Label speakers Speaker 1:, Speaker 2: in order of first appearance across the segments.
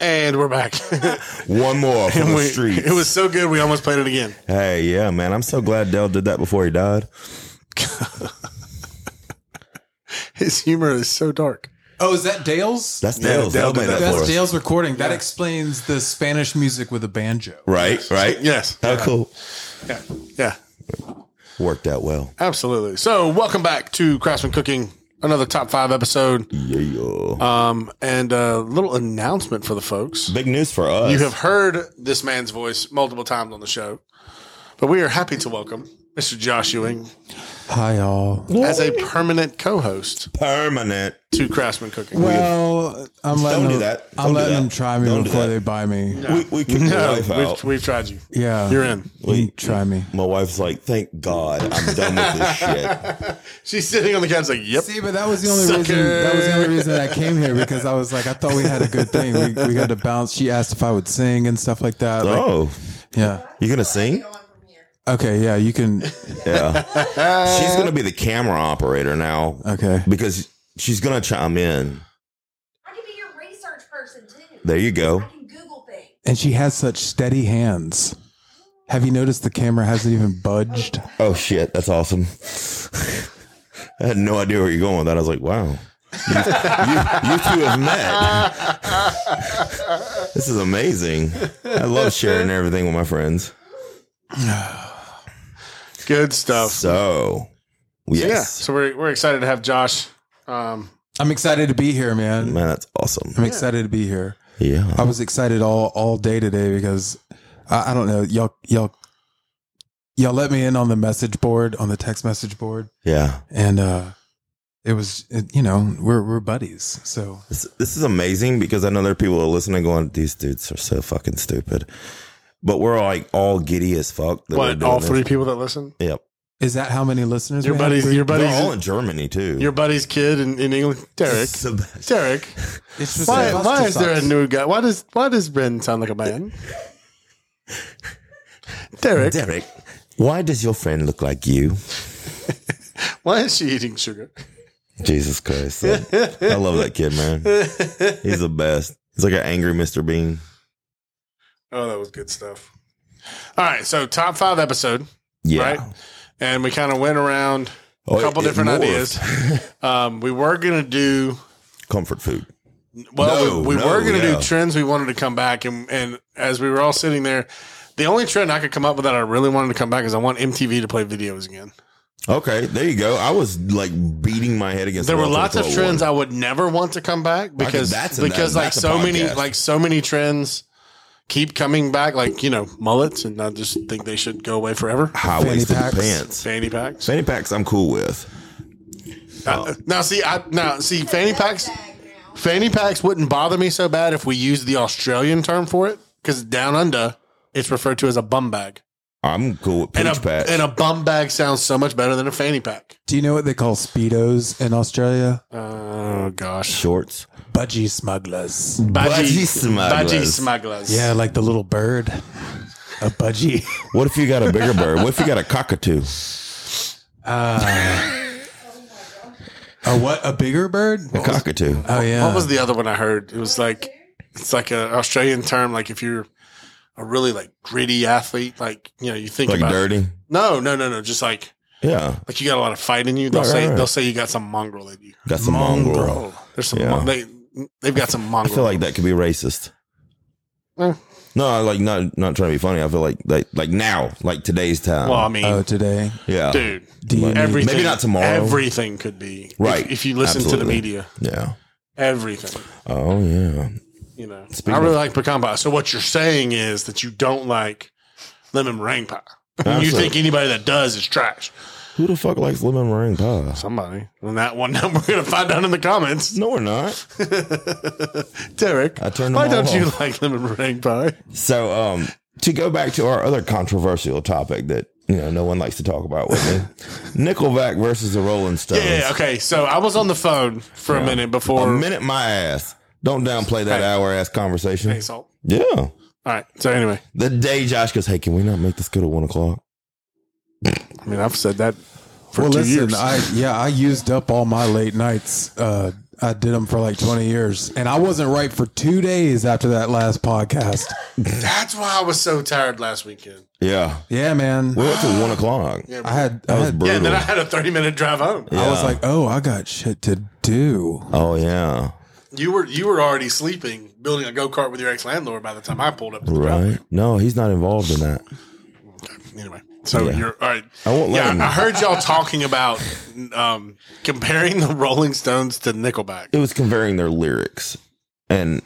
Speaker 1: And we're back.
Speaker 2: One more from
Speaker 1: And
Speaker 2: the
Speaker 1: we-
Speaker 2: streets.
Speaker 1: It was so good, we almost played it again.
Speaker 2: hey, yeah, man. I'm so glad Dell did that before he died.
Speaker 1: His humor is so dark.
Speaker 3: Oh, is that Dale's?
Speaker 2: That's
Speaker 1: Yeah,
Speaker 2: Dale's. Dale
Speaker 1: Dell did
Speaker 2: made
Speaker 1: that
Speaker 2: that,
Speaker 1: for
Speaker 2: for
Speaker 3: That's
Speaker 2: us.
Speaker 3: Dale's recording. That explains the Spanish music with a banjo.
Speaker 2: Right, right.
Speaker 1: Yes.
Speaker 2: How cool.
Speaker 1: Yeah. Yeah.
Speaker 2: Worked out well.
Speaker 1: Absolutely. So, welcome back to Craftsman Cooking, another top five episode.
Speaker 2: Yeah.
Speaker 1: Um, and a little announcement for the folks.
Speaker 2: Uh, Big news for us.
Speaker 1: You have heard this man's voice multiple times on the show, but we are happy to welcome Mr. Josh Ewing
Speaker 3: Hi, all.
Speaker 1: as a permanent co-host
Speaker 2: permanent.
Speaker 1: to Craftsman Cooking.
Speaker 3: Well, I'm letting
Speaker 2: do
Speaker 3: them,
Speaker 2: that. Don't
Speaker 3: I'm
Speaker 2: do
Speaker 3: letting
Speaker 2: that.
Speaker 3: them try me
Speaker 2: Don't do
Speaker 3: before
Speaker 2: that.
Speaker 3: they buy me.
Speaker 2: We, we kicked my
Speaker 1: no,
Speaker 2: wife out.
Speaker 1: we've, we've tried you.
Speaker 3: Yeah,
Speaker 1: You're in.
Speaker 3: You can try me.
Speaker 2: my wife's like, thank God I'm done with this shit.
Speaker 1: She's sitting on the couch like, yep.
Speaker 3: See, but that was the only reason.
Speaker 1: Sucker.
Speaker 3: That was the only reason that I came here because I was like, I thought we had a good thing. We, we got to bounce. She asked if I would sing and stuff like that. Like,
Speaker 2: Oh,
Speaker 3: yeah.
Speaker 2: you going to sing?
Speaker 3: Okay. Yeah. You can.
Speaker 2: Yeah.
Speaker 1: Uh,
Speaker 2: she's going to be the camera operator now
Speaker 3: Okay.
Speaker 2: because she's going to chime in.
Speaker 4: I can be your research person too.
Speaker 2: There you go.
Speaker 4: I can Google things.
Speaker 3: And she has such steady hands. Have you noticed the camera hasn't even budged?
Speaker 2: Oh, shit. That's awesome. I had no idea where you're going with that. I was like, wow. You, you, you two have met. this is amazing. I love sharing everything with my friends.
Speaker 1: Good stuff.
Speaker 2: So,
Speaker 1: Yeah.
Speaker 2: yes.
Speaker 1: So we're, we're excited to have Josh. Um,
Speaker 3: I'm excited to be here, man.
Speaker 2: Man, that's awesome.
Speaker 3: I'm excited to be here.
Speaker 2: Yeah.
Speaker 3: I was excited all all day today because I, I don't know y'all y'all y'all let me in on the message board on the text message board
Speaker 2: Yeah.
Speaker 3: and uh it was it, you know we're we're buddies so
Speaker 2: This, this is amazing because I know there are people who are listening going, these dudes are so fucking stupid. But we're like all giddy as fuck. that we're
Speaker 1: what?
Speaker 2: doing
Speaker 1: All
Speaker 2: this.
Speaker 1: three people that listen?
Speaker 2: Yep.
Speaker 3: is that how many listeners
Speaker 1: Your
Speaker 3: we have?
Speaker 1: buddies, your
Speaker 2: They're all
Speaker 1: buddies,
Speaker 2: in Germany too.
Speaker 1: your buddy's kid in, in England, Derek.
Speaker 2: Sebastian.
Speaker 1: Derek,
Speaker 3: It's just
Speaker 1: why,
Speaker 3: like-
Speaker 1: why is there a new guy? Why does why does Ben sound like a man? Derek,
Speaker 2: Derek, why does your friend look like you?
Speaker 1: why is she eating sugar?
Speaker 2: Jesus Christ. I love that kid, man. He's the best. He's like an angry Mr. Bean.
Speaker 1: Oh, that was good stuff. All right, so top five episode,
Speaker 2: Yeah.
Speaker 1: right? And we kind of went around
Speaker 2: Oh,
Speaker 1: a
Speaker 2: it-
Speaker 1: couple
Speaker 2: it
Speaker 1: different
Speaker 2: morphed.
Speaker 1: ideas. Um, we were gonna do
Speaker 2: Comfort food.
Speaker 1: well,
Speaker 2: No,
Speaker 1: we, we
Speaker 2: no,
Speaker 1: were gonna
Speaker 2: yeah.
Speaker 1: do trends. We wanted to come back, and and as we were all sitting there, the only trend I could come up with that I really wanted to come back is I want MTV to play videos again.
Speaker 2: Okay, there you go. I was like beating my head against.
Speaker 1: There
Speaker 2: the
Speaker 1: were
Speaker 2: wall
Speaker 1: lots
Speaker 2: till
Speaker 1: of
Speaker 2: I
Speaker 1: trends
Speaker 2: won.
Speaker 1: I would never want to come back because
Speaker 2: that's a-
Speaker 1: because like
Speaker 2: that's a
Speaker 1: so many
Speaker 2: podcast.
Speaker 1: like so many trends keep coming back like you know mullets and I just think they should go away forever.
Speaker 2: High waisted
Speaker 3: Fanny packs.
Speaker 2: pants.
Speaker 1: Fanny packs.
Speaker 2: Fanny packs, I'm cool with.
Speaker 1: Uh, now see I now see fanny packs
Speaker 4: Bag now.
Speaker 1: fanny packs wouldn't bother me so bad if we used the Australian term for it because down under it's referred to as a bum bag
Speaker 2: I'm cool with peach
Speaker 1: and a
Speaker 2: patch.
Speaker 1: and a bum bag sounds so much better than a fanny pack.
Speaker 3: do you know what they call speedos in australia
Speaker 1: Oh gosh,
Speaker 2: shorts.
Speaker 3: budgie smugglers
Speaker 2: Budgie
Speaker 1: budgie
Speaker 2: smugglers.
Speaker 1: Budgie smugglers.
Speaker 3: yeah like the little bird a budgie
Speaker 2: What if you got a bigger bird? What if you got a cockatoo?
Speaker 3: a what a bigger bird
Speaker 2: A cockatoo.
Speaker 3: oh yeah
Speaker 1: What was the other one I heard? It was like it's like an Australian term. Like if you're a really like gritty athlete, like you know, you think
Speaker 2: Like
Speaker 1: about
Speaker 2: dirty.
Speaker 1: No, no, no, no. Just like
Speaker 2: Yeah.
Speaker 1: like you got a lot of fight in you. They'll
Speaker 2: Right,
Speaker 1: say
Speaker 2: right, right.
Speaker 1: they'll say you got some mongrel in you.
Speaker 2: Got some mongrel.
Speaker 1: There's some
Speaker 2: Yeah.
Speaker 1: mon- they they've got some
Speaker 2: I
Speaker 1: mongrel.
Speaker 2: feel like that could be racist.
Speaker 1: Eh.
Speaker 2: No, I like not not trying to be funny. I feel like like, like now, like today's time.
Speaker 1: well, I mean,
Speaker 3: oh today
Speaker 2: yeah.
Speaker 1: dude,
Speaker 3: do you need-
Speaker 1: everything.
Speaker 2: uh, Maybe um, not tomorrow.
Speaker 1: Everything could be
Speaker 2: Right.
Speaker 1: if, if you listen to the
Speaker 2: Absolutely.
Speaker 1: media.
Speaker 2: Yeah.
Speaker 1: Everything.
Speaker 2: Oh yeah.
Speaker 1: You know,
Speaker 2: Speaking
Speaker 1: I really
Speaker 2: of-
Speaker 1: like pecan pie. So what you're saying is that you don't like lemon meringue pie. And you
Speaker 2: Absolutely.
Speaker 1: think anybody that does is trash.
Speaker 2: Who the fuck likes lemon meringue pie?
Speaker 1: Somebody. And that one now we're gonna find out in the comments.
Speaker 2: No, we're not.
Speaker 1: Derek,
Speaker 2: I turned
Speaker 1: why
Speaker 2: them all
Speaker 1: don't you
Speaker 2: off.
Speaker 1: like lemon meringue pie?
Speaker 2: So, um, to go back to our other controversial topic that you know no one likes to talk about with me, Nickelback versus the Rolling Stones.
Speaker 1: Yeah, yeah, okay. So I was on the phone for a minute
Speaker 2: A
Speaker 1: before
Speaker 2: minute, my ass. Don't downplay that
Speaker 1: Hey.
Speaker 2: hour ass conversation.
Speaker 1: Hey, Salt.
Speaker 2: Yeah.
Speaker 1: All right. So anyway,
Speaker 2: The day Josh goes, hey, can we not make this go to one o'clock?
Speaker 1: I mean I've said that for
Speaker 3: well,
Speaker 1: two
Speaker 3: listen,
Speaker 1: years.
Speaker 3: I yeah, I used up all my late nights. Uh, I did them for like 20 years, and I wasn't right for two days after that last podcast.
Speaker 1: That's why I was so tired last weekend.
Speaker 2: Yeah.
Speaker 3: Yeah, man.
Speaker 2: We went to one o'clock.
Speaker 1: Yeah,
Speaker 3: I had, I,
Speaker 2: That was
Speaker 3: had-
Speaker 1: yeah.
Speaker 2: brutal.
Speaker 1: Then I had a thirty minute drive home.
Speaker 3: I
Speaker 2: Yeah.
Speaker 3: was like, oh, I got shit to do.
Speaker 2: oh yeah.
Speaker 1: You were you were already sleeping, building a go kart with your ex landlord by the time I pulled up to the driveway.
Speaker 2: Right. No, he's not involved in that.
Speaker 1: Anyway, so
Speaker 2: Yeah.
Speaker 1: you're all right.
Speaker 2: I won't let
Speaker 1: Yeah,
Speaker 2: him.
Speaker 1: I heard y'all talking about um, comparing the Rolling Stones to Nickelback.
Speaker 2: It was comparing their lyrics, and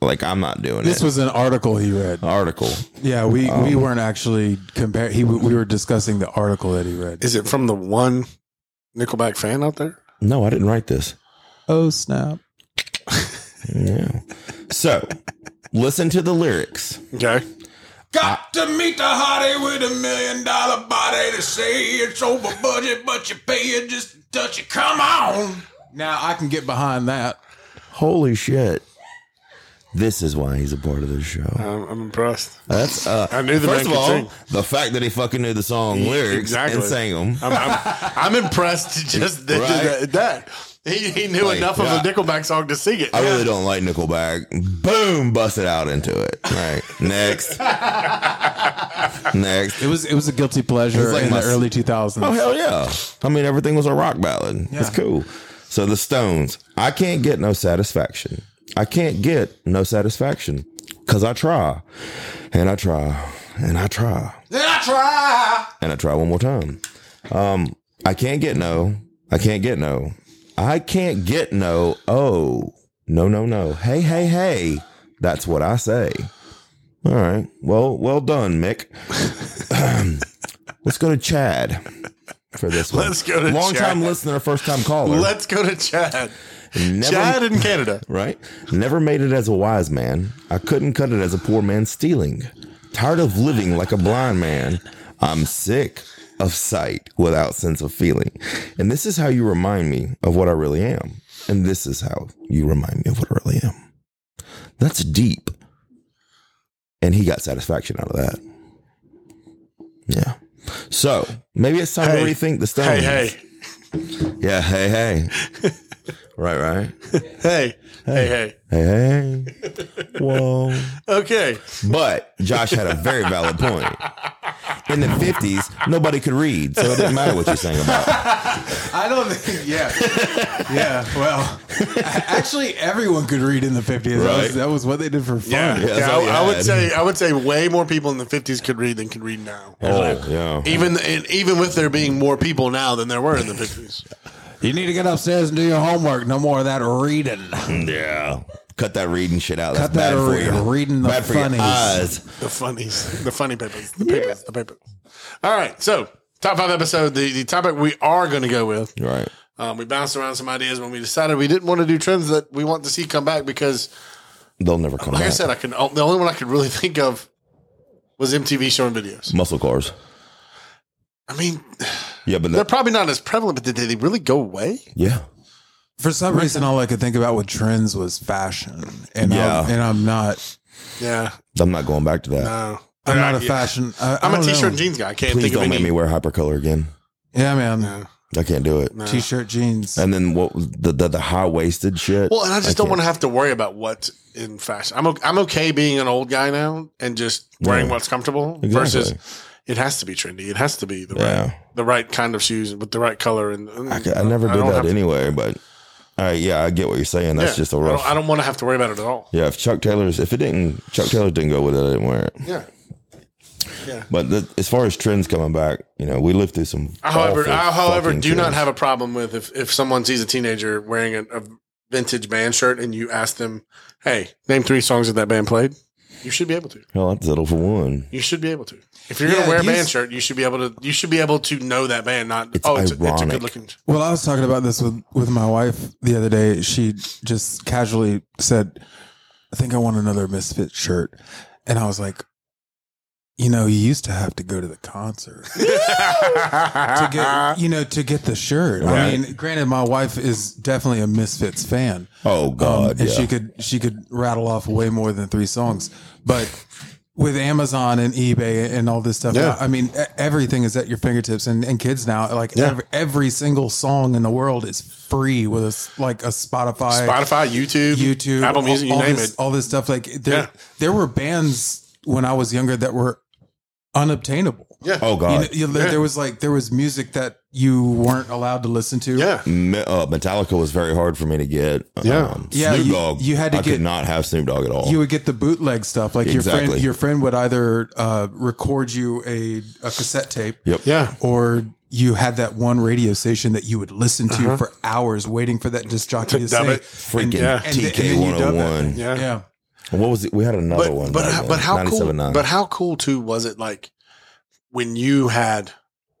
Speaker 2: like I'm not doing
Speaker 3: This
Speaker 2: it.
Speaker 3: was an article he read.
Speaker 2: article.
Speaker 3: Yeah, we, we weren't actually compare. He we were discussing the article that he read.
Speaker 1: Is it from the one Nickelback fan out there?
Speaker 2: No, I didn't write this.
Speaker 3: Oh snap!
Speaker 2: Yeah. So listen to the lyrics.
Speaker 1: Okay.
Speaker 3: Got to meet the hottie with a million dollar body to say it's over budget, but you pay it just to touch it. Come on. Now I can get behind that.
Speaker 2: Holy shit. This is why he's a part of the show.
Speaker 1: I'm, I'm impressed.
Speaker 2: That's uh
Speaker 1: I knew the
Speaker 2: first
Speaker 1: man
Speaker 2: of
Speaker 1: could
Speaker 2: all,
Speaker 1: sing.
Speaker 2: the fact that he fucking knew the song lyrics
Speaker 1: exactly.
Speaker 2: and sang them.
Speaker 1: I'm, I'm, I'm impressed just that,
Speaker 2: Right.
Speaker 1: that, that. He, he knew
Speaker 2: Like,
Speaker 1: enough
Speaker 2: yeah.
Speaker 1: of a Nickelback song to sing it.
Speaker 2: I really don't like Nickelback. Boom, busted out into it. Right. Next. Next.
Speaker 3: It was it was a guilty pleasure
Speaker 2: like
Speaker 3: in
Speaker 2: my
Speaker 3: the
Speaker 2: s-
Speaker 3: early two thousands.
Speaker 2: Oh hell yeah! I mean, everything was a rock ballad. It's cool. So the Stones, I can't get no satisfaction. I can't get no satisfaction because I try, and I try, and I try,
Speaker 3: Then I try.
Speaker 2: and I try one more time. Um, I can't get no. I can't get no. I can't get no. Oh no no no! Hey hey hey! That's what I say. All right. Well well done, Mick. Let's go to Chad for this one.
Speaker 1: Let's go to
Speaker 2: long
Speaker 1: Chad.
Speaker 2: time listener, first time caller.
Speaker 1: Let's go to Chad.
Speaker 2: Never-
Speaker 1: Chad in Canada.
Speaker 2: right? Never made it as a wise man. I couldn't cut it as a poor man stealing. Tired of living like a blind man. I'm sick of sight without sense of feeling. And this is how you remind me of what I really am. And this is how you remind me of what I really am. That's deep. And he got satisfaction out of that. Yeah. So maybe it's time to
Speaker 1: Hey.
Speaker 2: rethink the stones.
Speaker 1: Hey, hey,
Speaker 2: Yeah, hey, hey. right, right.
Speaker 1: hey, hey, hey.
Speaker 2: Hey, hey. Whoa.
Speaker 1: Okay.
Speaker 2: But Josh had a very valid point. In the 50s, nobody could read, so it didn't matter what you sang about.
Speaker 3: I don't think. Yeah. yeah. Well, a- actually, everyone could read in the fifties. That,
Speaker 2: Right.
Speaker 3: was, that was what they did for fun.
Speaker 1: Yeah,
Speaker 2: that's
Speaker 1: yeah,
Speaker 2: all you
Speaker 1: I, I would
Speaker 2: had.
Speaker 1: say I would say way more people in the fifties could read than could read now.
Speaker 2: Oh, yeah.
Speaker 1: Even and even with there being more people now than there were in the fifties.
Speaker 3: You need to get upstairs and do your homework. No more of that reading.
Speaker 2: Yeah. Cut that reading shit out. That's
Speaker 3: Got that
Speaker 2: bad for
Speaker 3: re-
Speaker 2: you.
Speaker 3: reading the
Speaker 2: bad for your
Speaker 3: funnies.
Speaker 2: eyes.
Speaker 1: The funnies, the funny papers, the papers, the papers. All right, so top five episode. The the topic we are going to go with.
Speaker 2: Right.
Speaker 1: Um, we bounced around some ideas when we decided we didn't want to do trends that we want to see come back because,
Speaker 2: They'll never come
Speaker 1: like I
Speaker 2: back.
Speaker 1: said, I can the only one I could really think of was MTV showing videos.
Speaker 2: Muscle cars.
Speaker 1: I mean,
Speaker 2: Yeah, but
Speaker 1: they're
Speaker 2: that,
Speaker 1: probably not as prevalent, but did they really go away?
Speaker 2: yeah.
Speaker 3: For some reason, all I could think about with trends was fashion, and
Speaker 2: Yeah.
Speaker 3: I'm, and I'm not.
Speaker 1: Yeah,
Speaker 2: I'm not going back to that.
Speaker 1: no,
Speaker 3: I'm not a
Speaker 1: Yeah.
Speaker 3: fashion. I, I
Speaker 1: I'm a
Speaker 3: don't
Speaker 1: t-shirt
Speaker 3: know.
Speaker 1: and jeans guy. I can't
Speaker 2: Please
Speaker 1: think of
Speaker 2: don't
Speaker 1: any.
Speaker 2: make me wear hypercolor again.
Speaker 3: Yeah, man.
Speaker 2: I can't do it.
Speaker 1: No.
Speaker 3: T-shirt jeans.
Speaker 2: And then what was the the, the high waisted shit?
Speaker 1: Well, and I just don't
Speaker 2: can't.
Speaker 1: want to have to worry about what's in fashion. I'm o- I'm okay being an old guy now and just wearing
Speaker 2: Yeah.
Speaker 1: what's comfortable
Speaker 2: Exactly.
Speaker 1: versus it has to be trendy. It has to be the
Speaker 2: Yeah.
Speaker 1: right the right kind of shoes with the right color and and
Speaker 2: I, ca- I never did
Speaker 1: don't have
Speaker 2: that
Speaker 1: to-
Speaker 2: anyway, but I, yeah, I get what you're saying. That's
Speaker 1: yeah.
Speaker 2: just a
Speaker 1: I
Speaker 2: rough.
Speaker 1: don't, I don't want to have to worry about it at all.
Speaker 2: Yeah, if Chuck Taylor's, if it didn't, Chuck Taylor didn't go with it, I didn't wear it.
Speaker 1: Yeah.
Speaker 2: But the, as far as trends coming back, you know, we lived through some.
Speaker 1: I, however,
Speaker 2: awful
Speaker 1: I, however,
Speaker 2: fucking
Speaker 1: do not
Speaker 2: trends.
Speaker 1: have a problem with if if someone sees a teenager wearing a, a vintage band shirt and you ask them, "Hey, name three songs that that band played." You should be able to.
Speaker 2: Hell, I'd settle for one.
Speaker 1: You should be able to. If you're
Speaker 3: Yeah,
Speaker 1: gonna wear a
Speaker 3: you
Speaker 1: band
Speaker 3: s-
Speaker 1: shirt, you should be able to. You should be able to know that band. Not
Speaker 2: It's
Speaker 1: oh, it's a, it's a
Speaker 2: ironic.
Speaker 1: good looking.
Speaker 3: Well, I was talking about this with, with my wife the other day. She just casually said, I think I want another Misfit shirt. And I was like, you know, you used to have to go to the concert to
Speaker 1: Uh-huh.
Speaker 3: get, you know, to get the shirt. I
Speaker 2: Right.
Speaker 3: mean, granted, my wife is definitely a Misfits fan.
Speaker 2: Oh
Speaker 3: Um,
Speaker 2: God,
Speaker 3: and
Speaker 2: yeah.
Speaker 3: she could she could rattle off way more than three songs. But with Amazon and eBay and all this stuff.
Speaker 1: Yeah.
Speaker 3: I mean, e- everything is at your fingertips, and, and kids now, like
Speaker 1: Yeah.
Speaker 3: ev- every, single song in the world is free with a s like a Spotify,
Speaker 1: Spotify, YouTube,
Speaker 3: YouTube,
Speaker 1: Apple
Speaker 3: all-
Speaker 1: Music, you
Speaker 3: all
Speaker 1: name
Speaker 3: this,
Speaker 1: it.
Speaker 3: all this stuff. Like there,
Speaker 1: Yeah.
Speaker 3: there were bands when I was younger that were unobtainable.
Speaker 1: Yeah.
Speaker 2: Oh
Speaker 3: You
Speaker 2: God,
Speaker 3: know, you- there-
Speaker 1: Yeah.
Speaker 3: There was like there was music that you weren't allowed to listen to.
Speaker 1: yeah.
Speaker 2: Me- uh, Metallica was very hard for me to get. Um,
Speaker 1: Yeah.
Speaker 3: Yeah,
Speaker 2: Snoop
Speaker 3: you-
Speaker 2: Dogg.
Speaker 3: you had to
Speaker 2: I
Speaker 3: get-
Speaker 2: could not have Snoop Dogg at all.
Speaker 3: you would get the bootleg stuff. Like your
Speaker 2: Exactly.
Speaker 3: friend, your friend would either uh, record you a, a cassette tape,
Speaker 2: Yep.
Speaker 1: Yeah.
Speaker 3: or you had that one radio station that you would listen to for hours, waiting for that disc jockey
Speaker 1: dub
Speaker 3: to, say,
Speaker 1: it.
Speaker 2: Uh-huh. Freaking
Speaker 1: Yeah.
Speaker 3: and then- and then
Speaker 2: TK
Speaker 3: you
Speaker 2: one
Speaker 3: dub
Speaker 2: hundred
Speaker 3: it.
Speaker 2: one.
Speaker 1: Yeah.
Speaker 3: yeah,
Speaker 2: What was it? We had another
Speaker 1: but,
Speaker 2: one.
Speaker 1: But
Speaker 2: back
Speaker 1: how-
Speaker 2: then,
Speaker 1: but how cool?
Speaker 2: 97.9.
Speaker 1: But how cool too was it? Like when you had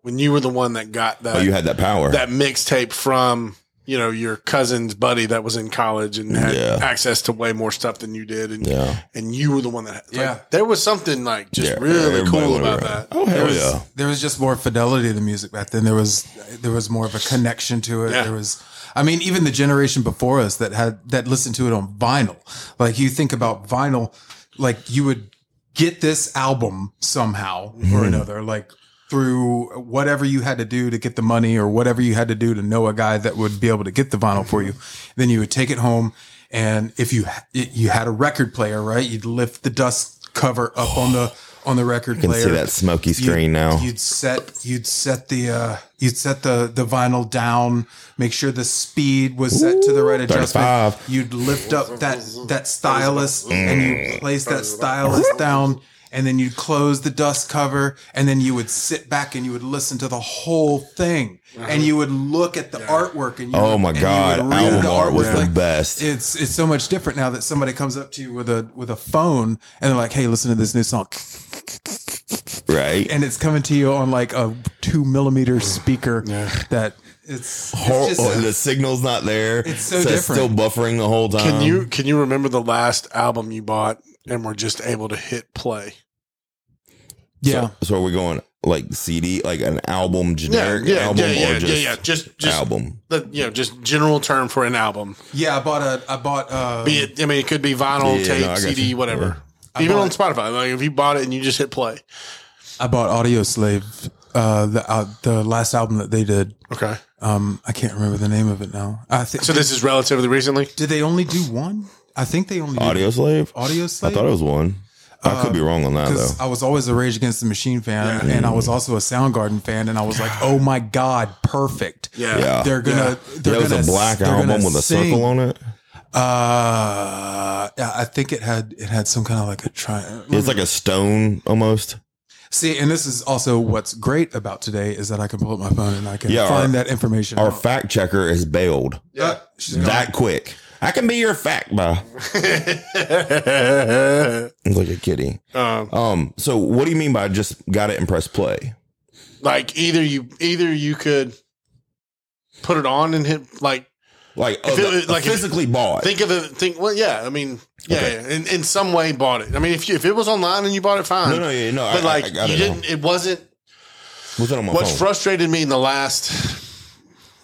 Speaker 1: when you were the one that got that
Speaker 2: oh, you had that power.
Speaker 1: that mixtape from you know your cousin's buddy that was in college and had
Speaker 2: Yeah.
Speaker 1: access to way more stuff than you did, and
Speaker 2: yeah.
Speaker 1: and you were the one that like,
Speaker 3: Yeah.
Speaker 1: There was something like just
Speaker 2: Yeah,
Speaker 1: really
Speaker 2: everybody
Speaker 1: cool
Speaker 2: wanted
Speaker 1: about
Speaker 2: to-
Speaker 1: that.
Speaker 2: Oh
Speaker 3: There
Speaker 2: hell
Speaker 3: was,
Speaker 2: yeah.
Speaker 3: there was just more fidelity to the music back then. There was there was more of a connection to it.
Speaker 1: Yeah.
Speaker 3: There was, I mean, even the generation before us that had that listened to it on vinyl. Like you think about vinyl, like you would get this album somehow
Speaker 2: Mm-hmm.
Speaker 3: or another, like through whatever you had to do to get the money or whatever you had to do to know a guy that would be able to get the vinyl for you.
Speaker 2: Mm-hmm.
Speaker 3: Then you would take it home, and if you you had a record player, right, you'd lift the dust cover up on the on the record
Speaker 2: I can
Speaker 3: player
Speaker 2: see that smoky screen
Speaker 3: you'd,
Speaker 2: now.
Speaker 3: You'd set you'd set the uh, you'd set the the vinyl down. Make sure the speed was set to the right adjustment.
Speaker 2: 35.
Speaker 3: You'd lift up that that stylus and
Speaker 2: Mm.
Speaker 3: you place that stylus down. And then you'd close the dust cover, and then you would sit back and you would listen to the whole thing, and you would look at the artwork. And you
Speaker 2: oh
Speaker 3: would-
Speaker 2: my
Speaker 3: and you
Speaker 2: god,
Speaker 3: would read
Speaker 2: album art was
Speaker 3: artwork
Speaker 2: the
Speaker 3: like,
Speaker 2: best.
Speaker 3: it's it's so much different now that somebody comes up to you with a with a phone and they're like, "Hey, listen to this new song,"
Speaker 2: right.
Speaker 3: and it's coming to you on like a two millimeter speaker that it's, it's
Speaker 2: Hor-
Speaker 3: just-
Speaker 2: oh, the signal's not there. It's
Speaker 3: so different.
Speaker 2: Still buffering the whole time.
Speaker 1: Can you can you remember the last album you bought and were just able to hit play?
Speaker 3: yeah.
Speaker 2: So are we going like CD, like an album, generic album, or just
Speaker 1: Just
Speaker 2: album?
Speaker 1: the, you know, just general term for an album.
Speaker 3: yeah, I bought a I bought uh
Speaker 1: Be it, I mean, it could be vinyl,
Speaker 2: Yeah,
Speaker 1: tape,
Speaker 2: no, I got
Speaker 1: CD,
Speaker 2: you.
Speaker 1: whatever.
Speaker 3: I
Speaker 1: Even
Speaker 3: bought-
Speaker 1: on Spotify, like if you bought it and you just hit play.
Speaker 3: I bought Audio Slave uh the uh, the last album that they did.
Speaker 1: Okay.
Speaker 3: Um I can't remember the name of it now. I think
Speaker 1: So this is relatively recently.
Speaker 3: did they only do one? I think they only
Speaker 2: Audio Slave?
Speaker 3: did Audio
Speaker 2: I
Speaker 3: Slave. Uh,
Speaker 2: thought it was one. I could be wrong on that
Speaker 3: because
Speaker 2: though.
Speaker 3: I was always a Rage Against the Machine fan, and I was also a Soundgarden fan, and I was like, "Oh my god, perfect!
Speaker 1: Yeah.
Speaker 2: Yeah.
Speaker 3: they're gonna,
Speaker 2: That
Speaker 3: they're
Speaker 2: was
Speaker 3: gonna,
Speaker 2: a black
Speaker 3: they're gonna
Speaker 2: album with a
Speaker 3: sing.
Speaker 2: circle on it.
Speaker 3: Uh, yeah, I think it had it had some kind of like a try.
Speaker 2: It's like a stone almost.
Speaker 3: See, and this is also what's great about today is that I can pull up my phone and I can
Speaker 2: Yeah,
Speaker 3: find
Speaker 2: our-
Speaker 3: that information.
Speaker 2: Our
Speaker 3: out.
Speaker 2: fact checker is bailed
Speaker 3: Uh, she's gone.
Speaker 2: that quick. I can be your fact by like a kitty.
Speaker 1: um,
Speaker 2: Um, so what do you mean by just got it and press play?
Speaker 1: like either you either you could put it on and hit like
Speaker 2: Like, oh,
Speaker 1: If it
Speaker 2: the-
Speaker 1: was- like, if-
Speaker 2: physically bought.
Speaker 1: think of it think well yeah I mean yeah,
Speaker 2: Okay.
Speaker 1: yeah, in in some way bought it I mean if you, if it was online and you bought it fine
Speaker 2: no, no, yeah, no.
Speaker 1: but
Speaker 2: I,
Speaker 1: like
Speaker 2: I, I got
Speaker 1: you
Speaker 2: it Uh-huh.
Speaker 1: didn't it wasn't
Speaker 2: Was it on my
Speaker 1: what's
Speaker 2: phone?
Speaker 1: frustrated me in the last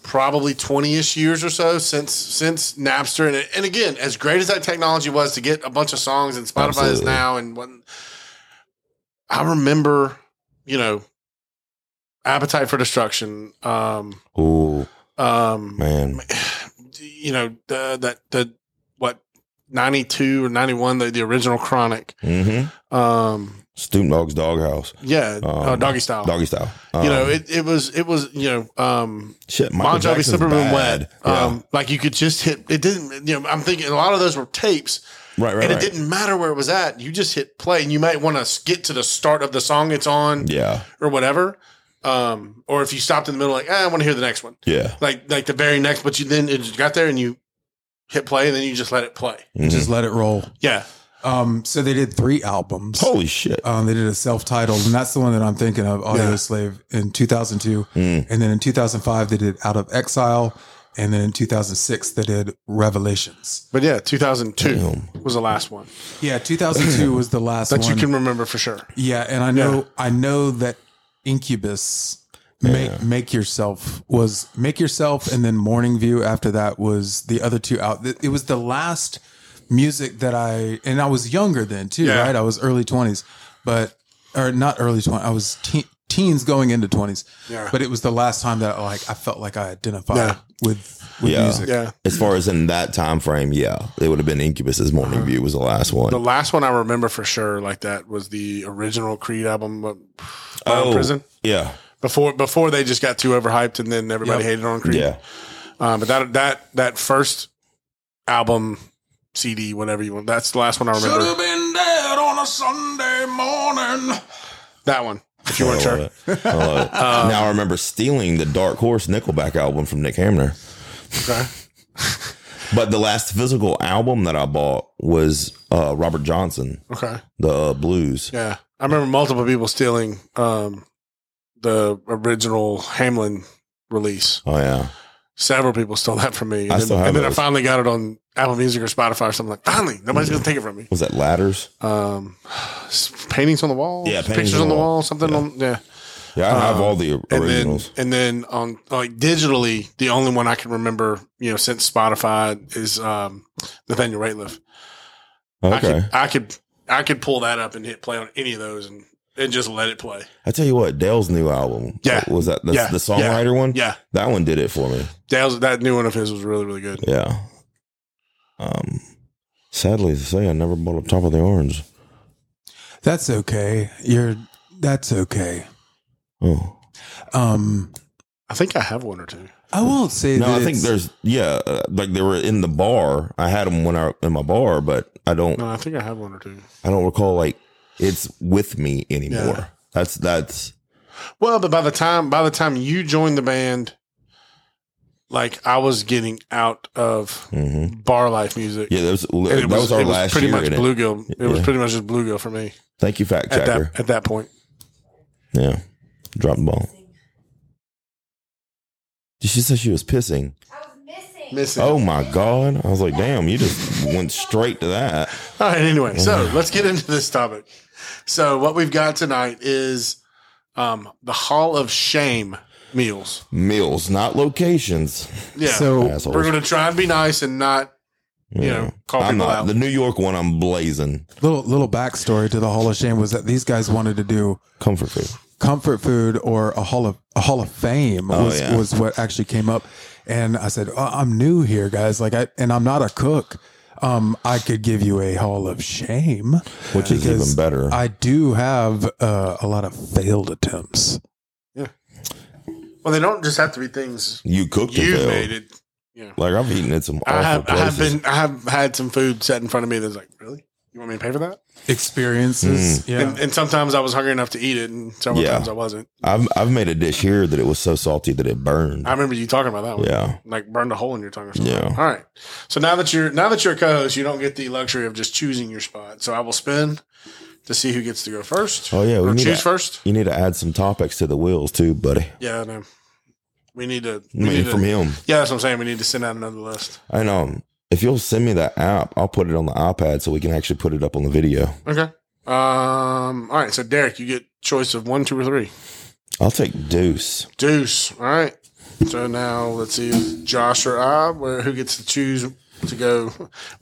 Speaker 1: probably 20-ish years or so since since napster and, and again as great as that technology was to get a bunch of songs and spotify is
Speaker 2: Absolutely.
Speaker 1: now and what i remember you know appetite for destruction um
Speaker 2: oh
Speaker 1: um
Speaker 2: man,
Speaker 1: you know the, that the what 92 or 91 the, the original chronic
Speaker 2: mm-hmm.
Speaker 1: um
Speaker 2: Snoop Dogg's Doghouse,
Speaker 1: yeah uh,
Speaker 2: Um,
Speaker 1: doggy style
Speaker 2: Doggy Style.
Speaker 1: you know
Speaker 2: Um,
Speaker 1: it, it was it was you know um
Speaker 2: shit. Michael
Speaker 1: Bon Jovi
Speaker 2: Jackson's
Speaker 1: Superman
Speaker 2: bad.
Speaker 1: Wet.
Speaker 2: Yeah.
Speaker 1: Um, like you could just hit it didn't you know, I'm thinking a lot of those were tapes
Speaker 2: right, right,
Speaker 1: and
Speaker 2: right.
Speaker 1: it didn't matter where it was at. You just hit play and you might want to get to the start of the song it's on
Speaker 2: yeah,
Speaker 1: or whatever. Um, or if you stopped in the middle like, ah, I want to hear the next one.
Speaker 2: yeah.
Speaker 1: Like like the very next, but you then it just got there and you hit play and then you just let it play.
Speaker 3: Just let it roll.
Speaker 1: Yeah.
Speaker 3: Um, so they did three albums.
Speaker 2: Holy shit.
Speaker 3: Um, they did a self-titled, and that's the one that I'm thinking of, Audio
Speaker 1: Yeah.
Speaker 3: Slave, in 2002,
Speaker 2: Mm.
Speaker 3: and then in 2005 they did Out of Exile, and then in 2006 they did Revelations.
Speaker 1: But yeah, 2002
Speaker 2: Damn.
Speaker 1: was the last one
Speaker 3: Yeah, 2002 was the last
Speaker 1: that
Speaker 3: one.
Speaker 1: you can remember for sure.
Speaker 3: yeah, and I know I know that Incubus make
Speaker 2: Yeah.
Speaker 3: make yourself was make yourself, and then Morning View after that was the other two out. It was the last music that I and I was younger then too,
Speaker 1: Yeah.
Speaker 3: right? I was early twenties, but or not early twenties. I was teen, teens going into twenties,
Speaker 1: Yeah.
Speaker 3: but it was the last time that like I felt like I identified
Speaker 1: Yeah.
Speaker 3: with with
Speaker 2: Yeah.
Speaker 3: music.
Speaker 1: yeah.
Speaker 2: As far as in that time frame, yeah, it would have been Incubus's Morning View was the last one.
Speaker 1: Uh-huh. The last one I remember for sure, like that, was the original Creed album, uh, Bound
Speaker 2: Oh.
Speaker 1: Prison.
Speaker 2: yeah,
Speaker 1: Before before they just got too overhyped and then everybody
Speaker 3: Yep.
Speaker 1: hated on Creed.
Speaker 2: yeah,
Speaker 1: Um, but that that that first album, CD, whatever you want, that's the last one I remember.
Speaker 3: been dead on a Sunday morning.
Speaker 1: That one, if you Um, weren't
Speaker 2: I love
Speaker 1: sure.
Speaker 2: it. I love it. now I remember stealing the Dark Horse Nickelback album from Nick Hamner.
Speaker 1: Okay.
Speaker 2: But the last physical album that I bought was uh, Robert Johnson,
Speaker 1: Okay.
Speaker 2: the uh, blues.
Speaker 1: Yeah. I remember multiple people stealing um, the original Hamlin release.
Speaker 2: Oh yeah,
Speaker 1: Several people stole that from me. And
Speaker 2: I
Speaker 1: then,
Speaker 2: still have
Speaker 1: and then I
Speaker 2: those.
Speaker 1: finally got it on Apple Music or Spotify or something like Finally, nobody's going to take it from me.
Speaker 2: was that Ladders?
Speaker 1: Um, s- paintings on the wall.
Speaker 2: Yeah, paintings
Speaker 1: Pictures on the wall. something
Speaker 2: Yeah.
Speaker 1: on. Yeah.
Speaker 2: Yeah, I have
Speaker 1: Um,
Speaker 2: all the
Speaker 1: and
Speaker 2: originals.
Speaker 1: then and then on like digitally, the only one I can remember, you know, since Spotify is um, Nathaniel Rateliff. I
Speaker 2: okay,
Speaker 1: could, I could I could pull that up and hit play on any of those and and just let it play.
Speaker 2: I tell you what, Dale's new album.
Speaker 1: Yeah.
Speaker 2: was that the,
Speaker 1: Yeah.
Speaker 2: the songwriter one?
Speaker 1: Yeah,
Speaker 2: that one did it for me.
Speaker 1: Dale's that new one of his was really really good.
Speaker 2: Yeah. Um, sadly to say, I never bought a top of the orange.
Speaker 3: That's okay. You're that's okay.
Speaker 2: Oh
Speaker 3: Um,
Speaker 1: I think I have one or two.
Speaker 3: I won't say
Speaker 2: no,
Speaker 3: that
Speaker 2: I think
Speaker 3: it's-
Speaker 2: there's yeah, uh, like they were in the bar. I had them when I in my bar, but I don't
Speaker 1: No, I think I have one or two.
Speaker 2: I don't recall like it's with me anymore.
Speaker 1: Yeah.
Speaker 2: That's that's
Speaker 1: Well, but by the time by the time you joined the band, like I was getting out of
Speaker 2: hmm
Speaker 1: bar life music.
Speaker 2: yeah. That was,
Speaker 1: And
Speaker 2: that was our last
Speaker 1: pretty
Speaker 2: year.
Speaker 1: much
Speaker 2: in it.
Speaker 1: bluegill. It, was
Speaker 2: Yeah.
Speaker 1: pretty much just bluegill for me
Speaker 2: Thank you, fact
Speaker 1: at
Speaker 2: checker.
Speaker 1: that at that point.
Speaker 2: Yeah, drop the ball. She said she was pissing.
Speaker 4: I was missing.
Speaker 1: Missing.
Speaker 2: Oh my god! I was like, damn, you just went straight to that.
Speaker 1: All right. Anyway, so let's get into this topic. So what we've got tonight is um, the Hall of Shame meals.
Speaker 2: Meals, not locations.
Speaker 1: Yeah.
Speaker 3: so
Speaker 2: Assholes.
Speaker 1: we're gonna try and be nice and not, you know, call
Speaker 2: I'm
Speaker 1: people
Speaker 2: not
Speaker 1: out.
Speaker 2: the New York one. I'm blazing
Speaker 3: little little backstory to the Hall of Shame was that these guys wanted to do
Speaker 2: comfort food.
Speaker 3: comfort food or a hall of a hall of fame
Speaker 2: Oh,
Speaker 3: was,
Speaker 2: yeah.
Speaker 3: was what actually came up and i said oh, i'm new here guys like i and i'm not a cook um i could give you a hall of shame
Speaker 2: Which is even better.
Speaker 3: i do have uh, a lot of failed attempts
Speaker 1: well, they don't just have to be things
Speaker 2: you cooked
Speaker 1: you
Speaker 2: it though.
Speaker 1: made it. Yeah.
Speaker 2: Like I've eaten at some awful
Speaker 1: I have. I
Speaker 2: places.
Speaker 1: have been. I have had some food set in front of me that's like, really. You want me to pay for that?
Speaker 3: experiences
Speaker 2: Hmm.
Speaker 3: yeah
Speaker 1: And, and sometimes I was hungry enough to eat it, and several
Speaker 2: Yeah.
Speaker 1: times I wasn't.
Speaker 2: I've I've made a dish here that it was so salty that it burned.
Speaker 1: I remember you talking about that one.
Speaker 2: yeah,
Speaker 1: like burned a hole in your tongue or something.
Speaker 2: Yeah.
Speaker 1: All right. So now that you're now that you're a co-host, you don't get the luxury of just choosing your spot. So I will spin to see who gets to go first.
Speaker 2: Oh, yeah, we
Speaker 1: or
Speaker 2: need
Speaker 1: choose
Speaker 2: that.
Speaker 1: first.
Speaker 2: you need to add some topics to the wheels too, buddy.
Speaker 1: Yeah, I know. We need to.
Speaker 2: I
Speaker 1: We
Speaker 2: mean,
Speaker 1: need to
Speaker 2: from him,
Speaker 1: yeah, that's what I'm saying. We need to send out another list.
Speaker 2: and um, if you'll send me that app, I'll put it on the iPad so we can actually put it up on the video.
Speaker 1: Okay. Um. All right. So Derek, you get choice of one, two, or three.
Speaker 2: I'll take Deuce.
Speaker 1: Deuce. All right. So now let's see, if Josh or I, where who gets to choose to go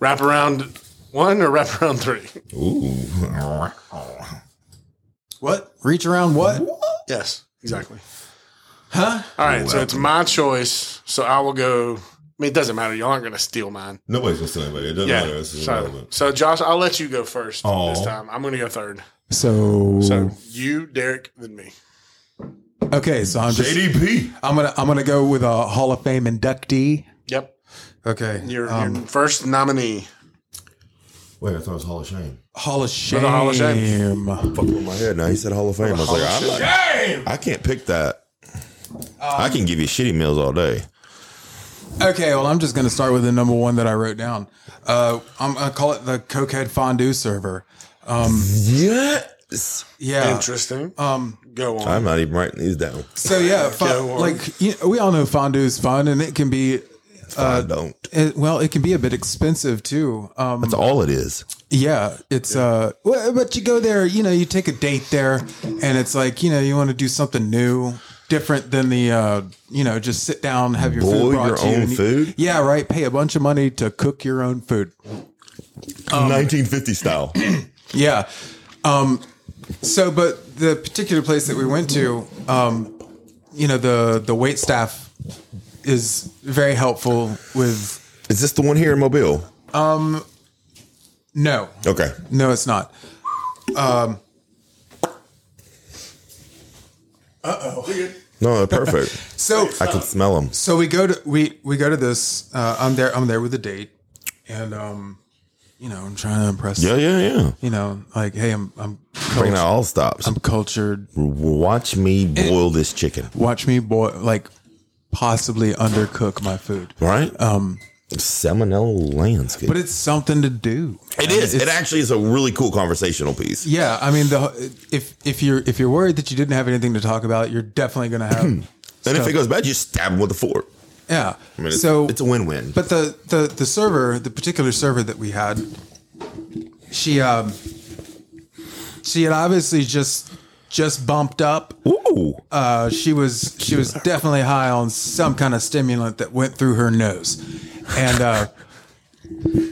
Speaker 1: wrap around one or wrap around three?
Speaker 2: Ooh,
Speaker 3: what reach around what
Speaker 1: Yes. Exactly.
Speaker 3: huh
Speaker 1: All right, so it's my choice. So I will go. I mean, it doesn't matter. Y'all aren't going to steal mine.
Speaker 5: Nobody's gonna steal anybody. It doesn't matter.
Speaker 1: Yeah.
Speaker 5: This is
Speaker 1: So,
Speaker 5: irrelevant.
Speaker 1: so Josh, I'll let you go first
Speaker 5: Aw.
Speaker 1: this time. I'm going to go third.
Speaker 3: so,
Speaker 1: So you, Derek, then me.
Speaker 3: okay so i'm just
Speaker 5: JDP.
Speaker 3: i'm gonna i'm gonna go with a hall of fame inductee
Speaker 1: Yep.
Speaker 3: okay
Speaker 1: Your,
Speaker 3: Um,
Speaker 1: your first nominee.
Speaker 5: Wait, I thought it was Hall of Shame.
Speaker 3: hall of shame
Speaker 1: the Hall of
Speaker 2: fucking with my head. Now he said Hall of Fame. I was like, I'm not, I can't pick that. I can give you shitty meals all day.
Speaker 3: Okay, well, I'm just going to start with the number one that I wrote down. Uh, I'm going to call it the Cokehead Fondue Server.
Speaker 2: Yes.
Speaker 3: Yeah.
Speaker 1: Interesting. Um, go on.
Speaker 2: I'm not even writing these down.
Speaker 3: So, yeah, fo-
Speaker 1: Go on.
Speaker 3: like, you know, we all know fondue is fun and it can be,
Speaker 2: I don't.
Speaker 3: it, well, it can be a bit expensive too. Um,
Speaker 2: That's all it is.
Speaker 3: yeah, it's, uh, well, but you go there, you know, you take a date there and it's like, you know, you want to do something new, different than the, uh, you know, just sit down, have your
Speaker 2: Boil
Speaker 3: food brought
Speaker 2: your
Speaker 3: to you.
Speaker 2: own
Speaker 3: and you-
Speaker 2: food?
Speaker 3: Yeah, right. Pay a bunch of money to cook your own food.
Speaker 2: 1950 style.
Speaker 3: Yeah. Um, so, but the particular place that we went to, um, you know, the the wait staff is very helpful with.
Speaker 2: Is this the one here in Mobile?
Speaker 3: No,
Speaker 2: Okay.
Speaker 3: no, it's not.
Speaker 2: No, perfect.
Speaker 3: So,
Speaker 2: I can smell them.
Speaker 3: so we go to we we go to this. Uh, I'm there. I'm there with a date, and um, you know, I'm trying to impress.
Speaker 2: Yeah, yeah, yeah.
Speaker 3: You know, like, hey, I'm I'm
Speaker 2: Bringing
Speaker 3: cult-
Speaker 2: out all stops.
Speaker 3: I'm cultured.
Speaker 2: Watch me boil this chicken,
Speaker 3: Watch me boil, like, possibly undercook my food.
Speaker 2: right? Um, Salmonella landscape.
Speaker 3: But it's something to do.
Speaker 2: it is. It actually is a really cool conversational piece.
Speaker 3: Yeah, I mean, the if if you're if you're worried that you didn't have anything to talk about, you're definitely gonna have.
Speaker 2: And if it goes bad, you stab him with a fork.
Speaker 3: yeah.
Speaker 2: I mean, it's,
Speaker 3: so
Speaker 2: it's a win-win.
Speaker 3: But the the the server, the particular server that we had, she um, she had obviously just just bumped up.
Speaker 2: Ooh,
Speaker 3: Uh, she was she was definitely high on some kind of stimulant that went through her nose, and uh,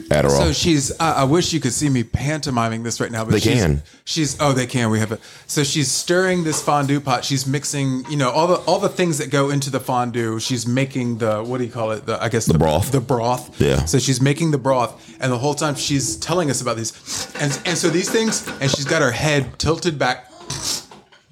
Speaker 2: Adderall.
Speaker 3: so she's. I, I wish you could see me pantomiming this right now. But
Speaker 2: They
Speaker 3: she's,
Speaker 2: can.
Speaker 3: She's. Oh, they can. We have it. So she's stirring this fondue pot. She's mixing. You know all the all the things that go into the fondue. She's making the what do you call it? The I guess the,
Speaker 2: broth.
Speaker 3: The broth.
Speaker 2: Yeah.
Speaker 3: So she's making the broth, and the whole time she's telling us about these, and and so these things, and she's got her head tilted back.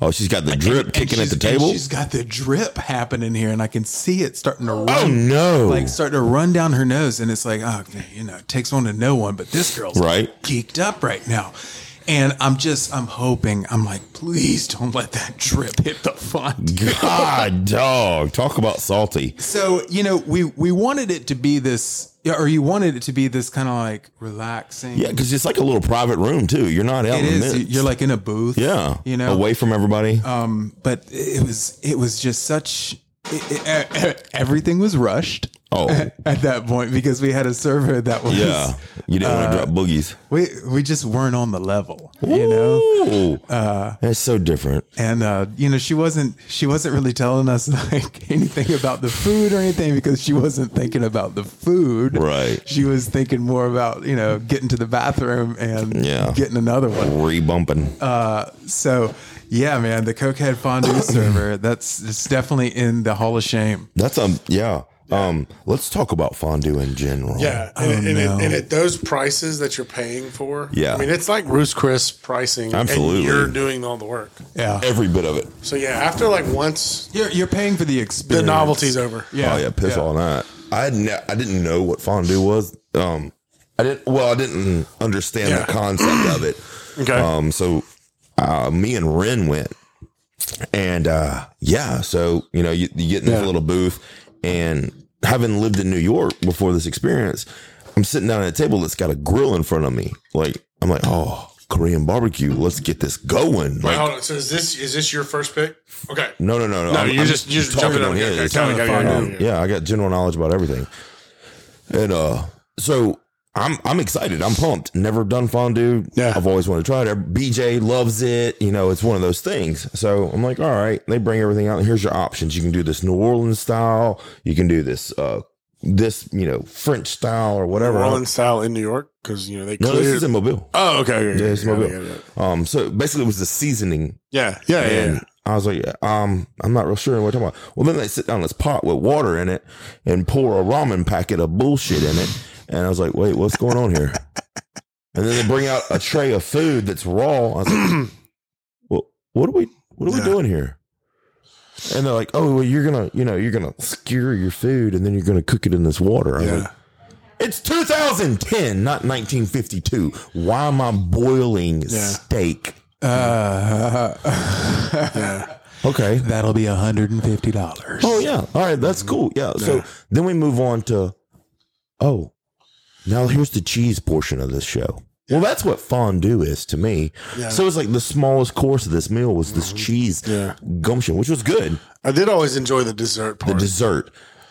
Speaker 2: oh, she's got the drip
Speaker 3: and
Speaker 2: kicking at
Speaker 3: she's-
Speaker 2: the
Speaker 3: and
Speaker 2: table.
Speaker 3: she's got the drip happening here, and I can see it starting to run
Speaker 2: Oh no!
Speaker 3: like starting to run down her nose, and it's like, oh, man, you know, it takes one to know one, but this girl's
Speaker 2: Right.
Speaker 3: geeked up right now. And I'm just, I'm hoping, I'm like, please don't let that drip hit the font.
Speaker 2: God, dog, talk about salty.
Speaker 3: So you know, we we wanted it to be this, yeah, or you wanted it to be this kind of like relaxing.
Speaker 2: Yeah, because it's like a little private room too. You're not out
Speaker 3: it
Speaker 2: in the
Speaker 3: is.
Speaker 2: midst.
Speaker 3: You're like in a booth.
Speaker 2: yeah,
Speaker 3: you know, Um,
Speaker 2: away from everybody.
Speaker 3: but it was it was just such. It, it, everything was rushed.
Speaker 2: Oh.
Speaker 3: at that point because we had a server that was
Speaker 2: yeah, you didn't want to drop boogies.
Speaker 3: we we just weren't on the level, Uh, you know. uh,
Speaker 2: Ooh, that's so different.
Speaker 3: And uh, you know, she wasn't she wasn't really telling us like anything about the food or anything because she wasn't thinking about the food.
Speaker 2: Right.
Speaker 3: She was thinking more about you know getting to the bathroom and
Speaker 2: Yeah.
Speaker 3: getting another one.
Speaker 2: Rebumping.
Speaker 3: So yeah, man, the cokehead fondue server that's it's definitely in the hall of shame.
Speaker 2: That's um yeah. Um, let's talk about fondue in general.
Speaker 1: Yeah, and, and,
Speaker 3: no.
Speaker 1: and at those prices that you're paying for,
Speaker 2: Yeah.
Speaker 1: I mean it's like Roost Chris pricing.
Speaker 2: Absolutely.
Speaker 1: and you're doing all the work.
Speaker 3: Yeah,
Speaker 2: every bit of it.
Speaker 1: So yeah, after like once
Speaker 3: you're you're paying for the
Speaker 1: the
Speaker 3: experience.
Speaker 1: novelty's over,
Speaker 2: Oh yeah, piss all night. I ne- I didn't know what fondue was. Um, I didn't. Well, I didn't understand
Speaker 1: Yeah.
Speaker 2: the concept of it.
Speaker 1: okay,
Speaker 2: Um, so uh, me and Ren went, and uh, yeah, so you know, you, you get in this little booth, and having lived in New York before this experience, I'm sitting down at a table that's got a grill in front of me. Like I'm like, oh, Korean barbecue, let's get this going.
Speaker 1: Wait,
Speaker 2: Like,
Speaker 1: hold on. So is this is this your first pick? Okay.
Speaker 2: no, no, no, no.
Speaker 1: No, you're just- you're just jumping on- okay,
Speaker 2: his.
Speaker 1: okay, okay, okay,
Speaker 2: Um,
Speaker 1: okay.
Speaker 2: yeah, I got general knowledge about everything, and uh, so I'm I'm excited. I'm pumped. Never done fondue.
Speaker 1: Yeah.
Speaker 2: I've always wanted to try it. BJ loves it. You know, it's one of those things. So I'm like, all right. They bring everything out. Here's your options. You can do this New Orleans style. You can do this uh this you know French style or whatever.
Speaker 1: Rolling style in New York because you know they
Speaker 2: no,
Speaker 1: cleared.
Speaker 2: this is in Mobile.
Speaker 1: oh, okay. okay, okay,
Speaker 2: Yeah, it's
Speaker 1: okay,
Speaker 2: Mobile.
Speaker 1: okay, okay.
Speaker 2: Um, so basically, it was the seasoning
Speaker 1: Yeah, yeah, yeah. yeah.
Speaker 2: and I was like, um, I'm not real sure what you're talking about. Well, then they sit down this pot with water in it and pour a ramen packet of bullshit in it. And I was like, wait, what's going on here? And then they bring out a tray of food that's raw. I was like, well, what are we, what are we
Speaker 1: Yeah.
Speaker 2: doing here? And they're like, oh, well, you're going to, you know, you're going to skewer your food and then you're going to cook it in this water. I was
Speaker 1: Yeah.
Speaker 2: like, it's 2010, not 1952. Why am I boiling steak?
Speaker 3: Uh,
Speaker 2: Okay.
Speaker 3: that'll be hundred and fifty dollars.
Speaker 2: Oh yeah. All right, that's cool. Yeah. So then we move on to oh. Now here's the cheese portion of this show. Well, that's what fondue is to me. So it's like the smallest course of this meal was this cheese
Speaker 1: Yeah.
Speaker 2: gumption, which was good.
Speaker 1: I did always enjoy the dessert
Speaker 2: The
Speaker 1: part.
Speaker 2: dessert.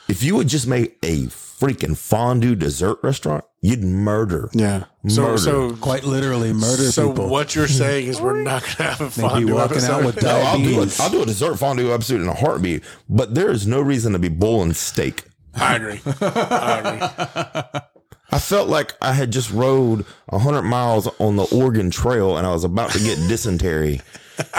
Speaker 2: If you would just make a freaking fondue dessert restaurant, you'd murder.
Speaker 1: yeah. So
Speaker 2: Murder.
Speaker 1: so
Speaker 3: Quite literally murder
Speaker 1: so
Speaker 3: people.
Speaker 1: what you're saying is we're not gonna have a fondue
Speaker 3: walking out
Speaker 1: episode.
Speaker 3: with
Speaker 2: No, I'll do, a,
Speaker 3: Diabetes.
Speaker 2: I'll do a dessert fondue episode in a heartbeat, but there is no reason to be boiling steak.
Speaker 1: I agree. I agree.
Speaker 2: I felt like I had just rode 100 miles on the Oregon Trail and I was about to get dysentery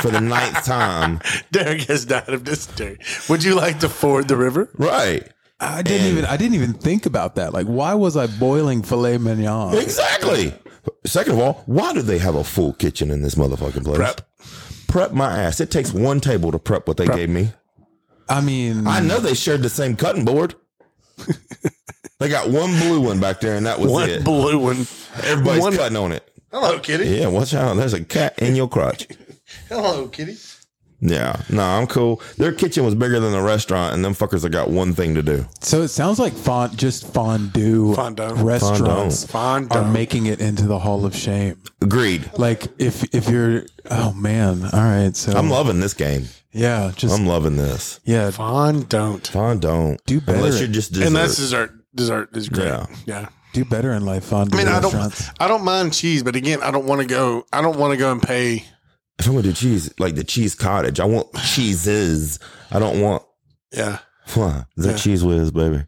Speaker 2: for the ninth time.
Speaker 1: Derek has died of dysentery. Would you like to ford the river?
Speaker 2: Right.
Speaker 3: I didn't even I didn't even think about that. Like, why was I boiling filet mignon?
Speaker 2: Exactly. Second of all, why do they have a full kitchen in this motherfucking place?
Speaker 1: Prep.
Speaker 2: Prep my ass. It takes one table to prep what they gave me.
Speaker 3: I mean,
Speaker 2: I know they shared the same cutting board. they got one blue one back there, and that was
Speaker 1: One
Speaker 2: it.
Speaker 1: blue one.
Speaker 2: Everybody's
Speaker 1: one-
Speaker 2: cutting on it.
Speaker 1: Hello, kitty.
Speaker 2: Yeah, watch out. There's a cat in your crotch.
Speaker 1: Hello, kitty.
Speaker 2: Yeah, no, I'm cool. Their kitchen was bigger than the restaurant, and them fuckers have got one thing to do.
Speaker 3: so it sounds like fond just fondue
Speaker 1: Fondue.
Speaker 3: restaurants
Speaker 1: Fondue.
Speaker 3: are making it into the Hall of Shame.
Speaker 2: Agreed.
Speaker 3: Like, if if you're, oh man, all right, so
Speaker 2: I'm loving this game.
Speaker 3: yeah, just
Speaker 2: I'm loving this.
Speaker 3: yeah,
Speaker 1: Fond don't.
Speaker 2: Fine, don't
Speaker 3: Do better.
Speaker 2: unless you're just dessert.
Speaker 1: And that's dessert. Dessert is great.
Speaker 2: Yeah.
Speaker 1: yeah.
Speaker 3: do better in life fondue
Speaker 1: I mean, I
Speaker 3: restaurants.
Speaker 1: don't, I don't mind cheese, but again, I don't want to go. I don't want to go and pay.
Speaker 2: if I'm gonna do cheese, like the cheese cottage, I want cheeses. I don't want.
Speaker 1: Yeah,
Speaker 2: Huh, is that cheese whiz, baby?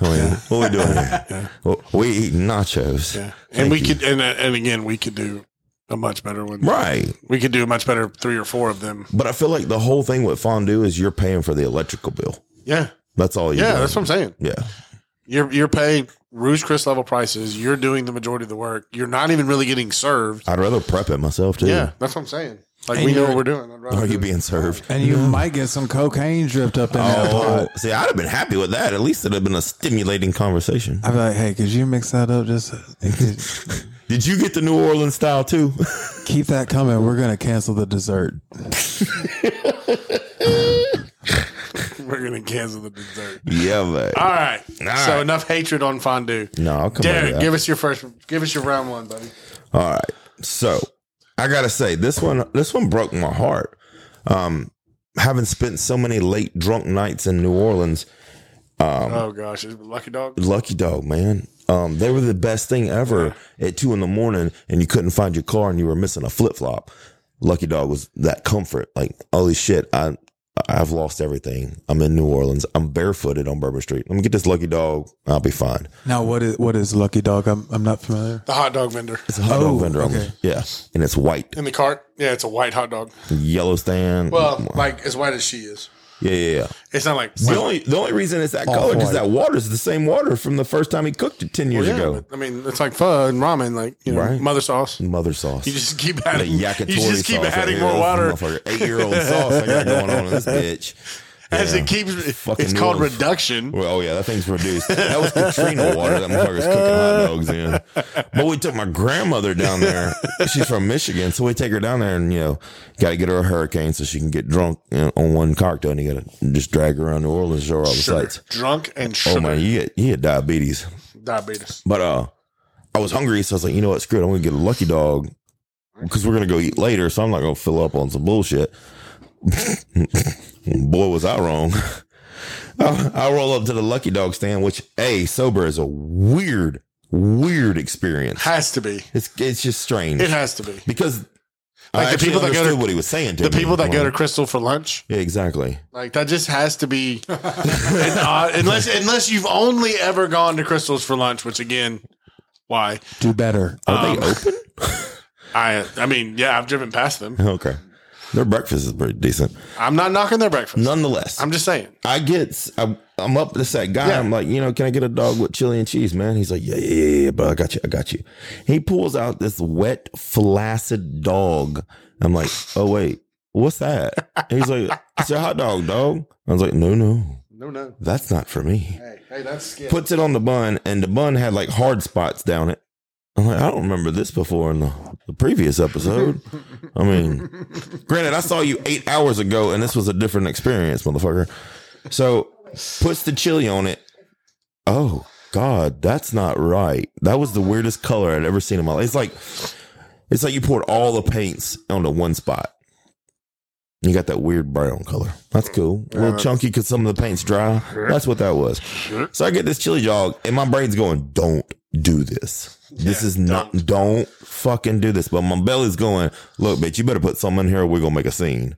Speaker 2: I mean, What we doing here? Well, We eat nachos.
Speaker 1: yeah. And
Speaker 2: Thank
Speaker 1: we
Speaker 2: you.
Speaker 1: could, and and again, we could do a much better one.
Speaker 2: Right.
Speaker 1: We could do a much better three or four of them.
Speaker 2: But I feel like the whole thing with fondue is you're paying for the electrical bill.
Speaker 1: Yeah,
Speaker 2: That's all you
Speaker 1: yeah. That's what I'm saying.
Speaker 2: Yeah.
Speaker 1: You're you're paying Rouge Chris level prices. You're doing the majority of the work. You're not even really getting served.
Speaker 2: I'd rather prep it myself too.
Speaker 1: Yeah, that's what I'm saying. Like
Speaker 3: And
Speaker 1: we know
Speaker 3: you're-
Speaker 1: what we're doing. I'd rather
Speaker 2: Are
Speaker 1: do
Speaker 2: you
Speaker 1: it.
Speaker 2: being served?
Speaker 3: And you might get some cocaine dripped up in that
Speaker 2: Oh,
Speaker 3: pot.
Speaker 2: see, I'd have been happy with that. At least it'd have been a stimulating conversation.
Speaker 3: I'd be like, hey, could you mix that up? Just uh,
Speaker 2: Did you get the New Orleans style too?
Speaker 3: keep that coming. We're gonna cancel the dessert.
Speaker 1: We're gonna cancel the dessert.
Speaker 2: yeah, man.
Speaker 1: All right. so
Speaker 2: right.
Speaker 1: enough hatred on fondue.
Speaker 2: No, I'll come back to
Speaker 1: Derek,
Speaker 2: that.
Speaker 1: give us your first. Give us your round one, buddy.
Speaker 2: All right. So I gotta say, this one this one broke my heart. Um having spent so many late drunk nights in New Orleans, Um,
Speaker 1: oh gosh, is it lucky dog.
Speaker 2: lucky dog, man. Um, they were the best thing ever at two in the morning and you couldn't find your car and you were missing a flip flop. Lucky dog was that comfort. Like, holy shit, I I've lost everything. I'm in New Orleans. I'm barefooted on Bourbon Street. Let me get this lucky dog. I'll be fine.
Speaker 3: Now, what is what is Lucky Dog? I'm I'm not familiar.
Speaker 1: The hot dog vendor
Speaker 2: It's a hot
Speaker 3: Oh,
Speaker 2: dog vendor. on
Speaker 3: okay.
Speaker 2: there. Yeah. And it's white.
Speaker 1: in the cart. Yeah, it's a white hot dog.
Speaker 2: Yellow stand.
Speaker 1: Well, like as white as she is.
Speaker 2: yeah, yeah, yeah.
Speaker 1: It's not like
Speaker 2: The only the only reason it's that color is
Speaker 3: white.
Speaker 2: that water is the same water from the first time he cooked it ten years
Speaker 1: Yeah,
Speaker 2: ago.
Speaker 1: but, I mean, it's like pho and ramen, like you know,
Speaker 2: Right.
Speaker 1: mother sauce. You
Speaker 2: Mother sauce.
Speaker 1: just keep
Speaker 2: That
Speaker 1: adding. You
Speaker 2: yakitori
Speaker 1: just keep
Speaker 2: sauce
Speaker 1: adding more
Speaker 2: right here.
Speaker 1: water
Speaker 2: This motherfucker, Eight-year-old sauce I got going on in this bitch.
Speaker 1: as
Speaker 2: Yeah.
Speaker 1: it keeps.
Speaker 2: Fucking
Speaker 1: it's called
Speaker 2: New Orleans.
Speaker 1: reduction.
Speaker 2: Well, oh yeah, that thing's reduced. That was Katrina water. That motherfucker's cooking hot dogs in. But we took my grandmother down there. She's from Michigan, so we take her down there, and you know, got to get her a hurricane so she can get drunk you know, on one cocktail, and you got to just drag her around New Orleans, show her all the
Speaker 1: Sugar.
Speaker 2: sights.
Speaker 1: Drunk and sugar.
Speaker 2: Oh man, you get you get diabetes.
Speaker 1: Diabetes.
Speaker 2: But uh, I was hungry, so I was like, you know what, screw it, I'm gonna get a lucky dog because we're gonna go eat later, so I'm not gonna fill up on some bullshit. Boy, was I wrong. I, I roll up to the lucky dog stand, which a sober is a weird, weird experience.
Speaker 1: Has to be.
Speaker 2: It's it's just strange
Speaker 1: It has to be.
Speaker 2: because
Speaker 1: Like, the
Speaker 2: I the
Speaker 1: people
Speaker 2: people
Speaker 1: that go to-
Speaker 2: understood what he was saying to
Speaker 1: The
Speaker 2: me.
Speaker 1: people that go to
Speaker 2: Like,
Speaker 1: Crystal for lunch,
Speaker 2: yeah, exactly.
Speaker 1: like that, just has to be. an odd- unless unless you've only ever gone to Crystal's for lunch, which again, why?
Speaker 3: Do better.
Speaker 2: Are they
Speaker 1: Um,
Speaker 2: open?
Speaker 1: I I mean, yeah, I've driven past them.
Speaker 2: Okay, their breakfast is pretty decent.
Speaker 1: I'm not knocking their breakfast.
Speaker 2: Nonetheless,
Speaker 1: I'm just saying.
Speaker 2: I get, I'm, I'm up to that guy.
Speaker 1: Yeah.
Speaker 2: I'm like, you know, can I get a dog with chili and cheese, man? He's like, yeah, yeah, yeah, yeah, bro. I got you. I got you. He pulls out this wet, flaccid dog. I'm like, oh, wait, what's that? And he's like, it's your hot dog, dog. I was like, no, no,
Speaker 1: No, no.
Speaker 2: that's not for me.
Speaker 1: Hey, hey, that's scary.
Speaker 2: Puts it on the bun, and the bun had like hard spots down it. I'm like, I don't remember this before in the, the previous episode. I mean, granted, I saw you eight hours ago, and this was a different experience, motherfucker. So puts the chili on it. Oh God, that's not right. That was the weirdest color I'd ever seen in my life. It's like it's like you poured all the paints onto one spot. You got that weird brown color. That's cool. A little chunky because some of the paint's dry. That's what that was. So I get this chili dog, and my brain's going, "Don't do this. This is not. Don't. fucking do this." But my belly's going, "Look, bitch, you better put something in here. or We're gonna make a scene."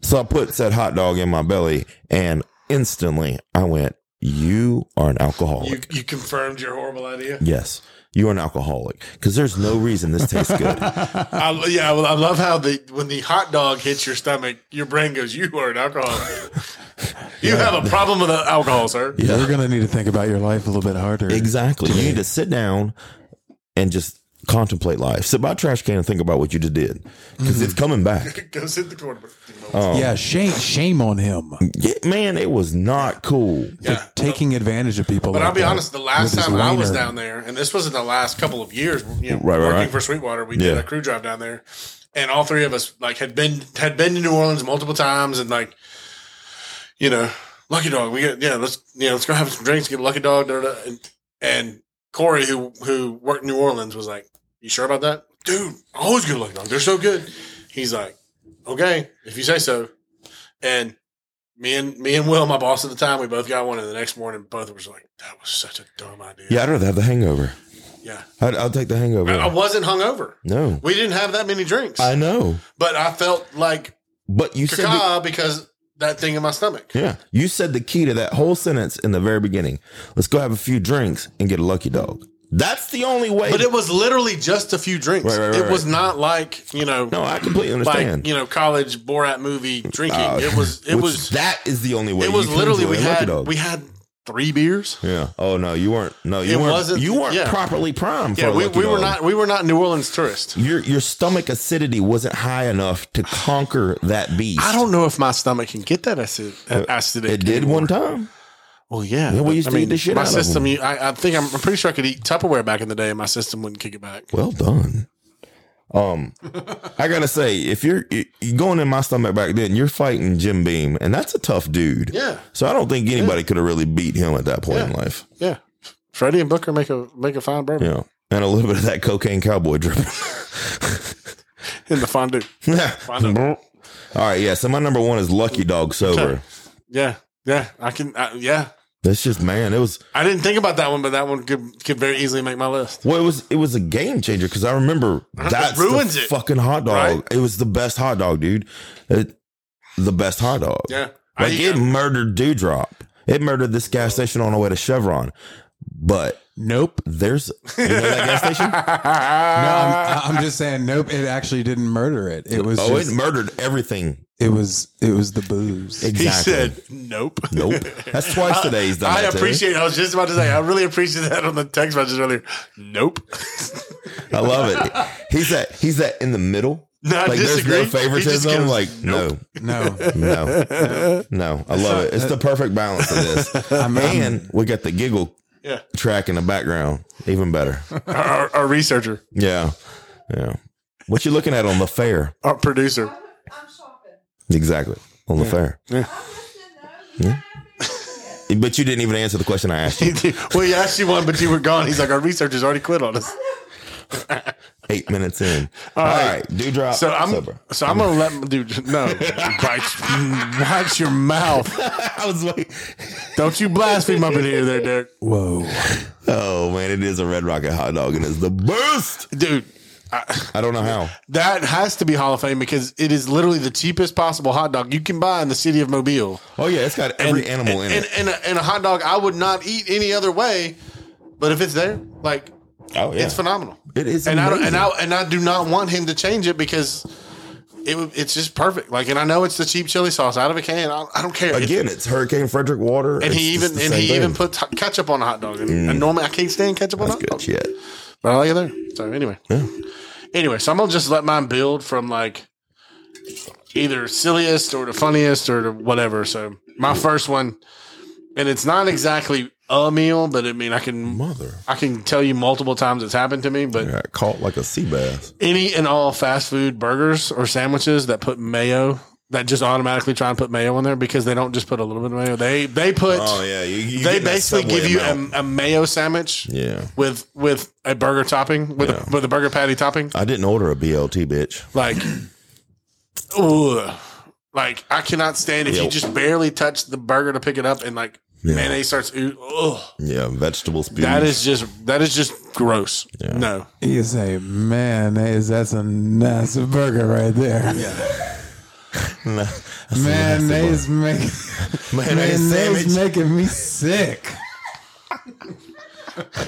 Speaker 2: So I put said hot dog in my belly, and instantly I went, you are an alcoholic.
Speaker 1: You you confirmed your horrible idea.
Speaker 2: yes, you are an alcoholic because there's no reason this tastes good.
Speaker 1: I, yeah, well, I love how the when the hot dog hits your stomach, your brain goes, "You are an alcoholic. you have a problem with alcohol, sir."
Speaker 2: Yeah.
Speaker 3: You're gonna need to think about your life a little bit harder.
Speaker 2: Exactly. You need to sit down and just contemplate life. Sit by a trash can and think about what you just did because
Speaker 1: Mm-hmm.
Speaker 2: it's coming back.
Speaker 1: Go sit in the corner. Oh.
Speaker 2: Um,
Speaker 3: Yeah, shame shame on him for
Speaker 2: yeah, man, it was not cool.
Speaker 1: yeah.
Speaker 3: taking advantage of people.
Speaker 1: But
Speaker 3: like
Speaker 1: I'll be
Speaker 3: that
Speaker 1: honest, the last
Speaker 3: with his
Speaker 1: time I was
Speaker 3: wiener.
Speaker 1: down there, and this wasn't the last couple of years, you know,
Speaker 2: Right, right,
Speaker 1: working
Speaker 2: right.
Speaker 1: for Sweetwater, we
Speaker 2: Yeah.
Speaker 1: did a crew drive down there, and all three of us like had been had been to New Orleans multiple times, and like, you know, Lucky Dog, we get yeah, let's yeah, let's go have some drinks, get Lucky Dog, da, da, da. And, and Corey who who worked in New Orleans was like, you sure about that, dude? I always get Lucky Dog, they're so good. He's like, okay, if you say so, and me and me and Will, my boss at the time, we both got one, and the next morning, both of us were like, "That was such a dumb idea."
Speaker 2: Yeah, I'd rather have the hangover.
Speaker 1: yeah.
Speaker 2: I'd, I'll take the hangover.
Speaker 1: I, I wasn't hungover.
Speaker 2: no,
Speaker 1: We didn't have that many drinks,
Speaker 2: I know,
Speaker 1: but I felt like
Speaker 2: but you said the-
Speaker 1: caca because that thing in my stomach.
Speaker 2: yeah, you said the key to that whole sentence in the very beginning. Let's go have a few drinks and get a lucky dog. That's the only way.
Speaker 1: But it was literally just a few drinks.
Speaker 2: Right, right, right,
Speaker 1: it was
Speaker 2: right.
Speaker 1: not like you know,
Speaker 2: no, I completely understand.
Speaker 1: like you know, college Borat movie drinking.
Speaker 2: Uh,
Speaker 1: it was, it
Speaker 2: which-
Speaker 1: was,
Speaker 2: that is the only way.
Speaker 1: it
Speaker 2: you
Speaker 1: was
Speaker 2: can
Speaker 1: literally
Speaker 2: enjoy
Speaker 1: we
Speaker 2: a Lucky
Speaker 1: had
Speaker 2: Dog.
Speaker 1: we had three beers.
Speaker 2: Yeah. Oh no, you weren't. No, you
Speaker 1: It
Speaker 2: weren't.
Speaker 1: wasn't-
Speaker 2: you weren't
Speaker 1: yeah.
Speaker 2: properly primed.
Speaker 1: Yeah,
Speaker 2: for a
Speaker 1: we,
Speaker 2: Lucky
Speaker 1: we were
Speaker 2: Dog.
Speaker 1: not we were not New Orleans tourists.
Speaker 2: Your your stomach acidity wasn't high enough to conquer that beast.
Speaker 1: I don't know if my stomach can get that acid, that acidic.
Speaker 2: It did
Speaker 1: anymore.
Speaker 2: one time.
Speaker 1: Well, yeah.
Speaker 2: Yeah, we
Speaker 1: but,
Speaker 2: used to eat the shit
Speaker 1: my
Speaker 2: out of
Speaker 1: system,
Speaker 2: them.
Speaker 1: you- I, I think I'm, I'm pretty sure I could eat Tupperware back in the day, and my system wouldn't kick it back.
Speaker 2: Well done. Um, I gotta say, if you're, you going in my stomach back then, you're fighting Jim Beam, and that's a tough dude.
Speaker 1: Yeah.
Speaker 2: So I don't think anybody could have really beat him at that point in
Speaker 1: Yeah.
Speaker 2: life.
Speaker 1: Yeah, Freddie and Booker make a make a fine bourbon
Speaker 2: Yeah. And a little bit of that cocaine cowboy dripping.
Speaker 1: in the fondue.
Speaker 2: All right. Yeah. So my number one is Lucky Dog Sober.
Speaker 1: Yeah, yeah, I can. I, yeah,
Speaker 2: That's just man. It was
Speaker 1: I didn't think about that one, but that one could could very easily make my list.
Speaker 2: Well, it was it was a game changer because I remember that's
Speaker 1: ruins
Speaker 2: the
Speaker 1: it,
Speaker 2: fucking hot dog.
Speaker 1: right?
Speaker 2: It was the best hot dog, dude. It, the best hot dog.
Speaker 1: Yeah,
Speaker 2: like
Speaker 1: I,
Speaker 2: it murdered Dewdrop. It murdered this gas station on the way to Chevron. But
Speaker 3: Nope.
Speaker 2: there's you know that gas station.
Speaker 3: No,
Speaker 1: Ah.
Speaker 3: I'm, I'm just saying. Nope. It actually didn't murder it. It was.
Speaker 2: oh,
Speaker 3: just-
Speaker 2: it murdered everything.
Speaker 3: it was. It was the booze.
Speaker 1: he
Speaker 2: Exactly.
Speaker 1: said nope.
Speaker 2: Nope. That's twice today he's done
Speaker 1: I
Speaker 2: that to me.
Speaker 1: appreciate. I was just about to say. I really appreciate that on the text message earlier. Nope.
Speaker 2: I love it. He's that he's that in the middle.
Speaker 1: No, I
Speaker 2: like
Speaker 1: disagree. He
Speaker 2: there's
Speaker 1: just
Speaker 2: no favoritism.
Speaker 1: goes,
Speaker 2: like
Speaker 1: nope.
Speaker 3: No,
Speaker 2: no, no, no. I love it. It's the perfect balance of this.
Speaker 1: Um,
Speaker 3: I'm, I'm,
Speaker 2: And we got the giggle
Speaker 1: Yeah,
Speaker 2: track in the background. Even better.
Speaker 1: our, our, our researcher,
Speaker 2: Yeah. Yeah. What you looking at on the fair?
Speaker 1: our producer.
Speaker 4: I'm, I'm shopping.
Speaker 2: Exactly. On the fair.
Speaker 4: I'm listening though. You yeah.
Speaker 2: But you didn't even answer the question I asked you.
Speaker 1: well, he asked you one, but you were gone. He's like, our researchers already quit on us.
Speaker 2: Eight minutes in. All
Speaker 1: right.
Speaker 2: right. Do drop.
Speaker 1: So I'm
Speaker 2: sober.
Speaker 1: so I'm gonna let him do no. Watch, watch your mouth.
Speaker 2: I was like,
Speaker 1: Don't you blaspheme up in here, there, Derek.
Speaker 3: whoa.
Speaker 2: oh man, it is a Red Rocket hot dog and it's the best.
Speaker 1: Dude,
Speaker 2: I don't know how.
Speaker 1: that has to be Hall of Fame because it is literally the cheapest possible hot dog you can buy in the city of Mobile.
Speaker 2: Oh yeah, it's got every animal
Speaker 1: and,
Speaker 2: in
Speaker 1: and,
Speaker 2: it.
Speaker 1: and, a, and a hot dog I would not eat any other way, but if it's there, like
Speaker 2: oh yeah.
Speaker 1: it's phenomenal.
Speaker 2: It is
Speaker 1: and I don't, and
Speaker 2: amazing.
Speaker 1: I and I do not want him to change it because it would- it's just perfect. Like, and I know it's the cheap chili sauce out of a can. I, I don't care. It's-
Speaker 2: Again, it's Hurricane Frederick water.
Speaker 1: and
Speaker 2: It's
Speaker 1: he
Speaker 2: just
Speaker 1: even
Speaker 2: the
Speaker 1: and
Speaker 2: same
Speaker 1: he
Speaker 2: thing. Mm.
Speaker 1: even put t- ketchup on a hot dog. And, and normally I can't stand ketchup on a
Speaker 2: That's
Speaker 1: hot
Speaker 2: good
Speaker 1: dog,
Speaker 2: shit.
Speaker 1: but I like it there. So anyway, anyway, so I'm gonna just let mine build from like either silliest or the funniest or the whatever. So my first one, and it's not exactly a meal, but I mean I can
Speaker 2: Mother.
Speaker 1: I can tell you multiple times it's happened to me, but.
Speaker 2: I got caught like a sea bass.
Speaker 1: Any and all fast food burgers or sandwiches that put mayo, that just automatically try and put mayo on there because they don't just put a little bit of mayo. They they put
Speaker 2: Oh yeah. You, you
Speaker 1: they
Speaker 2: getting that
Speaker 1: basically
Speaker 2: Subway
Speaker 1: give you
Speaker 2: amount.
Speaker 1: a, a mayo sandwich
Speaker 2: Yeah.
Speaker 1: with with a burger topping with
Speaker 2: Yeah.
Speaker 1: a, with a burger patty topping
Speaker 2: I didn't order a BLT, bitch.
Speaker 1: like ugh. like I cannot stand if
Speaker 2: Yeah.
Speaker 1: you just barely touch the burger to pick it up and like
Speaker 2: Yeah. Mm.
Speaker 1: mayonnaise starts ooh, ugh.
Speaker 2: Yeah, vegetable spew.
Speaker 1: that is just that is just gross no
Speaker 3: You say, man, that's a massive burger right there. Mayonnaise make
Speaker 2: mayonnaise
Speaker 3: mayonnaise
Speaker 2: sandwich.
Speaker 3: making me sick.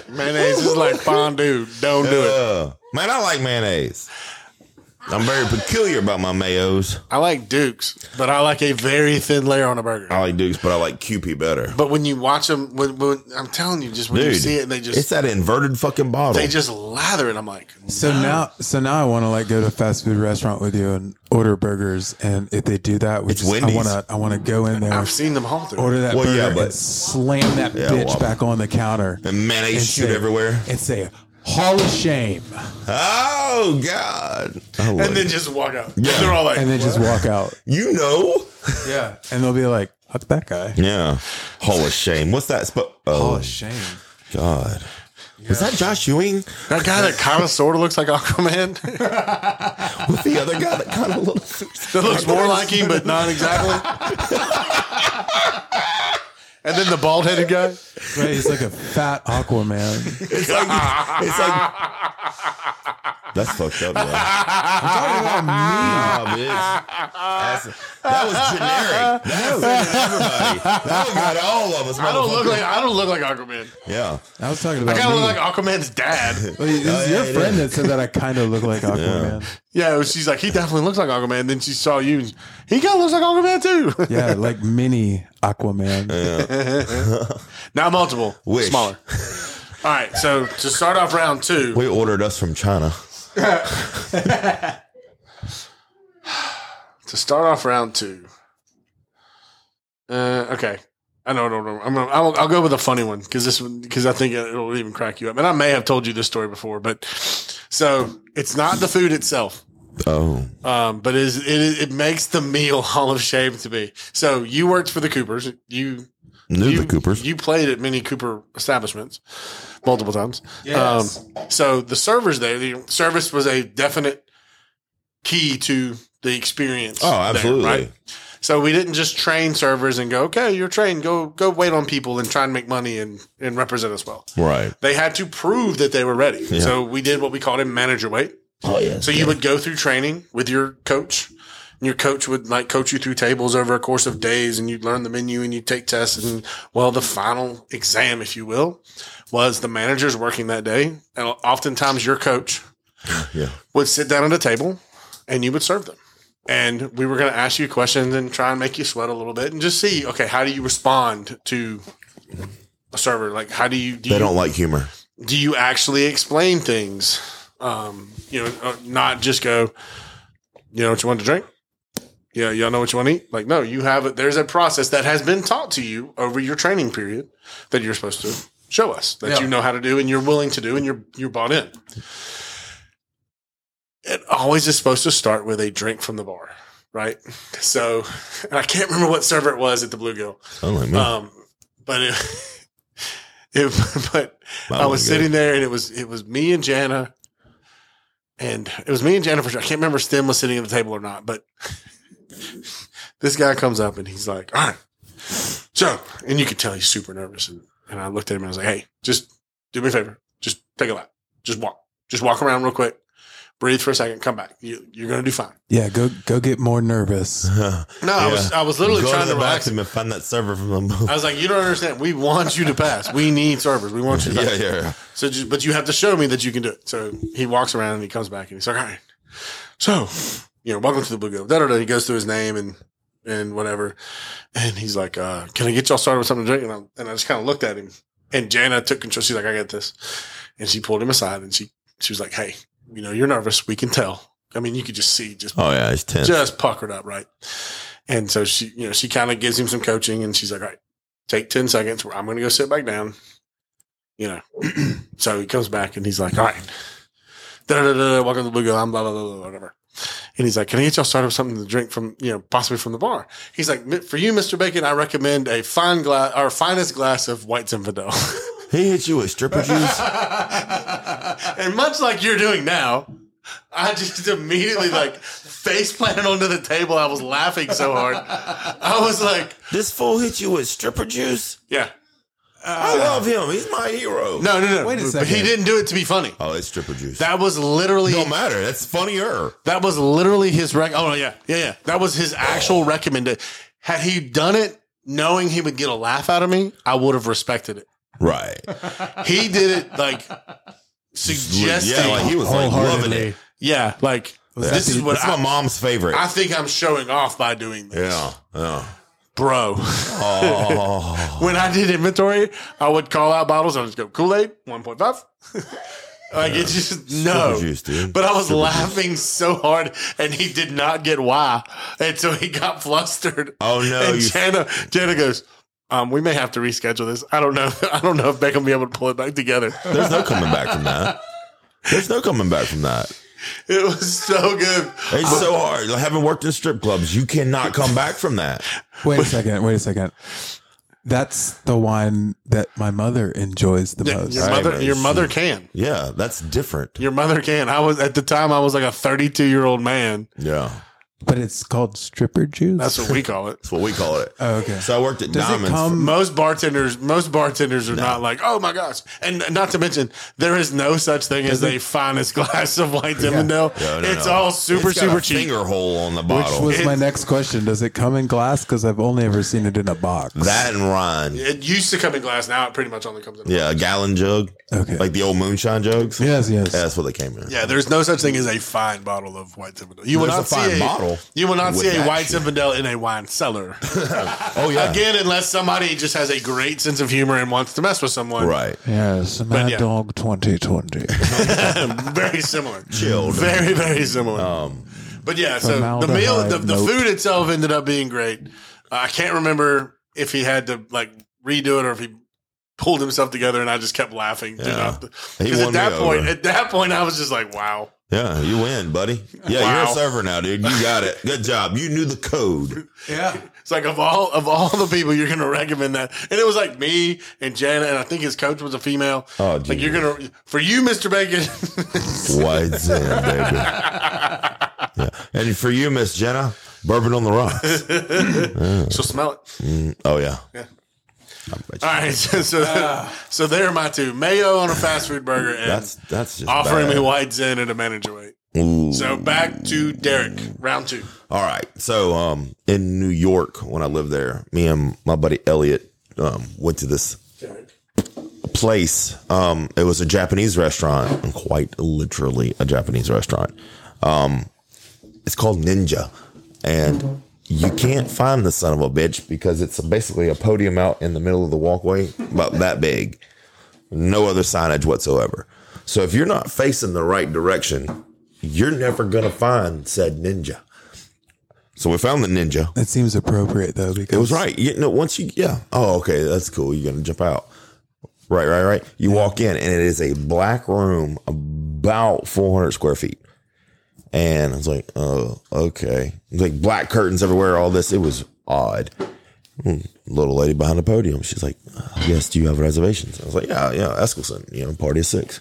Speaker 1: Mayonnaise is like fondue. Don't do it.
Speaker 2: Ugh. man, I like mayonnaise. I'm very peculiar about my mayos.
Speaker 1: I like Dukes, but I like a very thin layer on a burger.
Speaker 2: I like Dukes, but I like QP better.
Speaker 1: But when you watch them, when, when I'm telling you, just when
Speaker 2: Dude,
Speaker 1: you see it, and they
Speaker 2: it's
Speaker 1: just
Speaker 2: that inverted fucking bottle.
Speaker 1: they just lather it. I'm like,
Speaker 3: So now, so now I want to like go to a fast food restaurant with you and order burgers. And if they do that, we
Speaker 2: It's
Speaker 3: just, I
Speaker 2: Wendy's.
Speaker 3: want to, I want to go in there,
Speaker 1: I've seen them all through.
Speaker 3: order that
Speaker 2: Well,
Speaker 3: burger,
Speaker 2: yeah, but-
Speaker 3: and slam that
Speaker 2: Yeah,
Speaker 3: bitch
Speaker 2: well,
Speaker 3: back on the counter
Speaker 2: and mayonnaise shoot
Speaker 3: say-
Speaker 2: everywhere.
Speaker 3: and say, "Hall of Shame,"
Speaker 2: Oh God! I love
Speaker 1: and then
Speaker 2: you.
Speaker 1: just walk out.
Speaker 2: Yeah.
Speaker 1: They're all like,
Speaker 3: and then just walk out.
Speaker 2: you know,
Speaker 3: Yeah, and they'll be like, "What's that guy?"
Speaker 2: yeah. Hall of shame. What's that? Sp-
Speaker 3: Hall
Speaker 2: oh
Speaker 3: of Shame.
Speaker 2: God! Was that Josh Ewing?
Speaker 1: that guy that kind of sort of looks like Aquaman.
Speaker 2: With the other guy that kind of looks.
Speaker 1: that looks more like him, but not exactly. and then the bald headed guy.
Speaker 3: Right, he's like a fat Aquaman.
Speaker 2: It's like it's like. That's fucked up. Man.
Speaker 3: Talking about me.
Speaker 2: Oh, bitch. That's- that was generic. That was everybody. That one got all of us.
Speaker 1: I don't look
Speaker 2: motherfucker.
Speaker 1: like I don't look like Aquaman.
Speaker 2: Yeah.
Speaker 3: I was talking
Speaker 1: I
Speaker 3: about
Speaker 1: kind of
Speaker 3: me.
Speaker 1: look like Aquaman's dad.
Speaker 3: Well, it's
Speaker 2: Oh, yeah,
Speaker 3: your
Speaker 2: it
Speaker 3: friend
Speaker 2: is.
Speaker 3: that said that I kind of look like Aquaman.
Speaker 1: Yeah, it was- she's like, he definitely looks like Aquaman. Then she saw you, and he kind of looks like Aquaman too.
Speaker 3: Yeah, like mini Aquaman.
Speaker 1: Not multiple,
Speaker 2: Wish.
Speaker 1: smaller. All right, so to start off round two,
Speaker 2: We ordered us from China.
Speaker 1: to start off round two. Uh, okay, I know, I don't know. I'm gonna, I'll, I'll go with a funny one because this one because I think it'll even crack you up. And I may have told you this story before, but so it's not the food itself.
Speaker 2: Oh.
Speaker 1: Um, but it, is, it is- it makes the meal all of shame to me. So you worked for the Coopers. You
Speaker 2: Knew
Speaker 1: you,
Speaker 2: the Coopers.
Speaker 1: You played at many Cooper establishments multiple times. Yes. Um, so the servers there, the service was a definite key to the experience.
Speaker 2: oh,
Speaker 1: there,
Speaker 2: absolutely.
Speaker 1: right? So we didn't just train servers and go, okay, you're trained, go go wait on people and try and make money and, and represent us well.
Speaker 2: right.
Speaker 1: They had to prove that they were ready. So we did what we called a manager wait.
Speaker 2: Oh, yeah.
Speaker 1: So you would go through training with your coach. And your coach would like coach you through tables over a course of days, and you'd learn the menu and you'd take tests. And well, the final exam, if you will, was the manager's working that day. And oftentimes your coach
Speaker 2: Yeah.
Speaker 1: would sit down at a table and you would serve them. And we were going to ask you questions and try and make you sweat a little bit and just see, okay, how do you respond to a server? Like, how do you, do
Speaker 2: They
Speaker 1: you
Speaker 2: don't like humor.
Speaker 1: do you actually explain things? Um, you know, uh, not just go, you know what you want to drink? Yeah, y'all know what you want to eat? Like, no, you have it. There's a process that has been taught to you over your training period that you're supposed to show us that you know how to do and you're willing to do and you're you're bought in. It always is supposed to start with a drink from the bar, right? So, and I can't remember what server it was at the Bluegill,
Speaker 2: I like me.
Speaker 1: um, but it, it but
Speaker 2: That
Speaker 1: I
Speaker 2: one's
Speaker 1: was
Speaker 2: good.
Speaker 1: sitting there, and it was it was me and Jana, and it was me and Jana for sure. I can't remember if Stim was sitting at the table or not, but this guy comes up and he's like, "All right, so," and you could tell he's super nervous. And, and I looked at him and I was like, "Hey, just do me a favor, just take a lap, just walk, just walk around real quick, breathe for a second, come back. You, you're gonna do fine."
Speaker 3: Yeah, go go get more nervous.
Speaker 1: No, I was
Speaker 2: Yeah.
Speaker 1: I was literally
Speaker 2: Go
Speaker 1: trying
Speaker 2: the
Speaker 1: to relax.
Speaker 2: bathroom and find that server from the
Speaker 1: I was like, "You don't understand. We want you to pass. We need servers. We want you to
Speaker 2: Yeah,
Speaker 1: pass."
Speaker 2: yeah, yeah.
Speaker 1: So, just, but you have to show me that you can do it. So he walks around and he comes back and he's like, all right. So, you know, welcome to the Blue Goat. Da, da, da. He goes through his name and, and whatever. And he's like, uh, can I get y'all started with something to drink? And I, and I just kind of looked at him and Jana took control. She's like, I got this. And she pulled him aside and she, she was like, Hey, you know, you're nervous. We can tell. I mean, you could just see just
Speaker 2: Oh, yeah. It's tense.
Speaker 1: just puckered up, right? And so she, you know, she kind of gives him some coaching and she's like, all right, take 10 seconds. I'm going to go sit back down. You know, so he comes back and he's like, all right, da da da, welcome to the Blue Girl, I'm blah, blah, blah, blah, whatever. And he's like, can I get y'all started with something to drink from, you know, possibly from the bar? He's like, "Mi- for you, Mr. Bacon, I recommend a fine glass, our finest glass of white Zinfandel.
Speaker 2: he hit you with stripper juice.
Speaker 1: and much like you're doing now, I just immediately like face planted onto the table. I was laughing so hard. I was like,
Speaker 2: this fool hit you with stripper juice.
Speaker 1: yeah. Uh,
Speaker 2: I love him. He's my hero.
Speaker 1: No, no, no.
Speaker 3: Wait a
Speaker 1: But
Speaker 3: second.
Speaker 1: He didn't do it to be funny.
Speaker 2: Oh, it's stripper juice.
Speaker 1: That was literally
Speaker 2: don't matter. That's funnier.
Speaker 1: that was literally his rec. Oh yeah, yeah, yeah. That was his actual recommendation. Had he done it knowing he would get a laugh out of me, I would have respected it.
Speaker 2: Right.
Speaker 1: He did it like suggesting.
Speaker 2: Yeah, like he was like loving it.
Speaker 1: Yeah, like this is what
Speaker 2: That's my
Speaker 1: I,
Speaker 2: mom's favorite.
Speaker 1: I think I'm showing off by doing this,
Speaker 2: yeah. Yeah.
Speaker 1: bro.
Speaker 2: Oh.
Speaker 1: when I did inventory, I would call out bottles. I would just go Kool Aid, one point five. like it's just no.
Speaker 2: Stripper juice, dude.
Speaker 1: But I was
Speaker 2: Stripper juice.
Speaker 1: laughing so hard, and he did not get why until he got flustered.
Speaker 2: Oh no,
Speaker 1: and
Speaker 2: you
Speaker 1: Jana, Jana goes, um, "We may have to reschedule this. I don't know. I don't know if Beckham will be able to pull it back together."
Speaker 2: There's no coming back from that. There's no coming back from that.
Speaker 1: It was so good.
Speaker 2: It's so hard. Like, having worked in strip clubs, you cannot come back from that.
Speaker 3: Wait a second. Wait a second. That's the wine that my mother enjoys the
Speaker 1: Yeah,
Speaker 3: most.
Speaker 1: your
Speaker 2: Right,
Speaker 1: mother,
Speaker 2: bro.
Speaker 1: your mother can.
Speaker 2: Yeah, that's different.
Speaker 1: Your mother can. I was at the time. I was like a 32 year old man.
Speaker 2: Yeah,
Speaker 3: But it's called stripper juice.
Speaker 1: That's what we call it.
Speaker 2: that's what we call it.
Speaker 3: oh, okay.
Speaker 2: So I worked at
Speaker 3: Does it
Speaker 2: Diamonds.
Speaker 3: come-
Speaker 1: Most bartenders, most bartenders are not like, oh my gosh, and not to mention there is no such thing as a finest glass of white Zinfandel.
Speaker 2: No, no,
Speaker 1: it's
Speaker 2: no.
Speaker 1: all super,
Speaker 2: It's got
Speaker 1: super
Speaker 2: a
Speaker 1: cheap.
Speaker 2: Finger hole on the
Speaker 3: Which
Speaker 2: bottle.
Speaker 3: was my
Speaker 1: It's-
Speaker 3: next question. Does it come in glass? Because I've only ever seen it in a box.
Speaker 2: that and Ryan. Yeah,
Speaker 1: It used to come in glass. Now it pretty much only comes in.
Speaker 2: a gallon jug,
Speaker 3: Okay.
Speaker 2: like the old moonshine jugs.
Speaker 3: yes, yes.
Speaker 2: Yeah, that's what they came in.
Speaker 1: Yeah, there's no such thing as a fine bottle of white Zinfandel. You will
Speaker 2: There's
Speaker 1: not
Speaker 2: a fine
Speaker 1: see a
Speaker 2: bottle
Speaker 1: You will not
Speaker 2: with
Speaker 1: see a
Speaker 2: that
Speaker 1: white
Speaker 2: shit.
Speaker 1: Zinfandel in a wine cellar
Speaker 2: Oh yeah,
Speaker 1: again, unless somebody just has a great sense of humor and wants to mess with someone.
Speaker 2: right.
Speaker 3: Yes, Mad
Speaker 1: yeah.
Speaker 3: Dog 2020.
Speaker 1: very similar.
Speaker 2: Chilled.
Speaker 1: Very very similar.
Speaker 2: Um,
Speaker 1: But yeah, so the
Speaker 3: Formaldehyde
Speaker 1: meal, the, the
Speaker 3: note.
Speaker 1: food itself ended up being great. Uh, I can't remember if he had to like redo it or if he pulled himself together, and I just kept laughing.
Speaker 2: Yeah.
Speaker 1: throughout the-
Speaker 2: He
Speaker 1: Because
Speaker 2: won
Speaker 1: at that
Speaker 2: me
Speaker 1: point,
Speaker 2: over.
Speaker 1: at that point, I was just like, wow.
Speaker 2: yeah, you win, buddy. Yeah, you're
Speaker 1: Wow.
Speaker 2: a server now, dude. You got it. Good job. You knew the code.
Speaker 3: yeah.
Speaker 1: It's like of all of all the people you're gonna recommend that, and it was like me and Jana, and I think his coach was a female.
Speaker 2: Oh,
Speaker 1: like
Speaker 2: Jesus.
Speaker 1: you're gonna for you, Mister Bacon.
Speaker 2: White Zen, baby. yeah. And for you, Miss Jenna, bourbon on the rocks.
Speaker 1: so smell it.
Speaker 2: Oh yeah.
Speaker 1: Yeah.
Speaker 2: I'm with you.
Speaker 1: All right, so so, so there are my two mayo on a fast food burger and
Speaker 2: That's that's just
Speaker 1: offering
Speaker 2: bad.
Speaker 1: me white zen at a manager weight.
Speaker 2: Ooh.
Speaker 1: So back to Derek, round two.
Speaker 2: All right. So um, in New York, when I lived there, me and my buddy Elliot um, went to this place. Um, it was a Japanese restaurant, and quite literally a Japanese restaurant. Um, it's called Ninja, and you can't find the son of a bitch because it's basically a podium out in the middle of the walkway, about that big, no other signage whatsoever. So if you're not facing the right direction, you're never gonna find said Ninja. So we found the Ninja.
Speaker 3: That seems appropriate, though, because
Speaker 2: It was right. You know, once you yeah. Oh, okay, that's cool. You're gonna jump out. Right, right, right. You walk in and it is a black room about 400 square feet. And I was like, oh, okay. It was like black curtains everywhere, all this. It was odd. Hmm, Little lady behind the podium. She's like, uh, yes, do you have reservations? I was like, yeah, yeah, Eskelson, you know, party of six.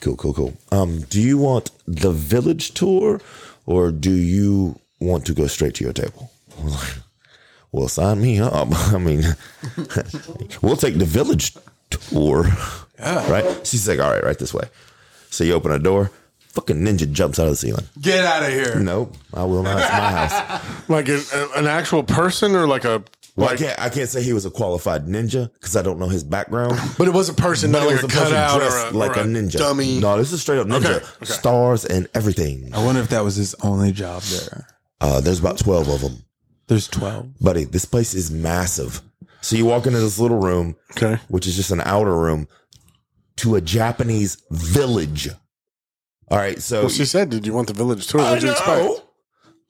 Speaker 2: Cool, cool, cool. Um, do you want the village tour or do you want to go straight to your table? I was like, well, sign me up. I mean, we'll take the village tour. Right? She's like, all right, right this way. So you open a door, fucking ninja jumps out of the ceiling.
Speaker 3: Get out of here.
Speaker 2: Nope, I will not. It's my house.
Speaker 1: Like a, a- an actual person or like a
Speaker 2: Well,
Speaker 1: like,
Speaker 2: I can't. I can't say he was a qualified ninja because I don't know his background.
Speaker 1: but it was a person,
Speaker 2: But
Speaker 1: not
Speaker 2: it
Speaker 1: like
Speaker 2: was
Speaker 1: a
Speaker 2: a person
Speaker 1: cutout or a,
Speaker 2: dressed like
Speaker 1: or
Speaker 2: a, ninja.
Speaker 1: dummy.
Speaker 2: No, this is straight up ninja.
Speaker 1: Okay, okay.
Speaker 2: Stars and everything.
Speaker 3: I wonder if that was his only job there.
Speaker 2: Uh, there's about twelve of them,
Speaker 3: There's 12.
Speaker 2: buddy. This place is massive. So you walk into this little room,
Speaker 1: Okay,
Speaker 2: which is just an outer room, to a Japanese village. All right, so
Speaker 1: well, she said, "Did you want the village tour?
Speaker 2: I
Speaker 1: What'd you
Speaker 2: know.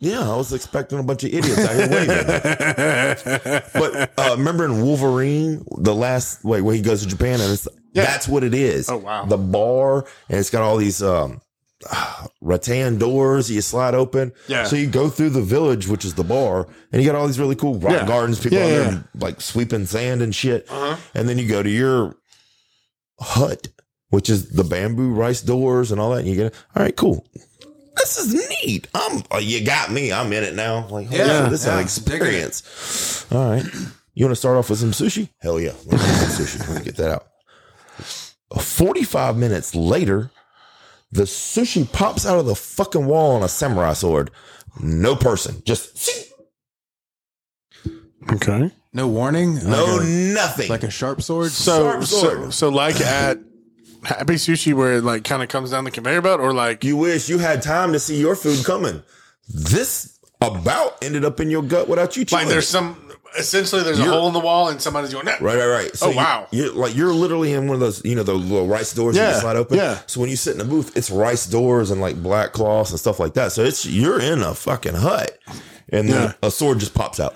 Speaker 2: Yeah, I was expecting a bunch of idiots out here waving.
Speaker 1: expect?"
Speaker 2: But uh, remember in Wolverine, the last like where he goes to Japan, and it's that's what it is.
Speaker 1: Oh, wow.
Speaker 2: the bar, and it's got all these um, rattan doors that you slide open.
Speaker 1: Yeah.
Speaker 2: So you go through the village, which is the bar, and you got all these really cool rock
Speaker 1: Yeah.
Speaker 2: gardens. People
Speaker 1: Yeah,
Speaker 2: out there
Speaker 1: yeah.
Speaker 2: like sweeping sand and shit.
Speaker 1: Uh-huh.
Speaker 2: And then you go to your hut, which is the bamboo rice doors and all that. And you get, all right, cool. This is neat. I'm, oh, you got me. I'm in it now. Like, yeah,
Speaker 3: Yeah,
Speaker 2: this is an
Speaker 3: yeah,
Speaker 2: experience. All right. You want to start off with some sushi? Hell yeah. Let me get some sushi. Let me get that out. 45 minutes later, the sushi pops out of the fucking wall on a samurai sword. No person. Just
Speaker 1: Okay.
Speaker 3: No warning.
Speaker 2: no
Speaker 3: like
Speaker 2: nothing.
Speaker 3: a, like a sharp sword.
Speaker 1: So
Speaker 2: Sharp
Speaker 1: so
Speaker 2: sword.
Speaker 1: so like at Happy Sushi where it like kind of comes down the conveyor belt or like
Speaker 2: you wish you had time to see your food coming. This about ended up in your gut without you chewing.
Speaker 1: like there's
Speaker 2: it.
Speaker 1: some essentially there's a
Speaker 2: You're-
Speaker 1: hole in the wall and somebody's going "Nah."
Speaker 2: Right, right, right. So
Speaker 1: Oh,
Speaker 2: you-
Speaker 1: wow.
Speaker 2: You're like you're literally in one of those, you know, the little rice doors that
Speaker 1: Yeah,
Speaker 2: you slide open.
Speaker 1: yeah.
Speaker 2: So when you sit in the booth, it's rice doors and like black cloths and stuff like that. So it's you're in a fucking hut, and then a sword just pops out.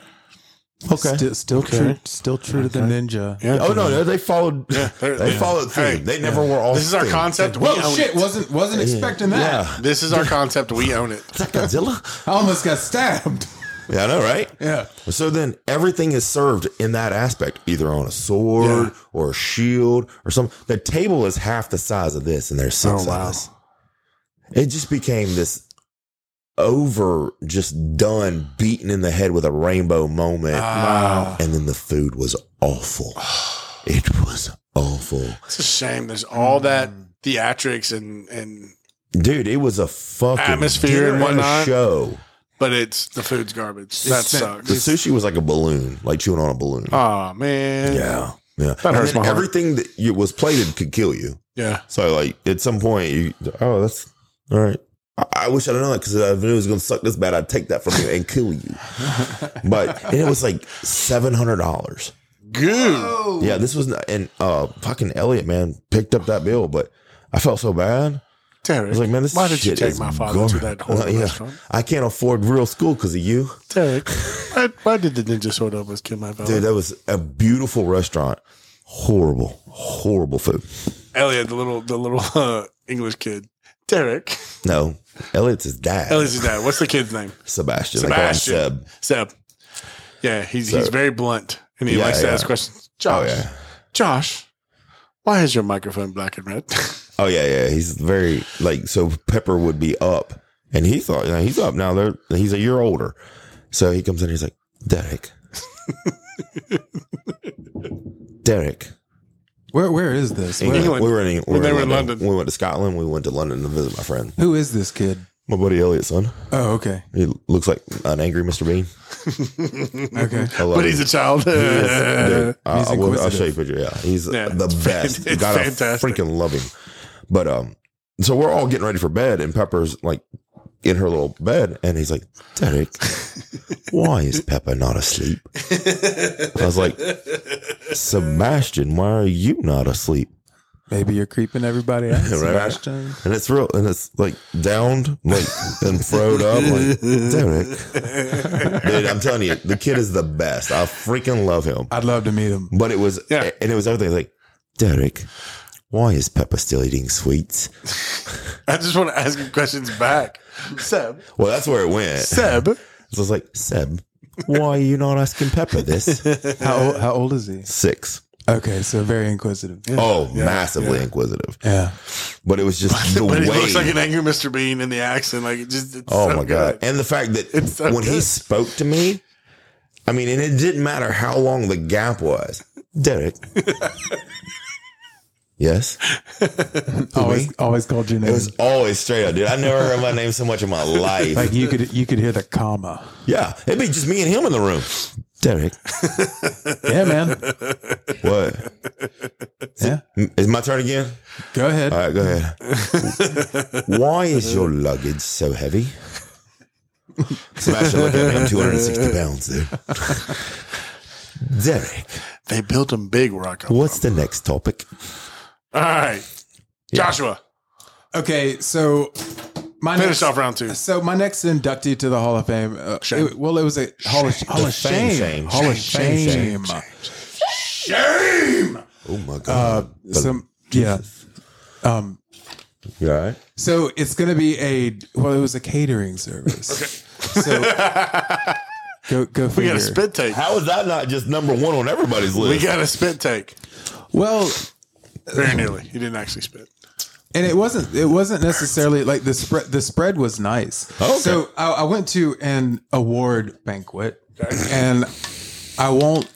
Speaker 2: Okay.
Speaker 3: Still, still true. Still true to the ninja.
Speaker 1: Yeah.
Speaker 2: oh no, no, they followed.
Speaker 1: they're-
Speaker 2: they
Speaker 1: yeah.
Speaker 2: followed through.
Speaker 1: Hey,
Speaker 2: they never were all.
Speaker 1: This is our
Speaker 2: theme.
Speaker 1: concept. We
Speaker 3: Whoa,
Speaker 1: own
Speaker 3: shit!
Speaker 1: it.
Speaker 3: Wasn't wasn't expecting that.
Speaker 2: Yeah.
Speaker 1: This is our concept. We own it.
Speaker 2: Is that Godzilla?
Speaker 3: I almost got stabbed.
Speaker 2: yeah, I know, right?
Speaker 3: Yeah.
Speaker 2: So then everything is served in that aspect, either on a sword
Speaker 1: Yeah.
Speaker 2: or a shield or some. The table is half the size of this, and there's six
Speaker 1: Oh, wow.
Speaker 2: of us. It just became this over, just done, beaten in the head with a rainbow moment.
Speaker 1: Wow.
Speaker 2: And then the food was awful. It was awful.
Speaker 1: It's a shame. There's all that theatrics and and
Speaker 2: Dude, it was a fucking
Speaker 1: Atmosphere
Speaker 2: dinner
Speaker 1: and
Speaker 2: a
Speaker 1: whatnot.
Speaker 2: show.
Speaker 1: but it's the food's garbage.
Speaker 3: It's
Speaker 1: That
Speaker 3: spent-
Speaker 2: The
Speaker 1: sucks.
Speaker 2: sushi was like a balloon, like chewing on a balloon.
Speaker 1: Oh man.
Speaker 2: yeah. Yeah.
Speaker 1: That
Speaker 2: And
Speaker 1: hurts
Speaker 2: then
Speaker 1: my heart.
Speaker 2: everything that you, was plated could kill you.
Speaker 1: Yeah.
Speaker 2: So like at some point you oh that's all right. I, I wish I'd known that because if I knew it was gonna suck this bad, I'd take that from you and kill you. but and it was like seven hundred dollars.
Speaker 1: Goo.
Speaker 3: Oh.
Speaker 2: Yeah, this was not, and uh fucking Elliot man picked up that bill, but I felt so bad. I
Speaker 1: Terry.
Speaker 2: was like, man, this
Speaker 1: why did you
Speaker 2: shit
Speaker 1: take
Speaker 2: is
Speaker 1: my father
Speaker 2: gar-
Speaker 1: to that horrible
Speaker 2: Uh, yeah.
Speaker 1: restaurant?
Speaker 2: I can't afford real school because of you,
Speaker 1: Derek, why, why did the ninja sword almost kill my father?
Speaker 2: dude. That was a beautiful restaurant. Horrible, horrible food.
Speaker 1: Elliot, the little the little uh, English kid. Derek.
Speaker 2: No, Elliot's his dad,
Speaker 1: Elliot's his dad. What's the kid's name?
Speaker 2: Sebastian. I call him
Speaker 1: Sebastian.
Speaker 2: Seb.
Speaker 1: Seb. Yeah, he's he's
Speaker 2: So-
Speaker 1: very blunt and he
Speaker 2: Yeah,
Speaker 1: likes to
Speaker 2: yeah.
Speaker 1: ask questions.
Speaker 2: Oh
Speaker 1: Josh.
Speaker 2: yeah.
Speaker 1: Josh, why is your microphone black and red?
Speaker 2: Oh yeah, yeah. He's very like so. Pepper would be up, and he thought you know, he's up now. They're he's a year older, so he comes in. He's like Derek, Derek.
Speaker 3: Where where is this? Where-
Speaker 2: England.
Speaker 1: England.
Speaker 2: We were in England. We
Speaker 1: When
Speaker 2: were
Speaker 1: they
Speaker 2: in
Speaker 1: were in
Speaker 2: London.
Speaker 1: London.
Speaker 2: We went to Scotland. We went to London to visit my friend,
Speaker 3: who is this kid?
Speaker 2: my buddy Elliot's son.
Speaker 3: Oh, okay.
Speaker 2: He looks like an angry Mr. Bean.
Speaker 3: Okay.
Speaker 2: I love
Speaker 1: but
Speaker 2: him.
Speaker 1: he's a child.
Speaker 2: Dude, I-
Speaker 3: He's
Speaker 2: I will- I'll
Speaker 3: inquisitive.
Speaker 2: show you a picture. Yeah, he's
Speaker 1: Yeah,
Speaker 2: the
Speaker 1: it's fan-
Speaker 2: best.
Speaker 1: it's
Speaker 2: Gotta
Speaker 1: fantastic.
Speaker 2: freaking love him. But um, so we're all getting ready for bed, and Pepper's like in her little bed, and he's like, Derek, why is Pepper not asleep? I was like, Sebastian, why are you not asleep?
Speaker 3: Maybe you're creeping everybody out.
Speaker 2: right.
Speaker 3: Sebastian.
Speaker 2: And it's real, and it's like downed, like and throwed up, like Derek. Dude, I'm telling you, the kid is the best. I freaking love him.
Speaker 3: I'd love to meet him.
Speaker 2: But it was,
Speaker 1: Yeah.
Speaker 2: and it was everything like, Derek, why is Pepper still eating sweets?
Speaker 1: I just want to ask him questions back. Seb,
Speaker 2: Well, that's where it went. So
Speaker 1: Seb,
Speaker 2: I was like, Seb, why are you not asking Pepper this?
Speaker 3: How old, how old is he?
Speaker 2: Six.
Speaker 3: Okay, so very inquisitive.
Speaker 2: Oh, massively inquisitive.
Speaker 3: Yeah.
Speaker 2: But it was just the
Speaker 1: but
Speaker 2: way.
Speaker 1: he looks like an angry Mr. Bean in the accent. Like it just, it's
Speaker 2: oh
Speaker 1: so
Speaker 2: my god!
Speaker 1: good.
Speaker 2: And the fact that
Speaker 1: It's so
Speaker 2: when he
Speaker 1: good.
Speaker 2: spoke to me, I mean, and it didn't matter how long the gap was. Derek. yes.
Speaker 3: Always always called your
Speaker 2: It
Speaker 3: name.
Speaker 2: was always straight up, dude. I never heard my name so much in my life.
Speaker 3: like you could you could hear the comma.
Speaker 2: Yeah, it'd be just me and him in the room. Derek,
Speaker 3: Yeah, man.
Speaker 2: what?
Speaker 3: Yeah.
Speaker 2: Is my turn again?
Speaker 3: Go ahead.
Speaker 2: All right, go ahead. Why is your luggage so heavy? Sebastian, look at me. I'm 260 pounds, dude. Derek,
Speaker 1: they built him big, Rocco.
Speaker 2: what's the next topic?
Speaker 1: All right, Joshua,
Speaker 3: Okay, so my
Speaker 1: finish
Speaker 3: next,
Speaker 1: off round two.
Speaker 3: So my next inductee to the Hall of Fame. Uh,
Speaker 1: Shame.
Speaker 3: it- well, it was a Hall of, Hall
Speaker 2: The
Speaker 3: of
Speaker 2: fame
Speaker 3: Shame.
Speaker 2: shame.
Speaker 3: Hall of
Speaker 2: Shame,
Speaker 3: Shame.
Speaker 2: shame,
Speaker 1: Shame.
Speaker 2: Oh my
Speaker 3: Uh,
Speaker 2: God.
Speaker 3: some yeah. Um.
Speaker 2: you all right?
Speaker 3: So it's gonna be a well, it was a catering service. So go go
Speaker 1: We
Speaker 3: figure.
Speaker 1: got a spit take.
Speaker 2: How is that not just number one on everybody's
Speaker 1: We
Speaker 2: list?
Speaker 1: got a spit take.
Speaker 3: Well,
Speaker 1: Very nearly. He didn't actually spit.
Speaker 3: and it wasn't it wasn't necessarily like the spread the spread was nice
Speaker 2: Oh, Okay.
Speaker 3: so I, I went to an award banquet and i won't